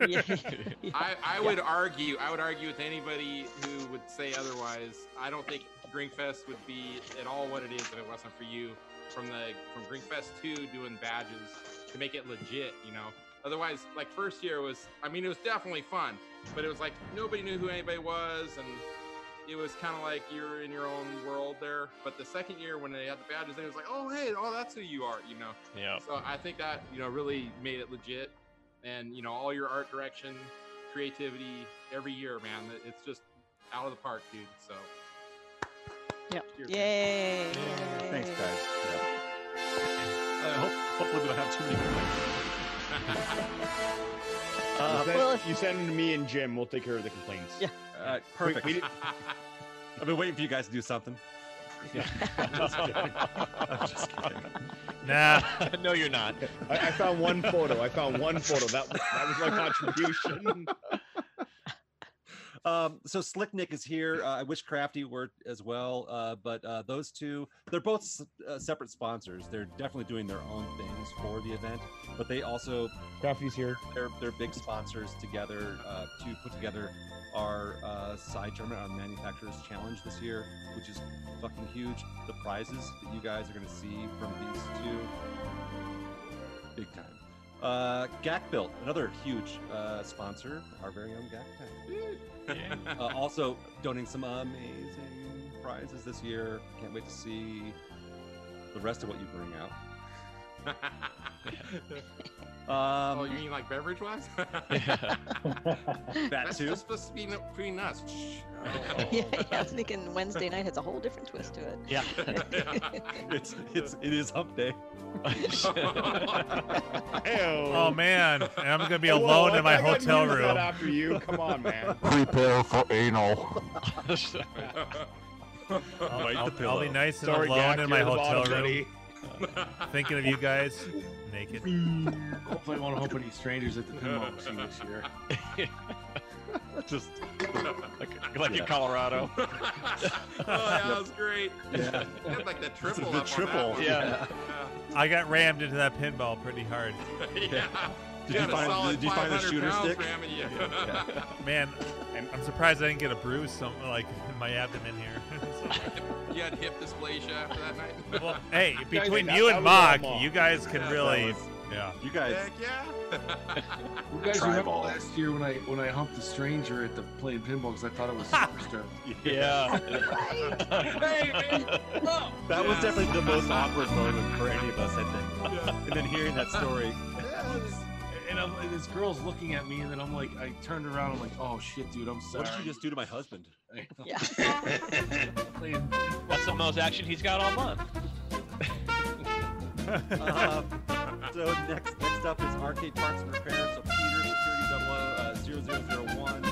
[SPEAKER 1] I, I would argue, I would argue with anybody who would say otherwise. I don't think Grinkfest would be at all what it is if it wasn't for you from the from Grinkfest two doing badges to make it legit. You know, otherwise, like first year was, I mean, it was definitely fun, but it was like nobody knew who anybody was, and it was kind of like you're in your own world there. But the second year when they had the badges, it was like, oh hey, oh that's who you are. You know.
[SPEAKER 7] Yeah.
[SPEAKER 1] So I think that you know really made it legit, and you know all your art direction, creativity every year, man. it- It's just out of the park, dude. So
[SPEAKER 8] Yep.
[SPEAKER 1] Cheers,
[SPEAKER 8] Yay.
[SPEAKER 2] Thanks,
[SPEAKER 8] Yay.
[SPEAKER 2] guys. Yeah. I hope, hopefully, we don't have too many complaints.
[SPEAKER 11] you, send,
[SPEAKER 8] Uh, well,
[SPEAKER 11] you send them to me and Jim. We'll take care of the complaints. Yeah.
[SPEAKER 2] Uh, perfect. I've been waiting for you guys to do something. I'm just kidding.
[SPEAKER 9] Nah.
[SPEAKER 7] no, you're not.
[SPEAKER 11] I, I found one photo. I found one photo. That that was my contribution.
[SPEAKER 2] Um, so Slick Nick is here. Uh, I wish Crafty were as well, uh, but uh, those two, they're both s- uh, separate sponsors. They're definitely doing their own things for the event, but they also
[SPEAKER 11] Crafty's here.
[SPEAKER 2] They're they're big sponsors together uh, to put together our uh, side tournament, our manufacturers challenge this year, which is fucking huge. The prizes that you guys are going to see from these two big time. Uh, Gak Built, another huge uh, sponsor, our very own Gak Tank. uh, also donating some amazing prizes this year. Can't wait to see the rest of what you bring out. Um,
[SPEAKER 1] oh, you mean like beverage wise?
[SPEAKER 2] that
[SPEAKER 1] That's
[SPEAKER 2] too.
[SPEAKER 1] just supposed to be no- between us. Shh. Oh.
[SPEAKER 8] yeah, I was thinking Wednesday night has a whole different twist to it.
[SPEAKER 7] Yeah.
[SPEAKER 2] it's it's it is hump day.
[SPEAKER 9] Oh man, and I'm gonna be
[SPEAKER 11] Whoa,
[SPEAKER 9] alone
[SPEAKER 11] I-
[SPEAKER 9] in my
[SPEAKER 11] I got
[SPEAKER 9] hotel
[SPEAKER 11] news
[SPEAKER 9] room.
[SPEAKER 11] That after you, come on, man.
[SPEAKER 12] Prepare for anal.
[SPEAKER 9] I'll,
[SPEAKER 12] Bite the
[SPEAKER 9] I'll- I'll be
[SPEAKER 12] pillow.
[SPEAKER 9] nice and
[SPEAKER 12] Sorry,
[SPEAKER 9] alone
[SPEAKER 12] Gak,
[SPEAKER 9] in my
[SPEAKER 12] you're the
[SPEAKER 9] hotel
[SPEAKER 12] bottom,
[SPEAKER 9] room, Uh, thinking of you guys naked.
[SPEAKER 5] Hopefully, I won't hump any strangers at the pinball machine this year.
[SPEAKER 2] Just
[SPEAKER 7] like, like
[SPEAKER 5] Yeah.
[SPEAKER 7] in Colorado.
[SPEAKER 1] oh, that was great.
[SPEAKER 9] Yeah.
[SPEAKER 1] You had, like the triple.
[SPEAKER 9] the
[SPEAKER 1] up
[SPEAKER 9] triple.
[SPEAKER 1] On that one.
[SPEAKER 9] Yeah. I got rammed into that pinball pretty hard.
[SPEAKER 1] yeah.
[SPEAKER 9] Did you
[SPEAKER 1] had a
[SPEAKER 9] find-
[SPEAKER 1] solid
[SPEAKER 9] did you find the
[SPEAKER 1] 500
[SPEAKER 9] shooter
[SPEAKER 1] pounds
[SPEAKER 9] stick?
[SPEAKER 1] ramming you.
[SPEAKER 9] Man, I'm surprised I didn't get a bruise some like in my abdomen here.
[SPEAKER 1] You had hip dysplasia after that night.
[SPEAKER 9] well, hey,
[SPEAKER 1] Guys,
[SPEAKER 9] between
[SPEAKER 1] that-
[SPEAKER 9] you
[SPEAKER 1] that
[SPEAKER 9] and
[SPEAKER 1] was all
[SPEAKER 9] Mog,
[SPEAKER 1] Mog.
[SPEAKER 9] you guys can
[SPEAKER 1] Yeah,
[SPEAKER 9] really,
[SPEAKER 1] that was-
[SPEAKER 9] yeah.
[SPEAKER 2] You
[SPEAKER 1] Heck yeah.
[SPEAKER 5] You guys remember last year when I when I humped a stranger at the playing pinball because I thought it was Superstar.
[SPEAKER 7] yeah.
[SPEAKER 1] hey, man. Oh.
[SPEAKER 2] That was definitely the most awkward moment for any of us, I think. And then hearing that story.
[SPEAKER 5] And, I'm, and this girl's looking at me, and then I'm like, I turned around, I'm like, oh shit, dude, I'm sorry.
[SPEAKER 2] What did you just do to my husband?
[SPEAKER 7] That's the most action he's got all month.
[SPEAKER 2] Uh, so next next up is arcade parts and repair. So Peter Security Double uh, 0001.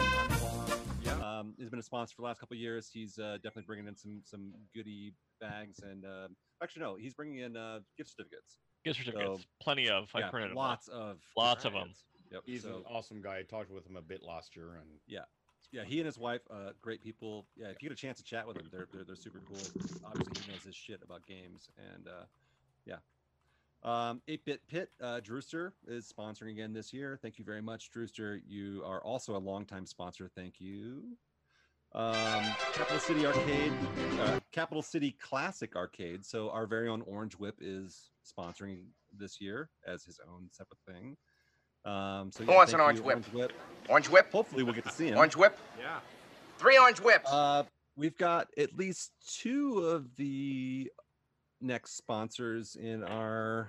[SPEAKER 2] Yeah. Um, he's been a sponsor for the last couple of years. He's uh, definitely bringing in some some goodie bags and um, actually no, he's bringing in uh, gift certificates.
[SPEAKER 7] Gift
[SPEAKER 2] So,
[SPEAKER 7] certificates, plenty of. I
[SPEAKER 2] yeah,
[SPEAKER 7] printed 'em up.
[SPEAKER 2] lots of
[SPEAKER 7] Lots of 'em.
[SPEAKER 2] Yep.
[SPEAKER 11] He's
[SPEAKER 2] so-
[SPEAKER 11] an awesome guy. I talked with him a bit last year, and
[SPEAKER 2] Yeah. Yeah, he and his wife, uh, great people. Yeah, if you get a chance to chat with them, they're they're, they're super cool. Obviously, he knows his shit about games, and uh, yeah. Um, 8-bit Pit uh, Drewster is sponsoring again this year. Thank you very much, Drewster. You are also a longtime sponsor. Thank you. Um, Capital City Arcade, uh, Capital City Classic Arcade. So our very own Orange Whip is sponsoring this year as his own separate thing. Um, so
[SPEAKER 3] Who
[SPEAKER 2] yeah,
[SPEAKER 3] wants an
[SPEAKER 2] thank
[SPEAKER 3] orange
[SPEAKER 2] you,
[SPEAKER 3] whip?
[SPEAKER 2] Orange Whip?
[SPEAKER 3] Orange whip.
[SPEAKER 2] Hopefully, we'll get to see him.
[SPEAKER 3] Orange whip.
[SPEAKER 1] Yeah.
[SPEAKER 3] Three orange whips.
[SPEAKER 2] Uh, we've got at least two of the next sponsors in our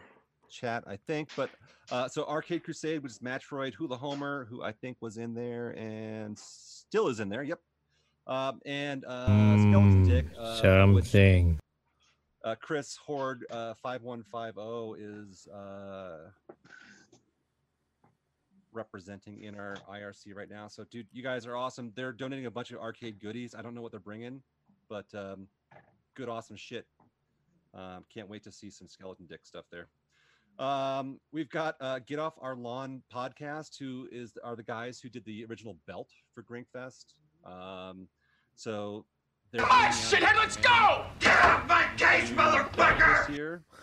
[SPEAKER 2] chat, I think. But uh, so Arcade Crusade, which is Matchroid, Hula Homer, who I think was in there and still is in there. Yep. Um, and uh, Skeleton Dick, uh,
[SPEAKER 9] Hmm,
[SPEAKER 2] which
[SPEAKER 14] something.
[SPEAKER 2] uh, Chris Horde uh, 5150 is uh, representing in our IRC right now. So, dude, you guys are awesome. They're donating a bunch of arcade goodies. I don't know what they're bringing, but um, good, awesome shit. Um, can't wait to see some skeleton dick stuff there. Um, we've got uh, Get Off Our Lawn podcast, who is are the guys who did the original belt for Grinkfest. Um, so they're
[SPEAKER 15] Come on,
[SPEAKER 2] bringing out-
[SPEAKER 15] Ah, shithead, let's go! Get off my case, motherfucker!
[SPEAKER 2] this year.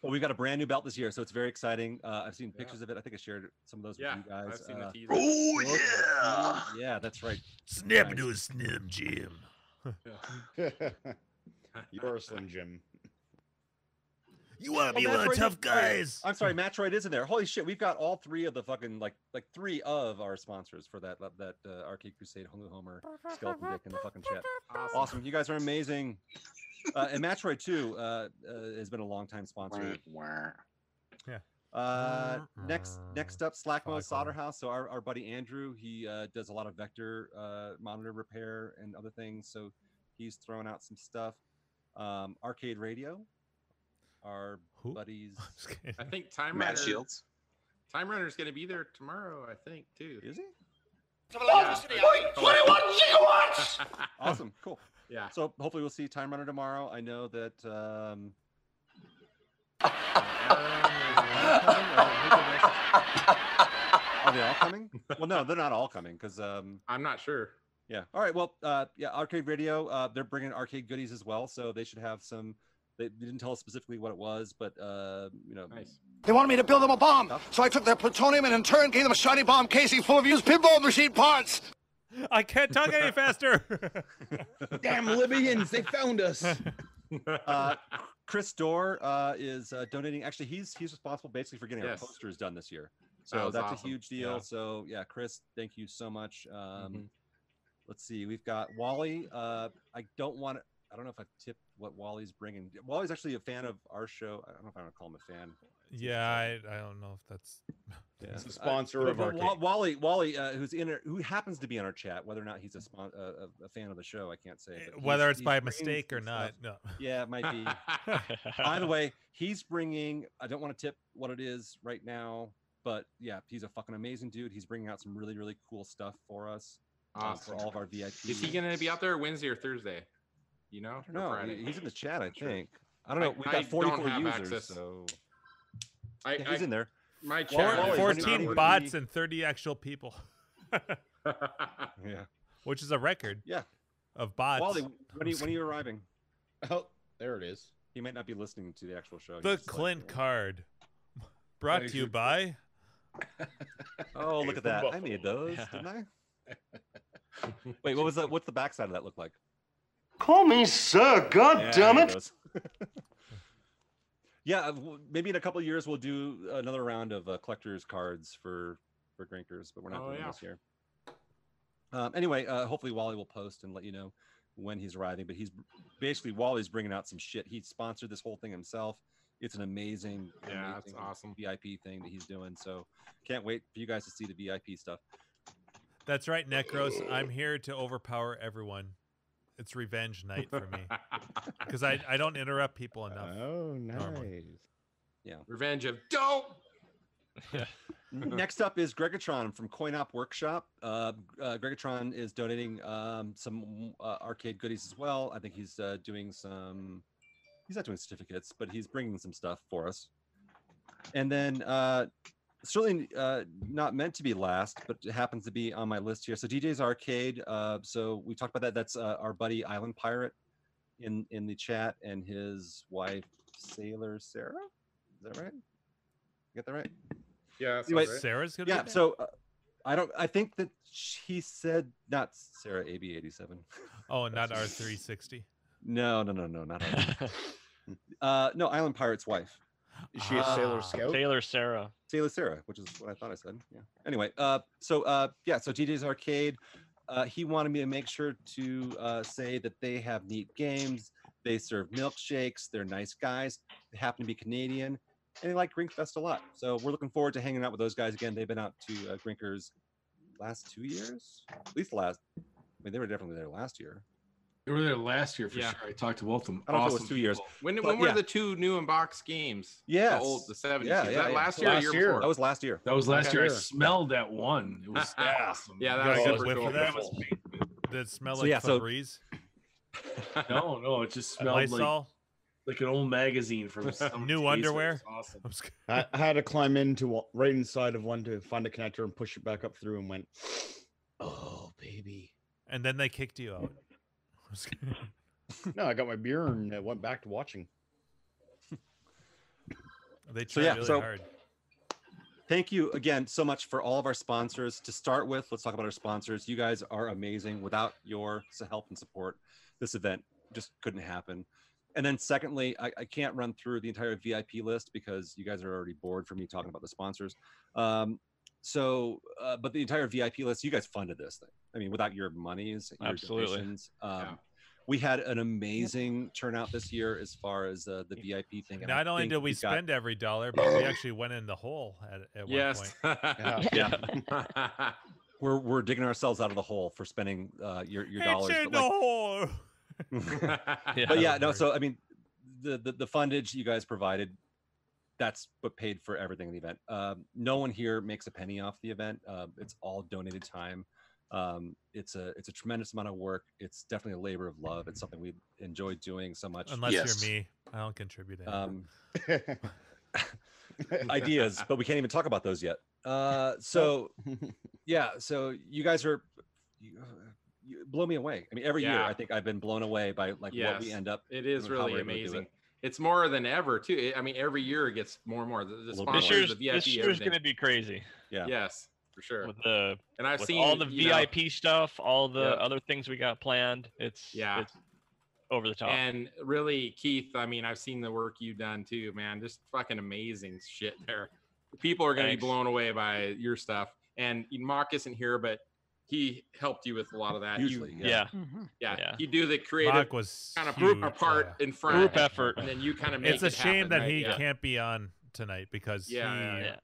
[SPEAKER 2] Well, we've got a brand new belt this year, so it's very exciting. Uh, I've seen pictures of it. I think I shared some of those
[SPEAKER 1] Yeah,
[SPEAKER 2] with you guys.
[SPEAKER 1] I've seen the
[SPEAKER 2] Uh,
[SPEAKER 1] teaser.
[SPEAKER 15] Oh,
[SPEAKER 2] look at
[SPEAKER 15] yeah.
[SPEAKER 2] the- yeah, that's right.
[SPEAKER 15] Snap
[SPEAKER 2] Nice.
[SPEAKER 15] into a Slim Jim.
[SPEAKER 11] You're a Slim Jim.
[SPEAKER 15] You want to be
[SPEAKER 2] Oh,
[SPEAKER 15] one of the
[SPEAKER 2] Matroid
[SPEAKER 15] tough
[SPEAKER 2] is- sorry.
[SPEAKER 15] guys?
[SPEAKER 2] I'm sorry, Matroid is in there. Holy shit, we've got all three of the fucking like like three of our sponsors for that that uh, Arcade Crusade Hulu Homer skeleton dick in the fucking chat. Awesome, you guys are amazing. Uh, and Matroid too uh, uh, has been a long time sponsor.
[SPEAKER 9] Yeah.
[SPEAKER 2] Uh, next, next up, Slackmo Solderhouse. So our, our buddy Andrew, he uh, does a lot of vector uh, monitor repair and other things. So he's throwing out some stuff. Um, Arcade Radio, our buddies.
[SPEAKER 1] I think Time
[SPEAKER 4] Matt
[SPEAKER 1] Runner.
[SPEAKER 4] Shields.
[SPEAKER 1] Time Runner's going to be there tomorrow, I think, too.
[SPEAKER 2] Is he?
[SPEAKER 15] Wait, 21 gigawatts!
[SPEAKER 2] awesome, cool.
[SPEAKER 1] Yeah.
[SPEAKER 2] So hopefully we'll see Time Runner tomorrow. I know that. Um, Are they all coming? Well, no, they're not all coming because um,
[SPEAKER 1] I'm not sure.
[SPEAKER 2] Yeah. All right. Well, uh, yeah, Arcade Radio. Uh, they're bringing arcade goodies as well, so they should have some. They they didn't tell us specifically what it was, but uh, you know,
[SPEAKER 15] They wanted me to build them a bomb, so I took their plutonium and in turn gave them a shiny bomb casing full of used pinball machine parts.
[SPEAKER 9] I can't talk any faster.
[SPEAKER 11] Damn Libyans, they found us.
[SPEAKER 2] uh, Chris Dorr uh, is uh, donating. Actually, he's he's responsible basically for getting
[SPEAKER 1] Yes.
[SPEAKER 2] our posters done this year.
[SPEAKER 1] That
[SPEAKER 2] So
[SPEAKER 1] was
[SPEAKER 2] that's
[SPEAKER 1] awesome.
[SPEAKER 2] a huge deal.
[SPEAKER 1] Yeah. Mm-hmm.
[SPEAKER 2] So yeah, Chris, thank you so much. Um, Let's see, we've got Wally. Uh, I don't want to. I don't know if I've tipped what Wally's bringing. Wally's actually a fan of our show. I don't know if I want to call him a fan.
[SPEAKER 9] yeah, I, I don't know if that's.
[SPEAKER 2] Yeah.
[SPEAKER 11] He's a
[SPEAKER 2] I-
[SPEAKER 11] sponsor
[SPEAKER 9] Uh,
[SPEAKER 2] but-
[SPEAKER 11] of
[SPEAKER 2] but
[SPEAKER 11] Arcade.
[SPEAKER 2] Wa- Wally, Wally, uh, who's in, our- who happens to be in our chat, whether or not he's a, spon- uh, a, a fan of the show, I can't say. but
[SPEAKER 9] Eh, Whether
[SPEAKER 2] he's-
[SPEAKER 9] it's
[SPEAKER 2] he's
[SPEAKER 9] by
[SPEAKER 2] bringing
[SPEAKER 9] mistake or
[SPEAKER 2] some stuff.
[SPEAKER 9] not, no.
[SPEAKER 2] Yeah, it might be. by the way, he's bringing. I don't want to tip what it is right now, but yeah, he's a fucking amazing dude. He's bringing out some really, really cool stuff for us. uh,
[SPEAKER 1] Awesome.
[SPEAKER 2] for all of our VIPs.
[SPEAKER 1] Is he going to be out there Wednesday or Thursday? You know? Or
[SPEAKER 2] No,
[SPEAKER 1] Friday?
[SPEAKER 2] he's in the chat, I
[SPEAKER 1] Sure.
[SPEAKER 2] think. I don't know.
[SPEAKER 1] I-
[SPEAKER 2] We've
[SPEAKER 1] I
[SPEAKER 2] got
[SPEAKER 1] don't
[SPEAKER 2] 44
[SPEAKER 1] have
[SPEAKER 2] users,
[SPEAKER 1] access.
[SPEAKER 2] so
[SPEAKER 1] I,
[SPEAKER 2] Yeah, he's
[SPEAKER 1] I-
[SPEAKER 2] in there.
[SPEAKER 1] My
[SPEAKER 2] Wally-
[SPEAKER 1] chat. is not
[SPEAKER 9] Fourteen
[SPEAKER 1] working.
[SPEAKER 9] bots and thirty actual people.
[SPEAKER 2] yeah.
[SPEAKER 9] Which is a record.
[SPEAKER 2] Yeah.
[SPEAKER 9] Of bots.
[SPEAKER 2] Wally, when are, you, when are you arriving?
[SPEAKER 11] Oh, there it is.
[SPEAKER 2] He might not be listening to the actual show. He's
[SPEAKER 9] The
[SPEAKER 2] just like,
[SPEAKER 9] Clint card. Brought to you by.
[SPEAKER 2] oh, look at that! I
[SPEAKER 9] Buffalo."
[SPEAKER 2] made those,
[SPEAKER 9] Yeah.
[SPEAKER 2] didn't I? Wait, what was that? What's the backside of that look like?
[SPEAKER 15] Call me sir, god
[SPEAKER 2] Yeah,
[SPEAKER 15] damn
[SPEAKER 2] I
[SPEAKER 15] it!
[SPEAKER 2] made those. yeah, uh, w- maybe in a couple of years we'll do another round of uh, collectors cards for for drinkers, but we're not
[SPEAKER 1] Oh,
[SPEAKER 2] doing
[SPEAKER 1] yeah.
[SPEAKER 2] this year. Um, anyway, uh, hopefully Wally will post and let you know when he's arriving. But he's basically Wally's bringing out some shit. He sponsored this whole thing himself. It's an amazing,
[SPEAKER 1] Yeah, that's
[SPEAKER 2] amazing
[SPEAKER 1] awesome.
[SPEAKER 2] VIP thing that he's doing. So can't wait for you guys to see the VIP stuff.
[SPEAKER 9] That's right, Necros. I'm here to overpower everyone. It's revenge night for me because I, I don't interrupt people enough.
[SPEAKER 11] Oh, nice.
[SPEAKER 9] Normally.
[SPEAKER 2] Yeah.
[SPEAKER 1] Revenge of Dope.
[SPEAKER 2] Next up is Gregatron from CoinOp Workshop. Uh, uh, Gregatron is donating um, some uh, arcade goodies as well. I think he's uh, doing some. He's not doing certificates, but he's bringing some stuff for us. And then, uh, certainly uh, not meant to be last, but it happens to be on my list here. So DJ's Arcade. Uh, so we talked about that. That's uh, our buddy Island Pirate in in the chat, and his wife Sailor Sarah. Is that right? Get that right?
[SPEAKER 1] Yeah. that sounds
[SPEAKER 2] Anyway,
[SPEAKER 1] right.
[SPEAKER 9] Sarah's gonna.
[SPEAKER 2] yeah
[SPEAKER 9] be there?
[SPEAKER 2] so uh, i don't i think that she said not sarah ab87
[SPEAKER 9] Oh, and not R360.
[SPEAKER 2] no no no no not her. uh no island pirate's wife
[SPEAKER 11] Is she a Sailor
[SPEAKER 2] Ah.
[SPEAKER 11] Scout?
[SPEAKER 7] Taylor Sarah.
[SPEAKER 2] Sailor Sarah, which is what I thought I said. Yeah. Anyway, uh, so uh, yeah, so DJ's Arcade, uh, he wanted me to make sure to uh, say that they have neat games. They serve milkshakes. They're nice guys. They happen to be Canadian, and they like Grinkfest a lot. So we're looking forward to hanging out with those guys again. They've been out to uh, Grinkers last two years, at least last. I mean, they were definitely there last year.
[SPEAKER 5] They were there last year for
[SPEAKER 1] Yeah.
[SPEAKER 5] sure. I talked to both of them.
[SPEAKER 2] I don't know if it was
[SPEAKER 5] Awesome
[SPEAKER 2] two years.
[SPEAKER 5] people.
[SPEAKER 1] When,
[SPEAKER 2] But
[SPEAKER 1] when were
[SPEAKER 2] yeah.
[SPEAKER 1] the two new unboxed games?
[SPEAKER 2] Yes.
[SPEAKER 1] The old, the 70s.
[SPEAKER 2] Yeah,
[SPEAKER 1] Is
[SPEAKER 2] yeah,
[SPEAKER 1] that
[SPEAKER 2] yeah.
[SPEAKER 1] last year or
[SPEAKER 2] Last
[SPEAKER 1] year,
[SPEAKER 2] year.
[SPEAKER 1] before?
[SPEAKER 2] That was last year.
[SPEAKER 5] That was last
[SPEAKER 1] Okay.
[SPEAKER 5] year. I smelled that one. It was awesome.
[SPEAKER 1] Yeah, that
[SPEAKER 5] You
[SPEAKER 1] was
[SPEAKER 5] got a
[SPEAKER 1] super
[SPEAKER 5] whiff
[SPEAKER 1] cool.
[SPEAKER 5] of that?
[SPEAKER 1] That was-
[SPEAKER 9] Did it smell
[SPEAKER 5] So,
[SPEAKER 9] like
[SPEAKER 5] yeah, so-
[SPEAKER 9] Febreze?
[SPEAKER 5] No, no, it just smelled like,
[SPEAKER 9] Lysol?
[SPEAKER 5] like an old magazine from some
[SPEAKER 9] New
[SPEAKER 5] taser.
[SPEAKER 9] underwear?
[SPEAKER 5] It's Awesome.
[SPEAKER 11] I, I had to climb into one, right inside of one to find a connector and push it back up through and went, oh baby.
[SPEAKER 9] And then they kicked you out.
[SPEAKER 11] no, I got my beer and uh, went back to watching.
[SPEAKER 9] They
[SPEAKER 2] So
[SPEAKER 9] tried
[SPEAKER 2] yeah,
[SPEAKER 9] really
[SPEAKER 2] so-
[SPEAKER 9] hard.
[SPEAKER 2] Thank you again so much for all of our sponsors. To start with, let's talk about our sponsors. You guys are amazing. Without your s- help and support, this event just couldn't happen. And then, secondly, I, I can't run through the entire VIP list because you guys are already bored from me talking about the sponsors. Um, so, uh, but the entire VIP list, you guys funded this thing. I mean, without your monies, your
[SPEAKER 7] Absolutely.
[SPEAKER 2] donations, um, we had an amazing turnout this year as far as uh, the VIP thing. and I
[SPEAKER 9] Not only
[SPEAKER 2] think
[SPEAKER 9] did we
[SPEAKER 2] got-
[SPEAKER 9] spend every dollar, but we actually went in the hole at, at one
[SPEAKER 2] Yes.
[SPEAKER 9] point.
[SPEAKER 2] yeah. we're we're digging ourselves out of the hole for spending uh, your your dollars.
[SPEAKER 9] It's in
[SPEAKER 2] but,
[SPEAKER 9] the
[SPEAKER 2] like-
[SPEAKER 9] hole.
[SPEAKER 2] but yeah, no. So I mean, the, the the fundage you guys provided, that's what paid for everything in the event. Um, no one here makes a penny off the event. Um, it's all donated time. Um, it's a it's a tremendous amount of work. It's definitely a labor of love. It's something we enjoy doing so much.
[SPEAKER 9] Unless you're me, I don't contribute anything.
[SPEAKER 2] Um,
[SPEAKER 1] Uh,
[SPEAKER 2] ideas, but we can't even talk about those yet. Uh, so yeah, so you guys are you, uh, you blow me away. I mean, every year
[SPEAKER 1] Yeah.
[SPEAKER 2] I think I've been blown away by like what we
[SPEAKER 1] Yes.
[SPEAKER 2] end up.
[SPEAKER 1] It is
[SPEAKER 2] how we're
[SPEAKER 1] really
[SPEAKER 2] able to do
[SPEAKER 1] amazing.
[SPEAKER 2] it.
[SPEAKER 1] It's more than ever too. It- I mean, every year it gets more and more. The, the
[SPEAKER 2] little bit
[SPEAKER 1] sponsors,
[SPEAKER 2] more.
[SPEAKER 1] the
[SPEAKER 7] This year's-
[SPEAKER 1] VIP,
[SPEAKER 7] this year's
[SPEAKER 1] everything.
[SPEAKER 7] gonna be crazy.
[SPEAKER 2] Yeah.
[SPEAKER 1] Yes, for sure.
[SPEAKER 7] With the
[SPEAKER 1] and I've
[SPEAKER 7] with
[SPEAKER 1] seen
[SPEAKER 7] all the
[SPEAKER 1] you know,
[SPEAKER 7] VIP stuff, all the
[SPEAKER 1] Yeah.
[SPEAKER 7] other things we got planned. It's
[SPEAKER 1] Yeah.
[SPEAKER 7] it's over the top.
[SPEAKER 1] And really, Keith, I mean, I've seen the work you've done too, man. Just fucking amazing shit there. People are going to be
[SPEAKER 7] Thanks.
[SPEAKER 1] blown away by your stuff. And Mock isn't here, but he helped you with a lot of that.
[SPEAKER 2] Usually,
[SPEAKER 1] you,
[SPEAKER 7] yeah.
[SPEAKER 1] yeah.
[SPEAKER 7] Yeah.
[SPEAKER 1] You do the creative
[SPEAKER 9] Mock Mm-hmm. was
[SPEAKER 1] kind of
[SPEAKER 9] huge,
[SPEAKER 1] group
[SPEAKER 2] uh,
[SPEAKER 1] apart
[SPEAKER 9] yeah.
[SPEAKER 1] in front,
[SPEAKER 7] Group effort.
[SPEAKER 1] and then you kind of make
[SPEAKER 9] It's a
[SPEAKER 1] it
[SPEAKER 9] shame
[SPEAKER 1] happen,
[SPEAKER 9] that
[SPEAKER 1] right?
[SPEAKER 9] he
[SPEAKER 1] Yeah.
[SPEAKER 9] can't be on tonight because
[SPEAKER 1] Yeah, yeah,
[SPEAKER 9] he.
[SPEAKER 1] yeah.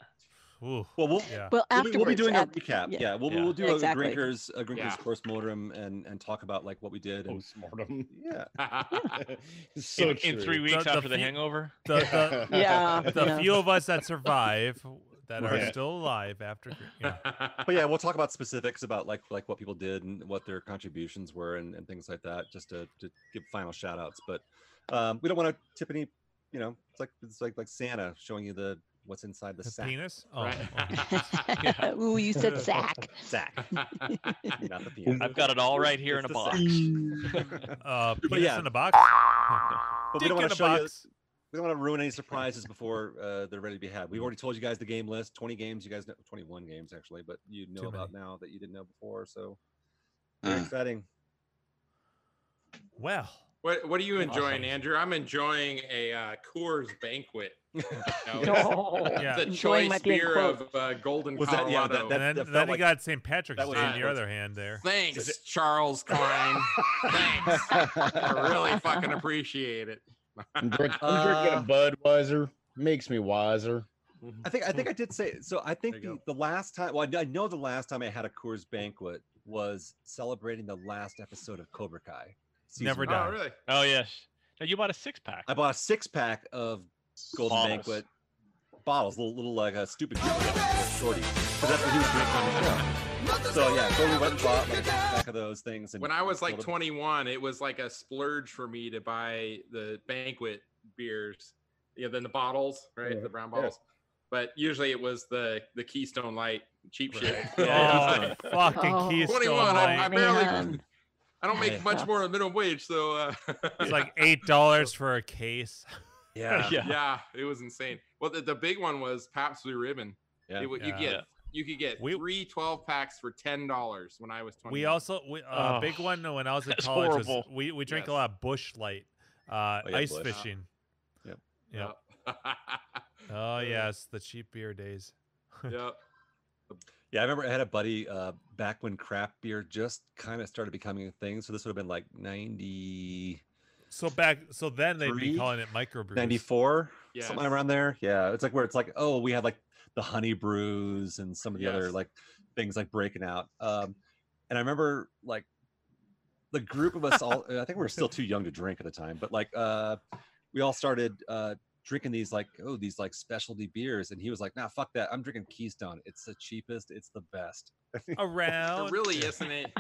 [SPEAKER 9] Ooh,
[SPEAKER 2] Well, we'll,
[SPEAKER 9] yeah.
[SPEAKER 8] Well,
[SPEAKER 2] we'll, be, we'll be
[SPEAKER 8] afterwards,
[SPEAKER 2] doing a
[SPEAKER 8] after-
[SPEAKER 2] recap.
[SPEAKER 8] yeah.
[SPEAKER 2] Yeah, we'll,
[SPEAKER 9] Yeah.
[SPEAKER 2] we'll do
[SPEAKER 8] Exactly.
[SPEAKER 2] a Grinkers, a Grinkers
[SPEAKER 1] Yeah.
[SPEAKER 2] post mortem and and talk about like what we did. And,
[SPEAKER 11] Postmortem.
[SPEAKER 2] yeah,
[SPEAKER 11] so
[SPEAKER 7] in, in three
[SPEAKER 11] true.
[SPEAKER 7] weeks
[SPEAKER 9] The- the
[SPEAKER 7] after the,
[SPEAKER 9] fe-
[SPEAKER 7] hangover.
[SPEAKER 9] the, the,
[SPEAKER 8] Yeah,
[SPEAKER 9] the
[SPEAKER 8] yeah.
[SPEAKER 9] few of us that survive that are
[SPEAKER 2] Right.
[SPEAKER 9] still alive after. Gr- Yeah.
[SPEAKER 2] but yeah, we'll talk about specifics about like like what people did and what their contributions were and, and things like that, just to, to give final shout outs. But um, we don't want to tip any, you know, it's like it's like like Santa showing you the what's inside the,
[SPEAKER 9] The
[SPEAKER 2] sack.
[SPEAKER 9] penis? Oh,
[SPEAKER 1] Right.
[SPEAKER 9] oh.
[SPEAKER 8] Ooh, you said Zach.
[SPEAKER 2] Sack, not the penis.
[SPEAKER 7] I've got it all right here in
[SPEAKER 2] It's
[SPEAKER 7] a
[SPEAKER 2] the
[SPEAKER 7] box.
[SPEAKER 9] Uh, penis
[SPEAKER 2] yeah.
[SPEAKER 9] in a box?
[SPEAKER 2] But we
[SPEAKER 9] Dick
[SPEAKER 2] don't
[SPEAKER 9] in
[SPEAKER 2] want
[SPEAKER 9] a
[SPEAKER 2] to show you.
[SPEAKER 9] box.
[SPEAKER 2] We don't want to ruin any surprises before uh, they're ready to be had. We've already told you guys the game list, 20 games. You guys know 21 games actually, but you know
[SPEAKER 9] Too
[SPEAKER 2] about now that you didn't know before. So
[SPEAKER 11] Ah.
[SPEAKER 2] very exciting.
[SPEAKER 9] Well,
[SPEAKER 1] What What are you enjoying,
[SPEAKER 9] Awesome.
[SPEAKER 1] Andrew? I'm enjoying a uh, Coors Banquet. You know,
[SPEAKER 8] No.
[SPEAKER 1] it's
[SPEAKER 9] Yeah.
[SPEAKER 1] The
[SPEAKER 8] Enjoying
[SPEAKER 1] choice
[SPEAKER 8] might be in
[SPEAKER 1] beer of uh, Golden
[SPEAKER 2] Was that-
[SPEAKER 1] Colorado.
[SPEAKER 2] yeah, that- that-
[SPEAKER 9] and then,
[SPEAKER 2] felt
[SPEAKER 9] then he
[SPEAKER 2] like-
[SPEAKER 9] got St. Patrick's Day
[SPEAKER 2] that was
[SPEAKER 9] in the
[SPEAKER 2] backwards.
[SPEAKER 9] other hand there.
[SPEAKER 1] Thanks, Charles Klein. Thanks. I really fucking appreciate it.
[SPEAKER 11] I'm, drink-
[SPEAKER 2] Uh,
[SPEAKER 11] I'm drinking a Budweiser. Makes me wiser.
[SPEAKER 2] I think I think I did say so. I think
[SPEAKER 1] you
[SPEAKER 2] the, the last time, well, I- I know the last time I had a Coors banquet was celebrating the last episode of Cobra Kai. season
[SPEAKER 9] Never
[SPEAKER 2] one.
[SPEAKER 9] done.
[SPEAKER 1] Oh, really?
[SPEAKER 7] Oh yes. No, you bought a six pack.
[SPEAKER 2] I bought a six pack of Golden
[SPEAKER 7] Bottles.
[SPEAKER 2] Banquet bottles, little, little like a stupid shorty, because that's what he was drinking on the show. So yeah, so we went and bought like a six pack of those things. And
[SPEAKER 1] When I was like
[SPEAKER 2] Golden-
[SPEAKER 1] 21, it was like a splurge for me to buy the banquet beers, you know, then the bottles, right? The brown
[SPEAKER 2] Yeah.
[SPEAKER 1] bottles. But usually it was the the Keystone Light, cheap shit.
[SPEAKER 9] Oh,
[SPEAKER 1] Yeah.
[SPEAKER 9] fucking
[SPEAKER 8] Oh.
[SPEAKER 9] Keystone
[SPEAKER 1] 21.
[SPEAKER 9] Light.
[SPEAKER 1] I, I barely.
[SPEAKER 8] Man.
[SPEAKER 1] I don't make much more than minimum wage, so. Uh,
[SPEAKER 9] It's like eight dollars for a case.
[SPEAKER 2] yeah,
[SPEAKER 7] Yeah.
[SPEAKER 1] yeah, it was insane. Well, the, the big one was Pabst Blue Ribbon.
[SPEAKER 2] Yeah.
[SPEAKER 1] It would- you
[SPEAKER 9] Yeah.
[SPEAKER 1] get
[SPEAKER 7] Yeah.
[SPEAKER 1] you could get
[SPEAKER 9] We-
[SPEAKER 1] three 12 packs for ten dollars when I was twenty.
[SPEAKER 9] We also we, uh,
[SPEAKER 7] Oh,
[SPEAKER 9] big one when I was in
[SPEAKER 7] that's
[SPEAKER 9] college was
[SPEAKER 7] horrible.
[SPEAKER 9] we we drank a
[SPEAKER 1] Yes.
[SPEAKER 9] lot of Bush Light, uh,
[SPEAKER 2] Oh, yeah,
[SPEAKER 9] ice
[SPEAKER 2] Busch.
[SPEAKER 9] fishing.
[SPEAKER 2] Yep.
[SPEAKER 9] Yep. Oh yes, the cheap beer days.
[SPEAKER 1] yep.
[SPEAKER 2] Yeah, I remember I had a buddy uh, back when craft beer just kind of started becoming a thing. So this would have been like 90,
[SPEAKER 9] So back, so then they'd be
[SPEAKER 2] Three?
[SPEAKER 9] calling it microbrews.
[SPEAKER 2] 94
[SPEAKER 9] Yes.
[SPEAKER 2] something around there yeah it's like where it's like oh we had like the honey brews and some of the other
[SPEAKER 9] Yes.
[SPEAKER 2] like things like breaking out um and i remember like the group of us all i think we were still too young to drink at the time but like uh we all started uh drinking these like oh these like specialty beers and he was like nah fuck that i'm drinking keystone it's the cheapest it's the best
[SPEAKER 9] around.
[SPEAKER 1] There really isn't it.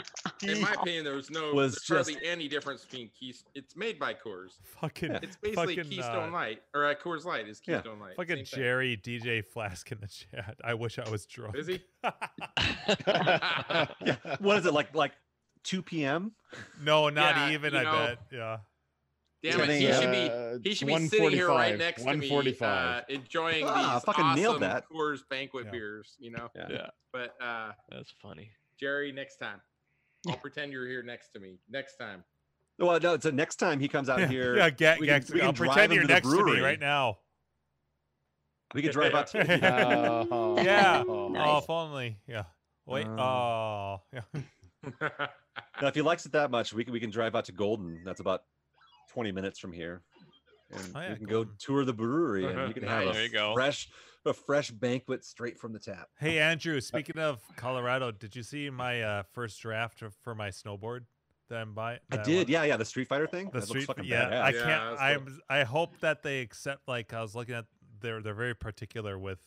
[SPEAKER 1] In my opinion, there was no
[SPEAKER 2] Was
[SPEAKER 1] there's
[SPEAKER 2] just-
[SPEAKER 1] hardly any difference between Keystone. It's made by Coors.
[SPEAKER 9] Fucking-
[SPEAKER 1] It's basically
[SPEAKER 9] fucking,
[SPEAKER 1] Keystone
[SPEAKER 9] uh,
[SPEAKER 1] Light or uh, Coors Light is
[SPEAKER 9] Yeah.
[SPEAKER 1] Keystone Light.
[SPEAKER 9] Fucking
[SPEAKER 1] Same thing.
[SPEAKER 9] Jerry DJ Flask in the chat. I wish I was drunk.
[SPEAKER 1] Is he?
[SPEAKER 2] yeah what is it like like 2 p.m
[SPEAKER 9] No, not
[SPEAKER 2] Yeah,
[SPEAKER 9] even.
[SPEAKER 2] you
[SPEAKER 9] I
[SPEAKER 2] know,
[SPEAKER 9] bet. Yeah.
[SPEAKER 1] Damn it, he should be he should be sitting here right next to me, uh, enjoying
[SPEAKER 2] Ah,
[SPEAKER 1] these
[SPEAKER 2] fucking
[SPEAKER 1] awesome
[SPEAKER 2] nailed that.
[SPEAKER 1] Coors banquet beers. You know.
[SPEAKER 2] Yeah. Yeah.
[SPEAKER 1] But uh,
[SPEAKER 7] That's funny.
[SPEAKER 1] Jerry, next time, I'll pretend you're here next to me. Next time.
[SPEAKER 2] Well, no. So next time he comes out here,
[SPEAKER 9] Yeah, Ga-
[SPEAKER 2] we can-
[SPEAKER 9] Gax-
[SPEAKER 2] we can
[SPEAKER 9] I'll
[SPEAKER 2] drive
[SPEAKER 9] pretend
[SPEAKER 2] him
[SPEAKER 9] you're
[SPEAKER 2] to the
[SPEAKER 9] next to me
[SPEAKER 2] brewery.
[SPEAKER 9] right now.
[SPEAKER 2] We could drive out to the
[SPEAKER 9] yeah.
[SPEAKER 2] brewery.
[SPEAKER 9] Oh,
[SPEAKER 2] Nice.
[SPEAKER 9] if only. Yeah. Wait.
[SPEAKER 2] Um,
[SPEAKER 9] oh. Yeah.
[SPEAKER 2] Now, if he likes it that much, we can we can drive out to Golden. That's about twenty minutes from here, and
[SPEAKER 9] Oh, yeah,
[SPEAKER 2] we can go tour the brewery, and
[SPEAKER 9] Uh-huh.
[SPEAKER 2] you can have a
[SPEAKER 9] Nice. There you go.
[SPEAKER 2] fresh a fresh banquet straight from the tap.
[SPEAKER 9] Hey Andrew, speaking of Colorado, did you see my uh, first draft of, for my snowboard that I'm buying?
[SPEAKER 2] I did, yeah, yeah. The Street Fighter thing.
[SPEAKER 9] The
[SPEAKER 2] that
[SPEAKER 9] street,
[SPEAKER 2] looks fucking
[SPEAKER 9] yeah.
[SPEAKER 2] badass.
[SPEAKER 9] I can't. I am I hope that they accept. Like I was looking at, they're they're very particular with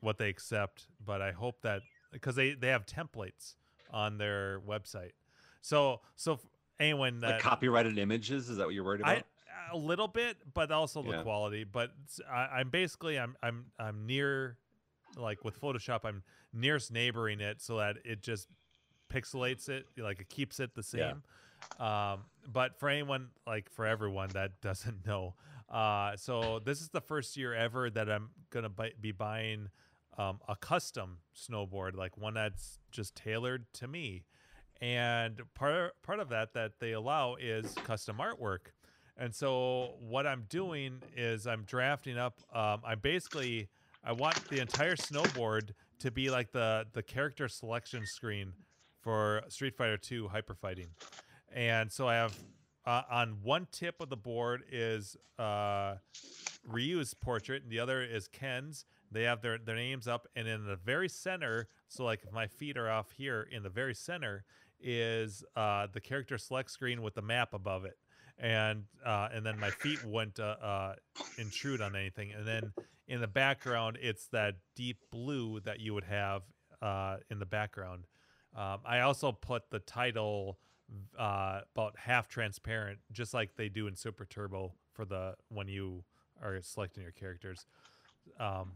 [SPEAKER 9] what they accept, but I hope that because they they have templates on their website. So so f- anyone that
[SPEAKER 2] like copyrighted images. Is that what you're worried about?
[SPEAKER 9] I, a little bit, but also the
[SPEAKER 2] Yeah.
[SPEAKER 9] quality. But s- I, am basically I'm I'm I'm near, like with Photoshop, I'm nearest neighboring it so that it just pixelates it, like it keeps it the
[SPEAKER 2] Yeah.
[SPEAKER 9] same. Um, but for anyone, like for everyone that doesn't know, uh, so this is the first year ever that I'm gonna buy, be buying um, a custom snowboard, like one that's just tailored to me. And part part of that that they allow is custom artwork. And so what I'm doing is I'm drafting up. Um, I basically I want the entire snowboard to be like the the character selection screen for Street Fighter Two Hyper Fighting. And so I have uh, on one tip of the board is uh, Ryu's portrait, and the other is Ken's. They have their, their names up, and in the very center, so like if my feet are off here, in the very center is uh, the character select screen with the map above it, and uh, and then my feet wouldn't uh, uh, intrude on anything. And then in the background, it's that deep blue that you would have uh, in the background. Um, I also put the title uh, about half transparent, just like they do in Super Turbo for the when you are selecting your characters. Um,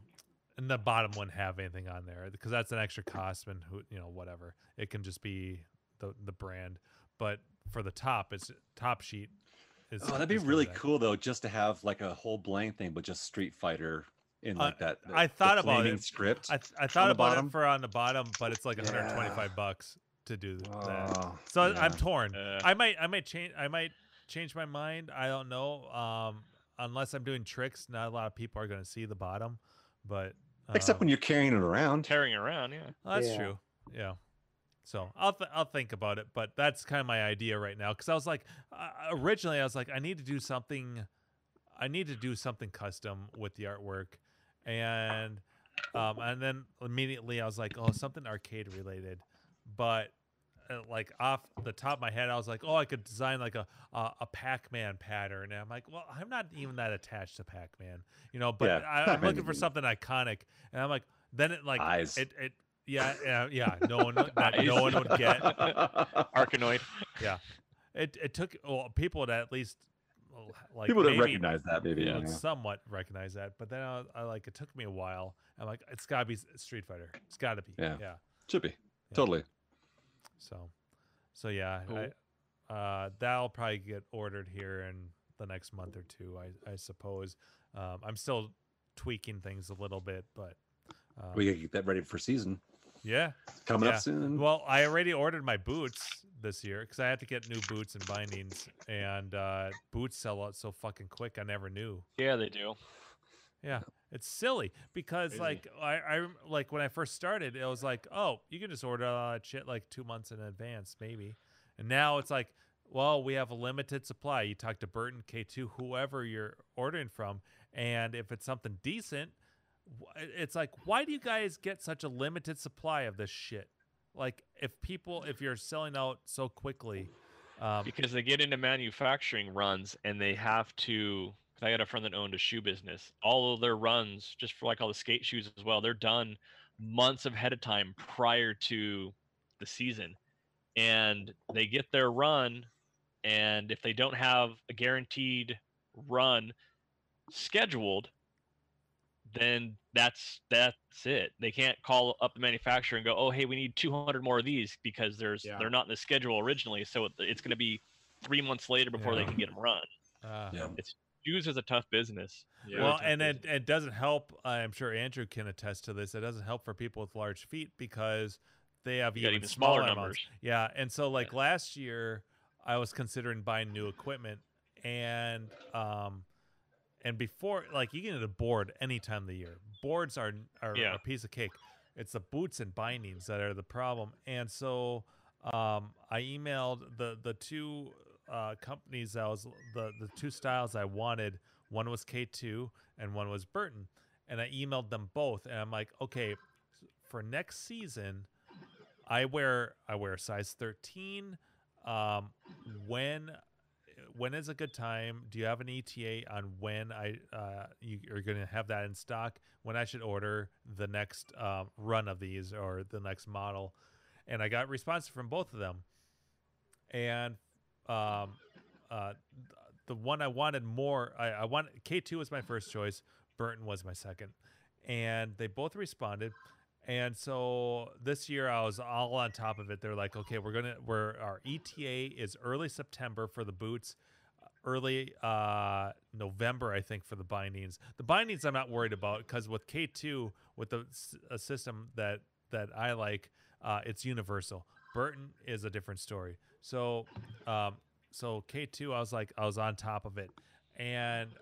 [SPEAKER 9] and the bottom one have anything on there because that's an extra cost and who you know whatever it can just be the the brand, but for the top it's top sheet. Is,
[SPEAKER 2] oh, that'd be
[SPEAKER 9] is gonna
[SPEAKER 2] really
[SPEAKER 9] that.
[SPEAKER 2] cool though, just to have like a whole blank thing, but just Street Fighter in
[SPEAKER 9] Uh,
[SPEAKER 2] like that. the-
[SPEAKER 9] I
[SPEAKER 2] the
[SPEAKER 9] thought about
[SPEAKER 2] flaming
[SPEAKER 9] it.
[SPEAKER 2] script.
[SPEAKER 9] I, th- I
[SPEAKER 2] on
[SPEAKER 9] thought
[SPEAKER 2] the
[SPEAKER 9] about
[SPEAKER 2] bottom.
[SPEAKER 9] it for on the bottom, but it's like 125
[SPEAKER 2] Yeah.
[SPEAKER 9] bucks to do th- that.
[SPEAKER 2] Oh,
[SPEAKER 9] So
[SPEAKER 2] yeah.
[SPEAKER 9] I'm torn.
[SPEAKER 7] Yeah.
[SPEAKER 9] I might I might change I might change my mind. I don't know. Um, unless I'm doing tricks, not a lot of people are going to see the bottom. But uh,
[SPEAKER 2] Except when you're carrying it around.
[SPEAKER 7] Tearing around, yeah.
[SPEAKER 9] well, that's
[SPEAKER 7] Yeah.
[SPEAKER 9] true. Yeah. So I'll th- I'll think about it, but that's kind of my idea right now because I was like, uh, originally I was like, I need to do something, I need to do something custom with the artwork, and um, and then immediately I was like, oh, something arcade related, but uh, like off the top of my head, I was like, oh, I could design like a a, a Pac Man pattern, and I'm like, well, I'm not even that attached to Pac Man, you know, but
[SPEAKER 2] Yeah,
[SPEAKER 9] I, I'm
[SPEAKER 2] Pac-Man
[SPEAKER 9] looking for
[SPEAKER 2] isn't-
[SPEAKER 9] something iconic, and I'm like, then it like
[SPEAKER 2] Eyes.
[SPEAKER 9] it it yeah yeah, yeah no one would- not, no
[SPEAKER 7] Eyes.
[SPEAKER 9] one would get
[SPEAKER 7] Arkanoid.
[SPEAKER 9] yeah it it took well people would at least well, like
[SPEAKER 2] People would
[SPEAKER 9] maybe,
[SPEAKER 2] recognize that, maybe,
[SPEAKER 9] people would
[SPEAKER 2] yeah.
[SPEAKER 9] somewhat recognize that but then I, I like it took me a while I'm like it's gotta be S- Street Fighter it's gotta be
[SPEAKER 2] Yeah.
[SPEAKER 9] yeah
[SPEAKER 2] Should be. Totally.
[SPEAKER 9] so so yeah
[SPEAKER 2] Cool.
[SPEAKER 9] I, uh, that'll probably get ordered here in the next month or two I I suppose um, I'm still tweaking things a little bit but um,
[SPEAKER 2] we gotta get that ready for season.
[SPEAKER 9] yeah.
[SPEAKER 2] It's coming
[SPEAKER 9] yeah.
[SPEAKER 2] up soon.
[SPEAKER 9] Well, I already ordered my boots this year because I had to get new boots and bindings, and uh, boots sell out so fucking quick. I never knew.
[SPEAKER 7] Yeah, they do.
[SPEAKER 9] Yeah, it's silly because
[SPEAKER 7] Crazy.
[SPEAKER 9] like I, I rem- like when I first started, it was like, oh, you can just order all that shit like two months in advance, maybe, and now it's like well, we have a limited supply. You talk to Burton, K2, whoever you're ordering from, and if it's something decent, wh- it's like, why do you guys get such a limited supply of this shit? Like, if people, if you're selling out so quickly, um,
[SPEAKER 7] because they get into manufacturing runs and they have to. Cause I got a friend that owned a shoe business. All of their runs, just for like all the skate shoes as well, they're done months ahead of time prior to the season, and they get their run. And if they don't have a guaranteed run scheduled, then that's that's it. They can't call up the manufacturer and go, "Oh, hey, we need 200 more of these because there's
[SPEAKER 9] Yeah.
[SPEAKER 7] they're not in the schedule originally." So it, it's going to be three months later before they
[SPEAKER 9] Yeah.
[SPEAKER 7] can get them run.
[SPEAKER 9] Uh, Yeah.
[SPEAKER 7] It's shoes is a tough business.
[SPEAKER 9] Well, and it, it doesn't help. I'm sure Andrew can attest to this. It doesn't help for people with large feet because they have
[SPEAKER 7] You got
[SPEAKER 9] even,
[SPEAKER 7] even smaller
[SPEAKER 9] amounts.
[SPEAKER 7] numbers.
[SPEAKER 9] Yeah, and so like last year, I was considering buying new equipment, and um, and before like you can get a board any time of the year. Boards are are
[SPEAKER 7] Yeah.
[SPEAKER 9] a piece of cake. It's the boots and bindings that are the problem. And so um, I emailed the the two uh, companies that was the the two styles I wanted. One was K2 and one was Burton. And I emailed them both and I'm like, "Okay, for next season, I wear I wear a size 13. Um, when when is a good time? Do you have an ETA on when I uh, you are going to have that in stock? When I should order the next uh, run of these or the next model? And I got responses from both of them, and um, uh, th- the one I wanted more. I, I want K two was my first choice. Burton was my second, and they both responded. And so this year I was all on top of it. They're like, okay, we're gonna we're our ETA is early September for the boots, early uh November I think for the bindings. The bindings I'm not worried about because with K two with the s- a system that that I like, uh, it's universal. Burton is a different story. So um so K two I was like I was on top of it, and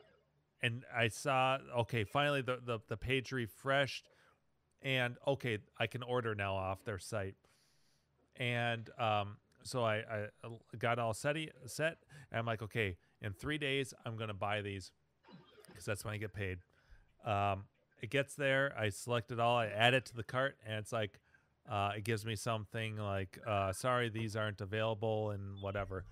[SPEAKER 9] and I saw okay finally the the, the page refreshed and okay, I can order now off their site. And um, so I, I uh, got all set, set, and I'm like, okay, in three days, I'm gonna buy these because that's when I get paid. Um, it gets there, I select it all, I add it to the cart, and it's like, uh, it gives me something like, uh, sorry, these aren't available, and whatever.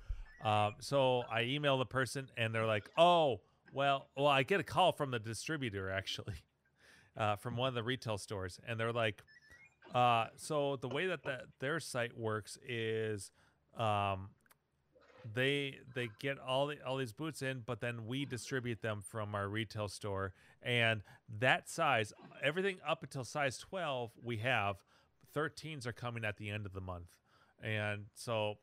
[SPEAKER 9] Um, so I email the person, and they're like, oh, well, well, I get a call from the distributor actually uh, from one of the retail stores, and they're like, uh, "So the way that that their site works is, um, they they get all the, all these boots in, but then we distribute them from our retail store, and that size, everything up until size twelve, we have. Thirteens are coming at the end of the month, and so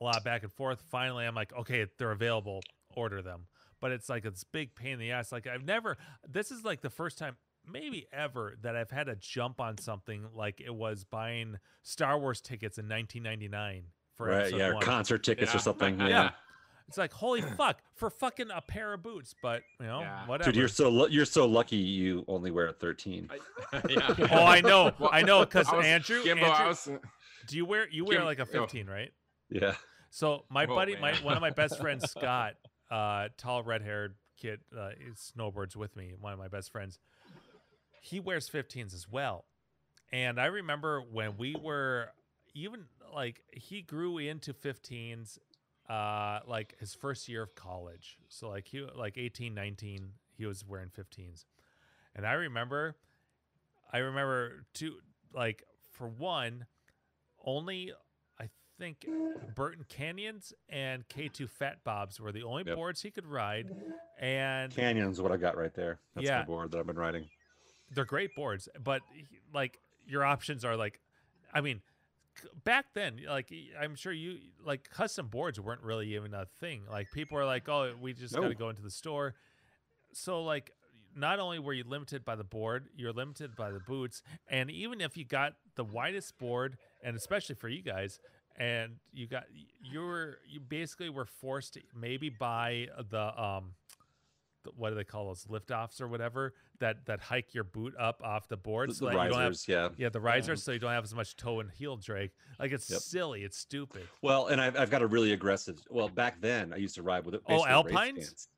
[SPEAKER 9] a lot back and forth. Finally, I'm like, okay, they're available. Order them. But it's like it's big pain in the ass. Like I've never. This is like the first time, maybe ever, that I've had to jump on something like it was buying Star Wars tickets in 1999 for
[SPEAKER 2] Right,
[SPEAKER 9] episode
[SPEAKER 2] yeah, or
[SPEAKER 9] one.
[SPEAKER 2] concert tickets or Yeah. something,
[SPEAKER 9] yeah.
[SPEAKER 2] yeah.
[SPEAKER 9] It's like holy fuck for fucking a pair of boots, but you know whatever.
[SPEAKER 2] Dude, you're so lu- you're so lucky. You only wear a thirteen.
[SPEAKER 1] yeah.
[SPEAKER 9] oh, I know,
[SPEAKER 1] Well,
[SPEAKER 9] I know, because
[SPEAKER 1] I was-
[SPEAKER 9] Andrew,
[SPEAKER 1] Jimbo, I
[SPEAKER 9] Andrew-
[SPEAKER 1] was-
[SPEAKER 9] do you wear you wear
[SPEAKER 1] Jim-
[SPEAKER 9] like a
[SPEAKER 1] yo.
[SPEAKER 9] 15, right?
[SPEAKER 2] Oh. Yeah.
[SPEAKER 9] So my
[SPEAKER 2] Whoa,
[SPEAKER 9] buddy, my
[SPEAKER 2] man.
[SPEAKER 9] one of my best friends, Scott, uh, tall red haired kid, uh, he snowboards with me. One of my best friends, he wears 15s as well. And I remember when we were even like he grew into 15s uh like his first year of college so like he like 18 19 he was wearing 15s and i remember I remember two like for one, only I think Burton Canyons and K2 Fat Bobs were the only
[SPEAKER 2] Yep.
[SPEAKER 9] boards he could ride, and
[SPEAKER 2] Canyon's what I got right there. That's
[SPEAKER 9] Yeah.
[SPEAKER 2] my board that I've been riding.
[SPEAKER 9] they're great boards. But he- like your options are like, I mean, c- back then, like y- I'm sure you like custom boards weren't really even a thing. Like people are like, oh, we just got
[SPEAKER 2] No.
[SPEAKER 9] to go into the store. So like, not only were you limited by the board, you're limited by the boots, and even if you got the widest board, and especially for you guys. And you got you were you basically were forced to maybe buy the um th- what do they call those liftoffs or whatever that that hike your boot up off the board
[SPEAKER 2] The-
[SPEAKER 9] so
[SPEAKER 2] the
[SPEAKER 9] that you don't have-
[SPEAKER 2] risers, yeah.
[SPEAKER 9] yeah the
[SPEAKER 2] Yeah.
[SPEAKER 9] risers so you don't have as much toe and heel drag like it's
[SPEAKER 2] Yep.
[SPEAKER 9] silly it's stupid
[SPEAKER 2] Well, and I've, I've got a really aggressive. Well, back then I used to ride with it.
[SPEAKER 9] Oh,
[SPEAKER 2] basically a race
[SPEAKER 9] Alpines?
[SPEAKER 2] stance.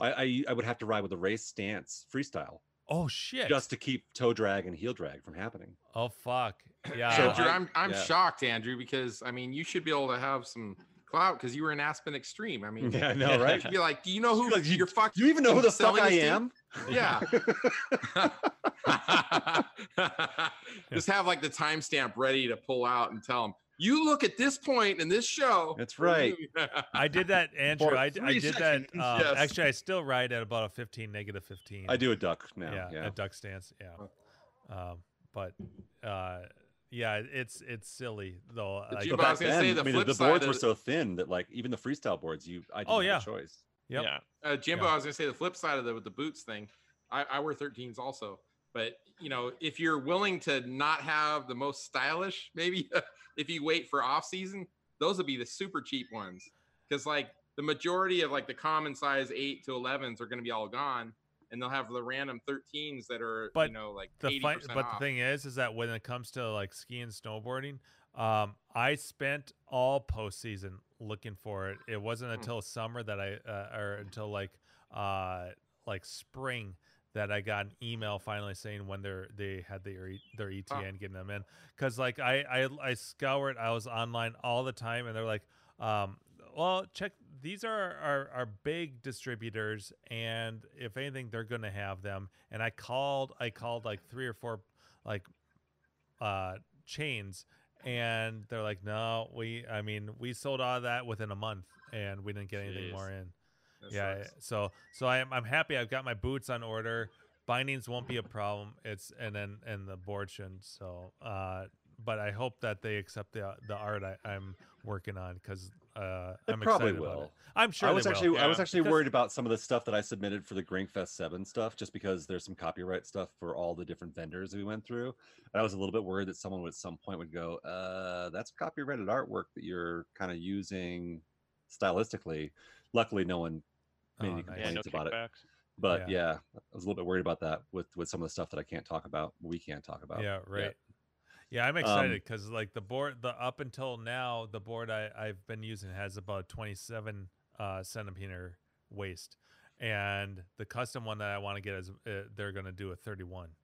[SPEAKER 2] I, I I would have to ride with a race stance freestyle
[SPEAKER 9] oh shit
[SPEAKER 2] just to keep toe drag and heel drag from happening.
[SPEAKER 9] oh fuck yeah
[SPEAKER 1] Andrew, I'm I'm
[SPEAKER 2] Yeah.
[SPEAKER 1] shocked, Andrew, because I mean, you should be able to have some clout because you were in Aspen Extreme. I mean,
[SPEAKER 2] Yeah, I know, right?
[SPEAKER 1] you should Be like, do you know who you, are fucking?
[SPEAKER 2] You even know who the fuck I am?
[SPEAKER 1] Yeah. Just have like the timestamp ready to pull out and tell them. You look at this point in this show.
[SPEAKER 2] That's
[SPEAKER 9] I did that, Andrew.
[SPEAKER 2] For
[SPEAKER 9] I, d- I
[SPEAKER 2] three
[SPEAKER 9] did that.
[SPEAKER 2] seconds,
[SPEAKER 9] Um,
[SPEAKER 2] yes.
[SPEAKER 9] Actually, I still ride at about a 15, negative 15.
[SPEAKER 2] I do a duck now,
[SPEAKER 9] Yeah,
[SPEAKER 2] yeah.
[SPEAKER 9] a duck stance. Yeah. Um, but uh, yeah, it's it's silly though.
[SPEAKER 2] But
[SPEAKER 9] like-
[SPEAKER 2] you- but back then, I mean, the boards were so thin that like even the freestyle boards, you I didn't
[SPEAKER 1] Oh,
[SPEAKER 2] have
[SPEAKER 1] yeah.
[SPEAKER 2] a choice.
[SPEAKER 9] Yep.
[SPEAKER 7] Yeah.
[SPEAKER 1] Uh, Jimbo,
[SPEAKER 2] Yeah.
[SPEAKER 1] I was gonna say the flip side of the with the boots thing. I, I wear 13s also, but you know, if you're willing to not have the most stylish, maybe if you wait for off season, those would be the super cheap ones. Because like the majority of like the common size eight to 11s are gonna be all gone, and they'll have the random 13s that are
[SPEAKER 9] but
[SPEAKER 1] you know like
[SPEAKER 9] the
[SPEAKER 1] 80%
[SPEAKER 9] fi- but
[SPEAKER 1] off.
[SPEAKER 9] the thing is, is that when it comes to like skiing and snowboarding, um, I spent all postseason looking for it. It wasn't
[SPEAKER 1] Hmm.
[SPEAKER 9] until summer that I uh, or until like uh like spring that I got an email finally saying when they're they had their E- their ETN getting them in because like I, I I scoured I was online all the time and they're like um well check these are our, our big distributors and if anything they're gonna have them and i called i called like three or four like uh chains and they're like no we i mean we sold all that within a month and we didn't get anything
[SPEAKER 7] Jeez.
[SPEAKER 9] more in
[SPEAKER 7] That
[SPEAKER 9] yeah
[SPEAKER 7] sucks.
[SPEAKER 9] so so I'm, I'm happy i've got my boots on order bindings won't be a problem it's and then and the board shouldn't so uh but i hope that they accept the the art I, i'm working on because uh
[SPEAKER 2] They
[SPEAKER 9] i'm
[SPEAKER 2] probably
[SPEAKER 9] excited about
[SPEAKER 2] will.
[SPEAKER 9] it. i'm sure
[SPEAKER 2] I
[SPEAKER 9] they
[SPEAKER 2] was
[SPEAKER 9] will.
[SPEAKER 2] actually I was actually
[SPEAKER 9] Because-
[SPEAKER 2] worried about some of the stuff that I submitted for the Grinkfest Seven stuff, just because there's some copyright stuff for all the different vendors we went through. And I was a little bit worried that someone would at some point would go, "Uh, that's copyrighted artwork that you're kind of using stylistically." Luckily, no one made
[SPEAKER 9] Oh,
[SPEAKER 2] any
[SPEAKER 9] nice.
[SPEAKER 2] complaints
[SPEAKER 9] Yeah, no
[SPEAKER 2] about it.
[SPEAKER 9] kickbacks.
[SPEAKER 2] But
[SPEAKER 9] Yeah.
[SPEAKER 2] yeah. I was a little bit worried about that with with some of the stuff that I can't talk about, we can't talk about.
[SPEAKER 9] Yeah,
[SPEAKER 2] yet.
[SPEAKER 9] right. Yeah, I'm
[SPEAKER 2] Um,
[SPEAKER 9] excited because like the board, the up until now, the board I I've been using has about 27 uh, centimeter waist, and the custom one that I want to get is uh, they're gonna do a 31.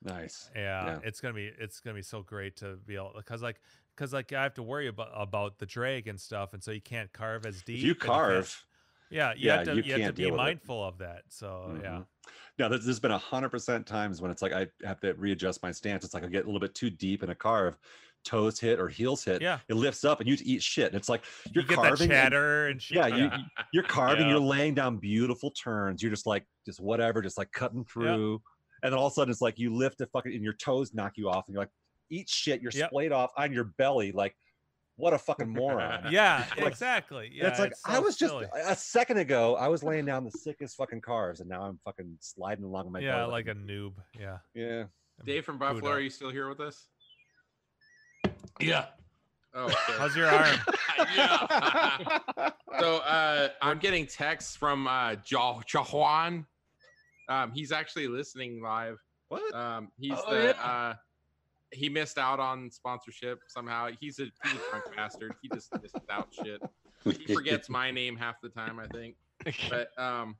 [SPEAKER 2] Nice.
[SPEAKER 9] Yeah,
[SPEAKER 2] Yeah.
[SPEAKER 9] it's gonna be it's gonna be so great to be able because like because like I have to worry about about the drag and stuff, and so you can't carve as deep.
[SPEAKER 2] If
[SPEAKER 9] and
[SPEAKER 2] you
[SPEAKER 9] can't-
[SPEAKER 2] carve,
[SPEAKER 9] yeah, you have to you, have
[SPEAKER 2] can't
[SPEAKER 9] to be
[SPEAKER 2] deal with it.
[SPEAKER 9] mindful of that. So yeah.
[SPEAKER 2] Mhm. No, there's, there's been a hundred percent times when it's like I have to readjust my stance. It's like I get a little bit too deep in a carve, toes hit or heels hit.
[SPEAKER 9] Yeah.
[SPEAKER 2] it lifts up and you eat shit. And it's like you're
[SPEAKER 9] get that
[SPEAKER 2] carving and-
[SPEAKER 9] chatter and shit,
[SPEAKER 2] Yeah, you,
[SPEAKER 9] yeah.
[SPEAKER 2] you're carving.
[SPEAKER 9] Yeah.
[SPEAKER 2] You're laying down beautiful turns. You're just like just whatever, just like cutting through. And then all of a sudden it's like you lift a fucking and your toes knock you off and you're like eat shit. You're
[SPEAKER 9] Yep.
[SPEAKER 2] splayed off on your belly like what a fucking moron.
[SPEAKER 9] Yeah,
[SPEAKER 2] Like,
[SPEAKER 9] exactly.
[SPEAKER 2] and
[SPEAKER 9] Yeah,
[SPEAKER 2] it's like
[SPEAKER 9] so
[SPEAKER 2] I was just
[SPEAKER 9] silly.
[SPEAKER 2] a second ago I was laying down the sickest fucking cars, and now I'm fucking sliding along on my
[SPEAKER 9] yeah,
[SPEAKER 2] belly
[SPEAKER 9] like a noob. Yeah.
[SPEAKER 2] yeah.
[SPEAKER 1] Dave from Buffalo,
[SPEAKER 9] Buddha.
[SPEAKER 1] are you still here with us?
[SPEAKER 13] Yeah.
[SPEAKER 1] Oh, okay.
[SPEAKER 9] How's your arm?
[SPEAKER 1] yeah. so uh, I'm getting texts from uh, Ja Jahuan. Um, he's actually listening live.
[SPEAKER 2] What?
[SPEAKER 1] Um, he's
[SPEAKER 13] Oh,
[SPEAKER 1] the
[SPEAKER 13] yeah.
[SPEAKER 1] uh, he missed out on sponsorship somehow. He's a he's a drunk bastard. He just missed out shit. He forgets my name half the time, I think. But um,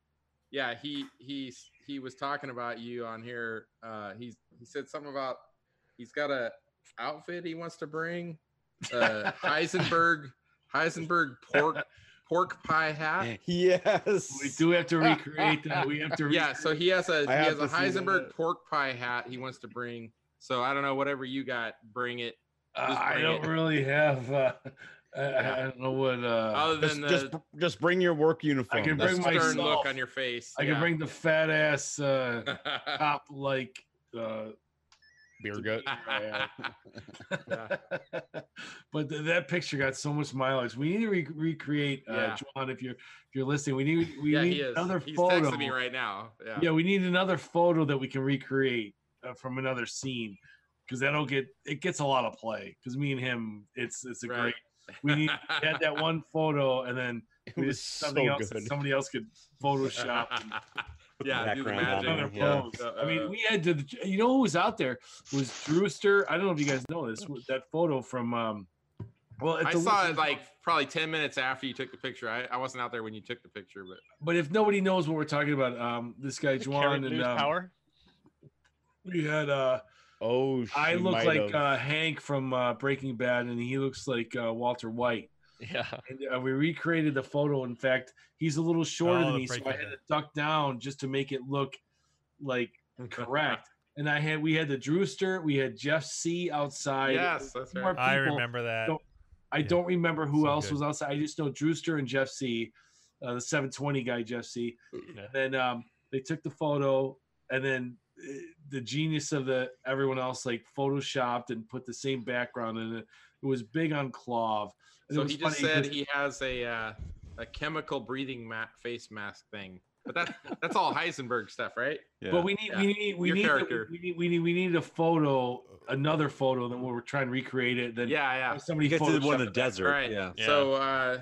[SPEAKER 1] yeah, he he's he was talking about you on here. Uh, he's he said something about he's got a outfit he wants to bring. Uh, Heisenberg Heisenberg pork pork pie hat.
[SPEAKER 11] Yes.
[SPEAKER 13] We do have to recreate that. We have to.
[SPEAKER 1] Yeah, so he has a
[SPEAKER 11] I
[SPEAKER 1] he
[SPEAKER 11] have
[SPEAKER 1] has a
[SPEAKER 11] to see that.
[SPEAKER 1] Heisenberg pork pie hat he wants to bring. So I don't know whatever you got, bring it.
[SPEAKER 13] Uh,
[SPEAKER 1] Just
[SPEAKER 13] I
[SPEAKER 1] bring
[SPEAKER 13] don't
[SPEAKER 1] it.
[SPEAKER 13] really have. Uh, I, I don't know what. Uh,
[SPEAKER 1] Other
[SPEAKER 11] Just,
[SPEAKER 1] than the
[SPEAKER 11] just, just bring your work uniform.
[SPEAKER 13] I can
[SPEAKER 11] That's-
[SPEAKER 13] bring
[SPEAKER 1] stern
[SPEAKER 13] myself.
[SPEAKER 1] look on your face.
[SPEAKER 13] I can
[SPEAKER 1] yeah.
[SPEAKER 13] bring the fat ass uh, top like uh,
[SPEAKER 11] beer gut.
[SPEAKER 13] I am.
[SPEAKER 1] Yeah.
[SPEAKER 13] but th- that picture got so much mileage. We need to re- recreate, uh,
[SPEAKER 1] Yeah.
[SPEAKER 13] Juan, if you're if you're listening. We need we
[SPEAKER 1] yeah, he
[SPEAKER 13] need
[SPEAKER 1] is.
[SPEAKER 13] another
[SPEAKER 1] He's
[SPEAKER 13] photo.
[SPEAKER 1] texting me right now. Yeah.
[SPEAKER 13] yeah. we need another photo that we can recreate uh, from another scene because that'll get it gets a lot of play. Because me and him, it's it's a
[SPEAKER 1] Right.
[SPEAKER 13] great. We need we had that one photo, and then
[SPEAKER 11] It
[SPEAKER 13] We
[SPEAKER 11] was
[SPEAKER 13] just something
[SPEAKER 11] so
[SPEAKER 13] else that
[SPEAKER 11] good.
[SPEAKER 13] somebody else could Photoshop. and
[SPEAKER 1] Yeah, do the
[SPEAKER 13] put
[SPEAKER 1] magic.
[SPEAKER 13] on their
[SPEAKER 1] Yeah.
[SPEAKER 13] phones.
[SPEAKER 1] Uh,
[SPEAKER 13] I mean, we had to. You know who was out there was Drewster. I don't know if you guys know this. That photo from. um Well, at
[SPEAKER 1] I
[SPEAKER 13] the-
[SPEAKER 1] saw it like probably 10 minutes after you took the picture. I, I wasn't out there when you took the picture, but
[SPEAKER 13] But if nobody knows what we're talking about, um, this guy Juan and
[SPEAKER 1] news
[SPEAKER 13] um,
[SPEAKER 1] power?
[SPEAKER 13] We had uh
[SPEAKER 11] oh,
[SPEAKER 13] I
[SPEAKER 11] she
[SPEAKER 13] look
[SPEAKER 11] might
[SPEAKER 13] like
[SPEAKER 11] have.
[SPEAKER 13] uh, Hank from uh, Breaking Bad, and he looks like uh, Walter White.
[SPEAKER 7] Yeah,
[SPEAKER 13] and, uh, we recreated the photo. In fact, he's a little shorter
[SPEAKER 9] Oh,
[SPEAKER 13] than
[SPEAKER 9] the
[SPEAKER 13] me, so I
[SPEAKER 9] Breaking
[SPEAKER 13] had to duck down just to make it look like correct. and I had we had the Drewster, we had Jeff C outside.
[SPEAKER 9] Yes,
[SPEAKER 1] that's
[SPEAKER 13] More
[SPEAKER 9] right. I
[SPEAKER 13] people.
[SPEAKER 9] remember that.
[SPEAKER 13] Don't- I don't remember who else
[SPEAKER 9] good.
[SPEAKER 13] was outside. I just know Drewster and Jeff C, uh, the 720 guy, Jeff C. Then um, they took the photo, and then uh, the genius of the everyone else like photoshopped and put the same background in it. It was big on Clove. And it
[SPEAKER 1] so
[SPEAKER 13] was
[SPEAKER 1] he just
[SPEAKER 13] funny
[SPEAKER 1] said
[SPEAKER 13] 'cause-
[SPEAKER 1] he has a uh, a chemical breathing ma- face mask thing. But that that's all Heisenberg stuff, right?
[SPEAKER 13] But we need, we
[SPEAKER 1] Yeah.
[SPEAKER 13] need, we
[SPEAKER 1] Your
[SPEAKER 13] need, the-
[SPEAKER 1] character.
[SPEAKER 13] we need, we need, we need a photo, another photo. Then we're trying to recreate it. Then
[SPEAKER 1] yeah, yeah.
[SPEAKER 13] have Somebody Photoshop it.
[SPEAKER 1] All right. So, uh,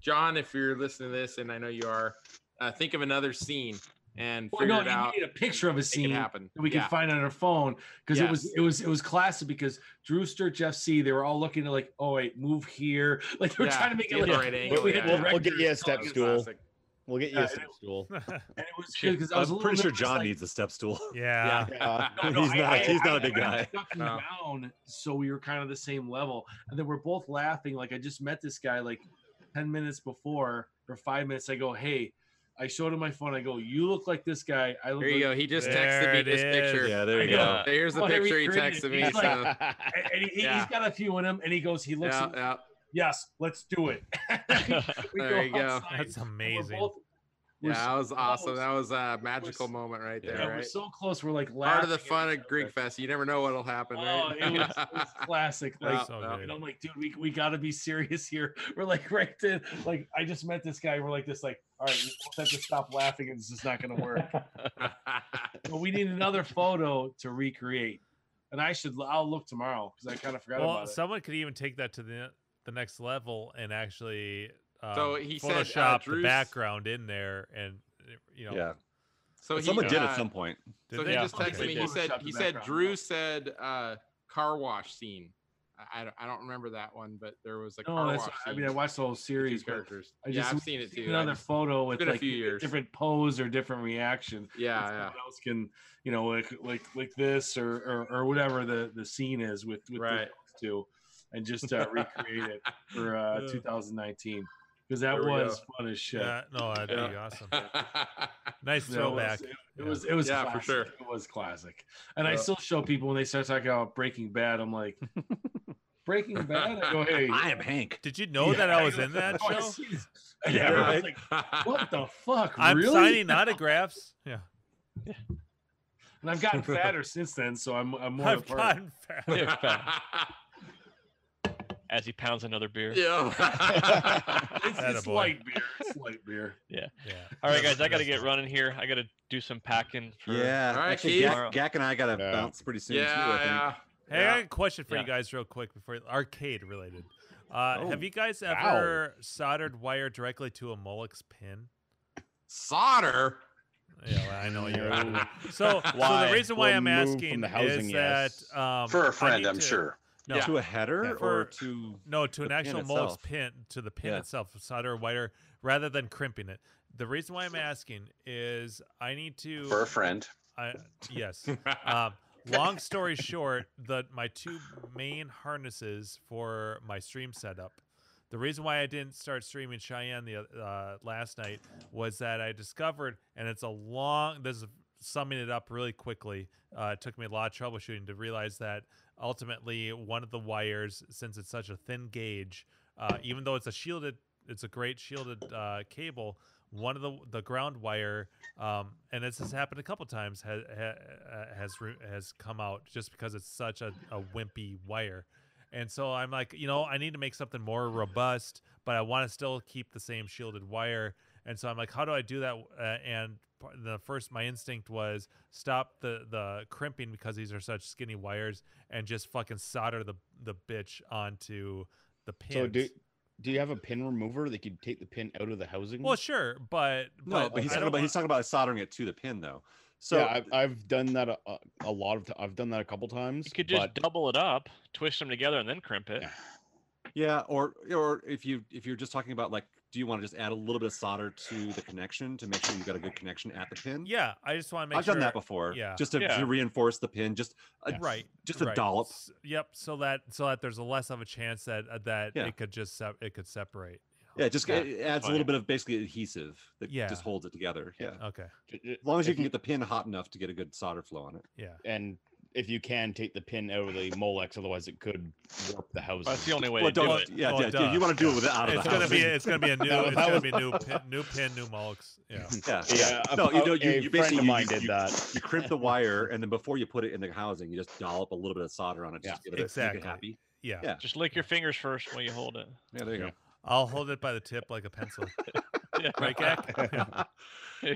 [SPEAKER 1] John, if you're listening to this, and I know you are, uh, think of another scene and
[SPEAKER 13] Well,
[SPEAKER 1] figure
[SPEAKER 13] no,
[SPEAKER 1] it
[SPEAKER 13] you
[SPEAKER 1] out.
[SPEAKER 13] need a picture of a scene
[SPEAKER 1] happen.
[SPEAKER 13] that we can
[SPEAKER 1] Yeah.
[SPEAKER 13] find on our phone because it was
[SPEAKER 1] Yes.
[SPEAKER 13] it was it was classic because Drewster, Jeff C, they were all looking to like, oh wait, move here, like they were
[SPEAKER 11] Yeah,
[SPEAKER 13] trying to make it
[SPEAKER 11] get
[SPEAKER 13] like
[SPEAKER 11] the right angle,
[SPEAKER 13] we had
[SPEAKER 11] yeah. We'll- we'll get
[SPEAKER 13] directors
[SPEAKER 11] you a step
[SPEAKER 13] telling us-
[SPEAKER 11] stool. We'll get you
[SPEAKER 13] Yeah,
[SPEAKER 11] a step stool.
[SPEAKER 13] And it was good because I was a
[SPEAKER 2] I'm
[SPEAKER 13] little
[SPEAKER 2] pretty sure
[SPEAKER 13] nervous,
[SPEAKER 2] John
[SPEAKER 13] like-
[SPEAKER 2] needs a step stool.
[SPEAKER 9] Yeah.
[SPEAKER 2] Yeah.
[SPEAKER 13] No, no,
[SPEAKER 2] Uh, he's
[SPEAKER 13] I-
[SPEAKER 2] not.
[SPEAKER 13] I-
[SPEAKER 2] he's not a
[SPEAKER 13] I-
[SPEAKER 2] big
[SPEAKER 13] I
[SPEAKER 2] guy.
[SPEAKER 13] stuck him down, so we were kind of the same level, and then we're both laughing. Like I just met this guy like ten minutes before or five minutes. I go, hey, I showed him my phone. I go, you look like this guy. I look
[SPEAKER 1] There you
[SPEAKER 13] like-
[SPEAKER 1] go. He just texted me this picture. I know. Here's the
[SPEAKER 13] Oh, here
[SPEAKER 1] picture he
[SPEAKER 13] created
[SPEAKER 1] texted
[SPEAKER 13] it.
[SPEAKER 1] me.
[SPEAKER 13] He's like-
[SPEAKER 1] so-
[SPEAKER 13] and- and he, he-
[SPEAKER 1] Yeah.
[SPEAKER 13] he's got a few in him, and he goes, he looks.
[SPEAKER 1] Yeah,
[SPEAKER 13] at- Yes, let's do it.
[SPEAKER 1] There you go.
[SPEAKER 13] outside,
[SPEAKER 1] That's
[SPEAKER 13] and we're
[SPEAKER 1] amazing.
[SPEAKER 13] both-
[SPEAKER 1] yeah,
[SPEAKER 13] we're
[SPEAKER 1] that
[SPEAKER 13] so
[SPEAKER 1] was awesome.
[SPEAKER 13] close.
[SPEAKER 1] That was a magical moment right there.
[SPEAKER 13] Yeah, we're
[SPEAKER 1] right?
[SPEAKER 13] so close. We're like laughing.
[SPEAKER 1] Part of the fun of Greek Fest. You never know what'll happen,
[SPEAKER 13] Oh,
[SPEAKER 1] right?
[SPEAKER 13] it was, it was classic.
[SPEAKER 1] Yeah,
[SPEAKER 13] Like,
[SPEAKER 1] so good.
[SPEAKER 13] and I'm like, dude, we, we got to be serious here. We're like, right then, like, I just met this guy. We're like, this, like, all right, we both have to stop laughing. It's just not going to work. but we need another photo to recreate. And I should, I'll look tomorrow because I kind of forgot
[SPEAKER 9] well,
[SPEAKER 13] about it.
[SPEAKER 9] someone could even take that to the the next level and actually um,
[SPEAKER 1] So he said, uh,
[SPEAKER 9] Photoshop the
[SPEAKER 1] Drew's-
[SPEAKER 9] background in there, and you know,
[SPEAKER 2] Yeah.
[SPEAKER 1] So
[SPEAKER 2] But
[SPEAKER 1] he,
[SPEAKER 2] someone did
[SPEAKER 1] uh,
[SPEAKER 2] at some point.
[SPEAKER 1] So he just texted me. He said he said Drew said uh, car wash scene. I- I don't, I don't remember that one, but there was a
[SPEAKER 13] No,
[SPEAKER 1] car wash.
[SPEAKER 13] that's-
[SPEAKER 1] Scene.
[SPEAKER 13] I mean, I watched the whole series. but
[SPEAKER 1] characters.
[SPEAKER 13] I
[SPEAKER 1] Yeah,
[SPEAKER 13] just
[SPEAKER 1] I've seen it too. I
[SPEAKER 13] Another
[SPEAKER 1] just-
[SPEAKER 13] photo
[SPEAKER 1] it's
[SPEAKER 13] with
[SPEAKER 1] been a
[SPEAKER 13] like
[SPEAKER 1] few years.
[SPEAKER 13] different pose or different reaction.
[SPEAKER 1] Yeah, yeah.
[SPEAKER 13] And someone else can you know like like like this or or, or whatever the the scene is with with
[SPEAKER 1] Right.
[SPEAKER 13] those two, and just uh, recreate it for uh, 2019 because that
[SPEAKER 9] There we
[SPEAKER 13] was
[SPEAKER 9] go.
[SPEAKER 13] fun as shit.
[SPEAKER 9] Yeah, no, that'd be Yeah. awesome. Nice
[SPEAKER 13] Yeah, it was-
[SPEAKER 9] throwback.
[SPEAKER 13] It it was it was,
[SPEAKER 9] Yeah, for
[SPEAKER 13] classic.
[SPEAKER 9] sure.
[SPEAKER 13] It was classic, and I
[SPEAKER 9] Yeah.
[SPEAKER 13] still show people when they start talking about Breaking Bad. I'm like. Breaking Bad. I go, hey,
[SPEAKER 9] I am Hank. Did you know that I was in that
[SPEAKER 13] Oh, I
[SPEAKER 9] show?
[SPEAKER 13] see this.
[SPEAKER 9] Yeah,
[SPEAKER 13] And everyone's
[SPEAKER 9] right.
[SPEAKER 13] like, what the fuck?
[SPEAKER 9] I'm
[SPEAKER 13] really?
[SPEAKER 9] signing autographs. Yeah.
[SPEAKER 13] And I've gotten fatter since then, so I'm I'm more
[SPEAKER 9] I've
[SPEAKER 13] apart.
[SPEAKER 9] gotten
[SPEAKER 7] fatter. as he pounds another beer.
[SPEAKER 13] Yeah. It's- it's
[SPEAKER 7] Attaboy.
[SPEAKER 13] light beer. It's light beer.
[SPEAKER 7] Yeah.
[SPEAKER 9] yeah.
[SPEAKER 7] All right, guys, I got to get running here. I got to do some packing. For
[SPEAKER 2] Yeah, actually, Gak, Gak and I got to
[SPEAKER 7] Yeah.
[SPEAKER 2] bounce pretty soon. too,
[SPEAKER 7] Yeah,
[SPEAKER 2] I think.
[SPEAKER 7] yeah.
[SPEAKER 9] Hey, I got a question for
[SPEAKER 7] Yeah.
[SPEAKER 9] you guys real quick before arcade related. Uh,
[SPEAKER 2] Oh,
[SPEAKER 9] have you guys
[SPEAKER 2] wow.
[SPEAKER 9] ever soldered wire directly to a Moloch's pin?
[SPEAKER 1] Solder.
[SPEAKER 9] Yeah, well, I know you're.
[SPEAKER 4] No.
[SPEAKER 9] So, so
[SPEAKER 4] Why?
[SPEAKER 9] the reason why
[SPEAKER 4] We'll
[SPEAKER 9] I'm
[SPEAKER 4] move from
[SPEAKER 9] asking
[SPEAKER 4] the housing,
[SPEAKER 9] is
[SPEAKER 4] yes.
[SPEAKER 9] that um,
[SPEAKER 4] For a
[SPEAKER 9] I
[SPEAKER 4] friend,
[SPEAKER 9] need
[SPEAKER 4] I'm sure.
[SPEAKER 9] No,
[SPEAKER 2] To a header or to
[SPEAKER 9] no to
[SPEAKER 2] the
[SPEAKER 9] an
[SPEAKER 2] pin
[SPEAKER 9] actual Moloch's
[SPEAKER 2] itself?
[SPEAKER 9] pin to the pin
[SPEAKER 2] Yeah.
[SPEAKER 9] itself, solder a wire rather than crimping it. The reason why I'm asking is I need to
[SPEAKER 4] For a friend.
[SPEAKER 9] I, yes. um, long story short, the my two main harnesses for my stream setup. The reason why I didn't start streaming Cheyenne the oth- uh, last night was that I discovered, and it's a long. This is summing it up really quickly. Uh, it took me a lot of troubleshooting to realize that ultimately one of the wires, since it's such a thin gauge, uh, even though it's a shielded, it's a great shielded uh, cable. One of the the ground wire, um, and this has happened a couple times, has has re- has come out just because it's such a, a wimpy wire, and so I'm like, you know, I need to make something more robust, but I want to still keep the same shielded wire, and so I'm like, how do I do that? Uh, and p- the first, my instinct was stop the the crimping because these are such skinny wires, and just fucking solder the the bitch onto the pins.
[SPEAKER 11] So do do you have a pin remover that could take the pin out of the housing?
[SPEAKER 9] Well, sure, but
[SPEAKER 11] No,
[SPEAKER 2] but he's
[SPEAKER 11] I
[SPEAKER 2] talking
[SPEAKER 11] don't-
[SPEAKER 2] about he's talking about soldering it to the pin though. So
[SPEAKER 11] yeah, I've, I've done that a, a- a lot of. T- I've done that a couple times.
[SPEAKER 7] You could just
[SPEAKER 11] but-
[SPEAKER 7] double it up, twist them together, and then crimp it.
[SPEAKER 2] Yeah, or or if you if you're just talking about like, do you want to just add a little bit of solder to the connection to make sure you've got a good connection at the pin?
[SPEAKER 9] Yeah, I just want to make
[SPEAKER 2] I've
[SPEAKER 9] sure.
[SPEAKER 2] done that before.
[SPEAKER 9] Yeah,
[SPEAKER 2] just to,
[SPEAKER 9] yeah.
[SPEAKER 2] to reinforce the pin, just a,
[SPEAKER 9] right,
[SPEAKER 2] just a
[SPEAKER 9] right.
[SPEAKER 2] dollop.
[SPEAKER 9] S- Yep, so that so that there's a less of a chance that uh, that
[SPEAKER 2] Yeah.
[SPEAKER 9] it could just sep- it could separate.
[SPEAKER 2] Yeah, just
[SPEAKER 9] Yeah,
[SPEAKER 2] it adds a
[SPEAKER 9] fine.
[SPEAKER 2] little bit of basically adhesive that
[SPEAKER 9] Yeah.
[SPEAKER 2] just holds it together. Yeah.
[SPEAKER 9] Okay.
[SPEAKER 2] As long as you can get the pin hot enough to get a good solder flow on it.
[SPEAKER 9] Yeah.
[SPEAKER 11] And if you can take the pin out of the Molex, otherwise it could warp the housing.
[SPEAKER 7] that's the only way Well, to do don't- it. yeah, yeah, dude, you wanna do it with it out of the
[SPEAKER 9] It's gonna be
[SPEAKER 7] housing.
[SPEAKER 9] it's gonna be a new
[SPEAKER 11] That-
[SPEAKER 9] it's
[SPEAKER 11] that
[SPEAKER 9] gonna
[SPEAKER 11] was-
[SPEAKER 9] be new pin, new pin new Molex. Yeah.
[SPEAKER 2] Yeah.
[SPEAKER 11] Yeah,
[SPEAKER 2] No,
[SPEAKER 11] a-
[SPEAKER 2] you know, you,
[SPEAKER 11] a- a
[SPEAKER 2] you
[SPEAKER 11] friend of
[SPEAKER 2] basically you,
[SPEAKER 11] mine
[SPEAKER 2] you-
[SPEAKER 11] did
[SPEAKER 2] you-
[SPEAKER 11] that.
[SPEAKER 2] You crimp the wire, and then before you put it in the housing, you just dollop a little bit of solder on it.
[SPEAKER 11] Yeah,
[SPEAKER 2] just to get it,
[SPEAKER 9] exactly.
[SPEAKER 2] Make it happy.
[SPEAKER 9] Yeah.
[SPEAKER 2] Yeah.
[SPEAKER 7] Just lick your fingers first while you hold it.
[SPEAKER 2] Yeah, there you go.
[SPEAKER 9] I'll hold it by the tip like a pencil.
[SPEAKER 7] Yeah.
[SPEAKER 9] Right, Gak?
[SPEAKER 7] Yeah.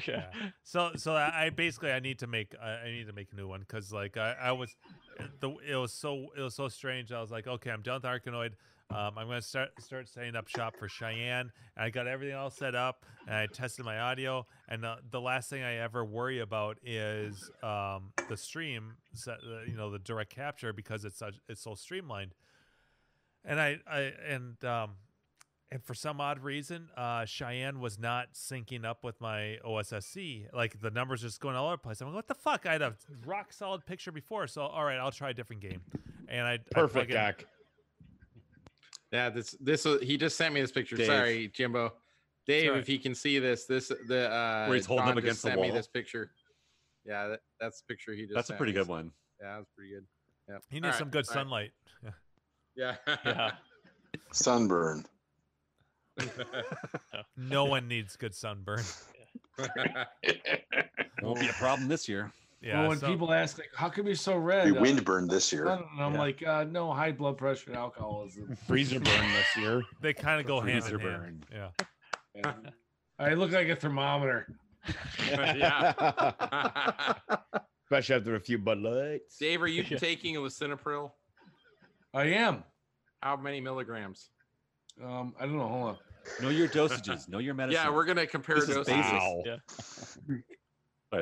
[SPEAKER 9] So, so I I basically I need to make I I need to make a new one because like I, I was, eh, the it was so it was so strange. I was like, okay, I'm done with Arkanoid. Um, I'm gonna start start setting up shop for Cheyenne. And I got everything all set up, and I tested my audio. And the, the last thing I ever worry about is um, the stream, so, uh, you know, the direct capture because it's such, it's so streamlined and I, I and um and for some odd reason uh cheyenne was not syncing up with my ossc like the numbers just going all over the place i'm like what the fuck i had a rock solid picture before so all right i'll try a different game and i
[SPEAKER 11] Perfect,
[SPEAKER 9] I
[SPEAKER 11] Gak.
[SPEAKER 1] Yeah, this this was- he just sent me this picture.
[SPEAKER 9] Dave.
[SPEAKER 1] Sorry, Jimbo. Dave, if you can see this, this the uh
[SPEAKER 2] Where he's holding
[SPEAKER 1] Don
[SPEAKER 2] up
[SPEAKER 1] just
[SPEAKER 2] against the
[SPEAKER 1] sent me
[SPEAKER 2] wall?
[SPEAKER 1] this picture. Yeah, that, that's the picture he just.
[SPEAKER 2] That's a
[SPEAKER 1] sent
[SPEAKER 2] pretty
[SPEAKER 1] me.
[SPEAKER 2] good one.
[SPEAKER 1] Yeah, that's pretty good. Yeah.
[SPEAKER 9] he
[SPEAKER 1] All
[SPEAKER 9] needs
[SPEAKER 1] right,
[SPEAKER 9] some good
[SPEAKER 1] all right.
[SPEAKER 9] sunlight
[SPEAKER 1] Yeah.
[SPEAKER 7] Yeah.
[SPEAKER 12] Sunburn.
[SPEAKER 9] no one needs good sunburn
[SPEAKER 2] Won't be a problem this year.
[SPEAKER 9] yeah
[SPEAKER 13] well, when
[SPEAKER 9] so-
[SPEAKER 13] people ask, like, how come you're so red?
[SPEAKER 12] Be
[SPEAKER 13] Uh,
[SPEAKER 12] windburned this year.
[SPEAKER 13] sun," And I'm
[SPEAKER 12] Yeah.
[SPEAKER 13] like, uh, no, high blood pressure and alcoholism.
[SPEAKER 11] freezer burn this year.
[SPEAKER 9] they kind of go hand in
[SPEAKER 2] Freezer
[SPEAKER 9] hand yeah
[SPEAKER 13] I look like a thermometer.
[SPEAKER 1] yeah.
[SPEAKER 11] Especially after a few Bud Lights.
[SPEAKER 1] Dave, are you taking lisinopril?
[SPEAKER 13] I am.
[SPEAKER 1] How many milligrams?
[SPEAKER 13] Um, I don't know. Hold on.
[SPEAKER 2] Know your dosages. Know your medicine.
[SPEAKER 1] Yeah, we're gonna compare
[SPEAKER 2] This is
[SPEAKER 1] doses.
[SPEAKER 2] basic.
[SPEAKER 11] Wow.
[SPEAKER 7] Yeah.
[SPEAKER 2] Sorry,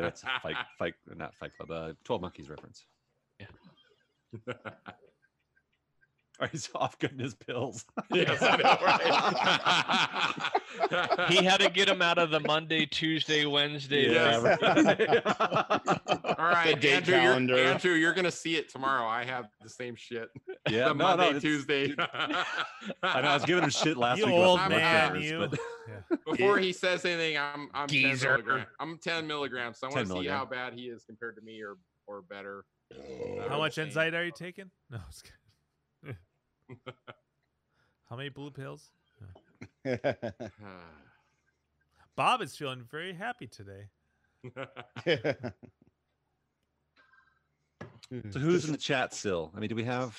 [SPEAKER 2] that's a fight, fight, not Fight Club. Uh, Twelve Monkeys reference.
[SPEAKER 1] Yeah.
[SPEAKER 2] Or he's off getting his pills.
[SPEAKER 7] Yes, I know, right? he had to get him out of the Monday, Tuesday, Wednesday.
[SPEAKER 1] Yes.
[SPEAKER 7] Thursday.
[SPEAKER 1] All right,
[SPEAKER 11] date
[SPEAKER 1] Andrew,
[SPEAKER 11] calendar.
[SPEAKER 1] you're, Andrew, you're gonna see it tomorrow. I have the same shit.
[SPEAKER 2] Yeah,
[SPEAKER 1] the
[SPEAKER 2] no, no,
[SPEAKER 1] Monday,
[SPEAKER 2] it's-
[SPEAKER 1] Tuesday.
[SPEAKER 2] I know. I was giving him shit last
[SPEAKER 9] you
[SPEAKER 2] week.
[SPEAKER 9] old
[SPEAKER 2] about the
[SPEAKER 9] man
[SPEAKER 2] Monkeys,
[SPEAKER 9] you
[SPEAKER 2] but-
[SPEAKER 1] Before he says anything, I'm I'm
[SPEAKER 11] Geezer.
[SPEAKER 1] 10 milligrams. I'm 10 milligrams. So I
[SPEAKER 2] 10
[SPEAKER 1] want to see
[SPEAKER 2] milligram.
[SPEAKER 1] how bad he is compared to me, or or better.
[SPEAKER 9] how much insight are you taking no it's good how many blue pills bob is feeling very happy today
[SPEAKER 2] So who's in the chat still? I mean, do we have?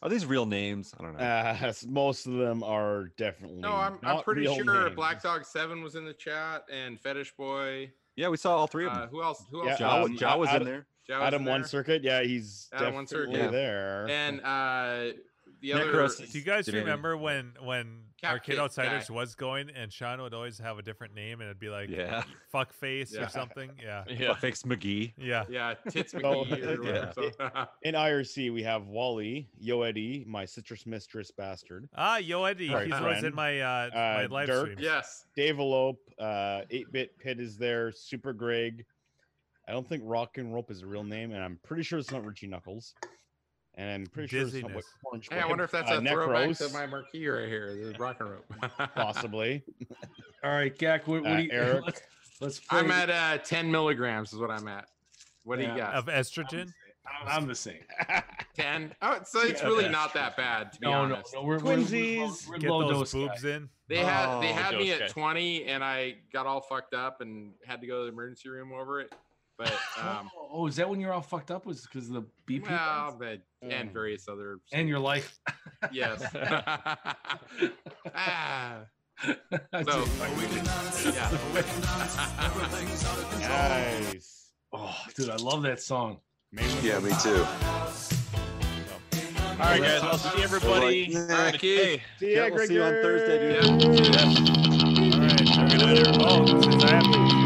[SPEAKER 2] Are these real names? I don't know.
[SPEAKER 11] Uh, s- most of them are definitely.
[SPEAKER 1] No, I'm I'm
[SPEAKER 11] not
[SPEAKER 1] pretty
[SPEAKER 11] real
[SPEAKER 1] sure
[SPEAKER 11] names.
[SPEAKER 1] Black Dog Seven was in the chat and Fetish Boy.
[SPEAKER 2] yeah, we saw all three of
[SPEAKER 1] Uh,
[SPEAKER 2] them.
[SPEAKER 1] who else? Who
[SPEAKER 11] Yeah,
[SPEAKER 1] else?
[SPEAKER 2] Jaw,
[SPEAKER 11] um,
[SPEAKER 2] Jaw was
[SPEAKER 11] Ad-
[SPEAKER 2] in there.
[SPEAKER 1] Jaw was
[SPEAKER 11] Adam
[SPEAKER 1] in
[SPEAKER 11] One
[SPEAKER 1] there?
[SPEAKER 11] Circuit. Yeah, he's
[SPEAKER 1] Adam One Circuit.
[SPEAKER 11] definitely there.
[SPEAKER 1] and uh, the other
[SPEAKER 2] Necrosis.
[SPEAKER 9] Do you guys
[SPEAKER 2] Did any-
[SPEAKER 9] remember when when Arcade
[SPEAKER 1] Cupcake
[SPEAKER 9] Outsiders
[SPEAKER 1] guy.
[SPEAKER 9] was going and Sean would always have a different name and it'd be like
[SPEAKER 2] Yeah.
[SPEAKER 9] fuck face
[SPEAKER 1] Yeah.
[SPEAKER 9] or something? Yeah.
[SPEAKER 7] yeah.
[SPEAKER 2] Fix McGee.
[SPEAKER 9] Yeah.
[SPEAKER 1] yeah, Tits
[SPEAKER 11] Oh,
[SPEAKER 1] McGee or
[SPEAKER 2] yeah.
[SPEAKER 1] whatever. so-
[SPEAKER 11] in IRC, we have Wally, Yo Eddie, my citrus mistress bastard,
[SPEAKER 9] Ah, Yo Eddie.
[SPEAKER 11] Sorry,
[SPEAKER 9] He's always in
[SPEAKER 11] friend.
[SPEAKER 9] my uh, my
[SPEAKER 11] Uh,
[SPEAKER 9] live
[SPEAKER 11] Dirk.
[SPEAKER 9] stream.
[SPEAKER 1] yes.
[SPEAKER 11] Dave Elope, uh, 8 Bit Pit is there, Super Greg. I don't think Rock and Rope is a real name, and I'm pretty sure it's not Richie Knuckles. And I'm pretty sure it's not
[SPEAKER 9] Dizziness.
[SPEAKER 11] what Orange
[SPEAKER 1] Hey, I
[SPEAKER 11] Whip-
[SPEAKER 1] wonder if that's
[SPEAKER 11] uh,
[SPEAKER 1] a throwback to
[SPEAKER 11] Necros,
[SPEAKER 1] my marquee right here, the rock and rope.
[SPEAKER 11] possibly.
[SPEAKER 13] All right, Gak. What, what
[SPEAKER 11] Uh,
[SPEAKER 13] do you?
[SPEAKER 11] Eric.
[SPEAKER 13] Let's, let's play.
[SPEAKER 1] I'm at uh, 10 milligrams is what I'm at. What do
[SPEAKER 13] Yeah.
[SPEAKER 1] you got?
[SPEAKER 9] Of estrogen.
[SPEAKER 13] I'm- I'm the same.
[SPEAKER 1] 10? Oh, it's- so it's really not that bad, to be
[SPEAKER 13] No, no,
[SPEAKER 1] honest.
[SPEAKER 13] no. We're, we're, we're, low-
[SPEAKER 11] Twinsies.
[SPEAKER 13] we're
[SPEAKER 9] Get
[SPEAKER 13] low
[SPEAKER 9] those
[SPEAKER 13] dose guys.
[SPEAKER 9] boobs in.
[SPEAKER 1] They had they
[SPEAKER 2] Oh.
[SPEAKER 1] had me
[SPEAKER 7] Dose
[SPEAKER 1] at
[SPEAKER 7] guy.
[SPEAKER 1] 20 and I got all fucked up and had to go to the emergency room over it. But um
[SPEAKER 13] oh, oh, is that when you're all fucked up? Was because of the BP?
[SPEAKER 1] well,
[SPEAKER 13] meds?
[SPEAKER 1] the, and
[SPEAKER 11] Oh.
[SPEAKER 1] various other
[SPEAKER 13] Mm. and your life.
[SPEAKER 1] yes. ah,
[SPEAKER 13] I
[SPEAKER 1] so
[SPEAKER 13] just-
[SPEAKER 1] yeah.
[SPEAKER 11] Nice.
[SPEAKER 13] oh, dude, I love that song.
[SPEAKER 11] Maybe
[SPEAKER 12] Yeah, me too.
[SPEAKER 11] so. All right, guys. I'll see everybody.
[SPEAKER 13] All right,
[SPEAKER 11] Hey,
[SPEAKER 16] See ya,
[SPEAKER 11] we'll see
[SPEAKER 16] you on Thursday,
[SPEAKER 11] dude. All right. Have a good night, everybody.
[SPEAKER 17] Oh, since I have to-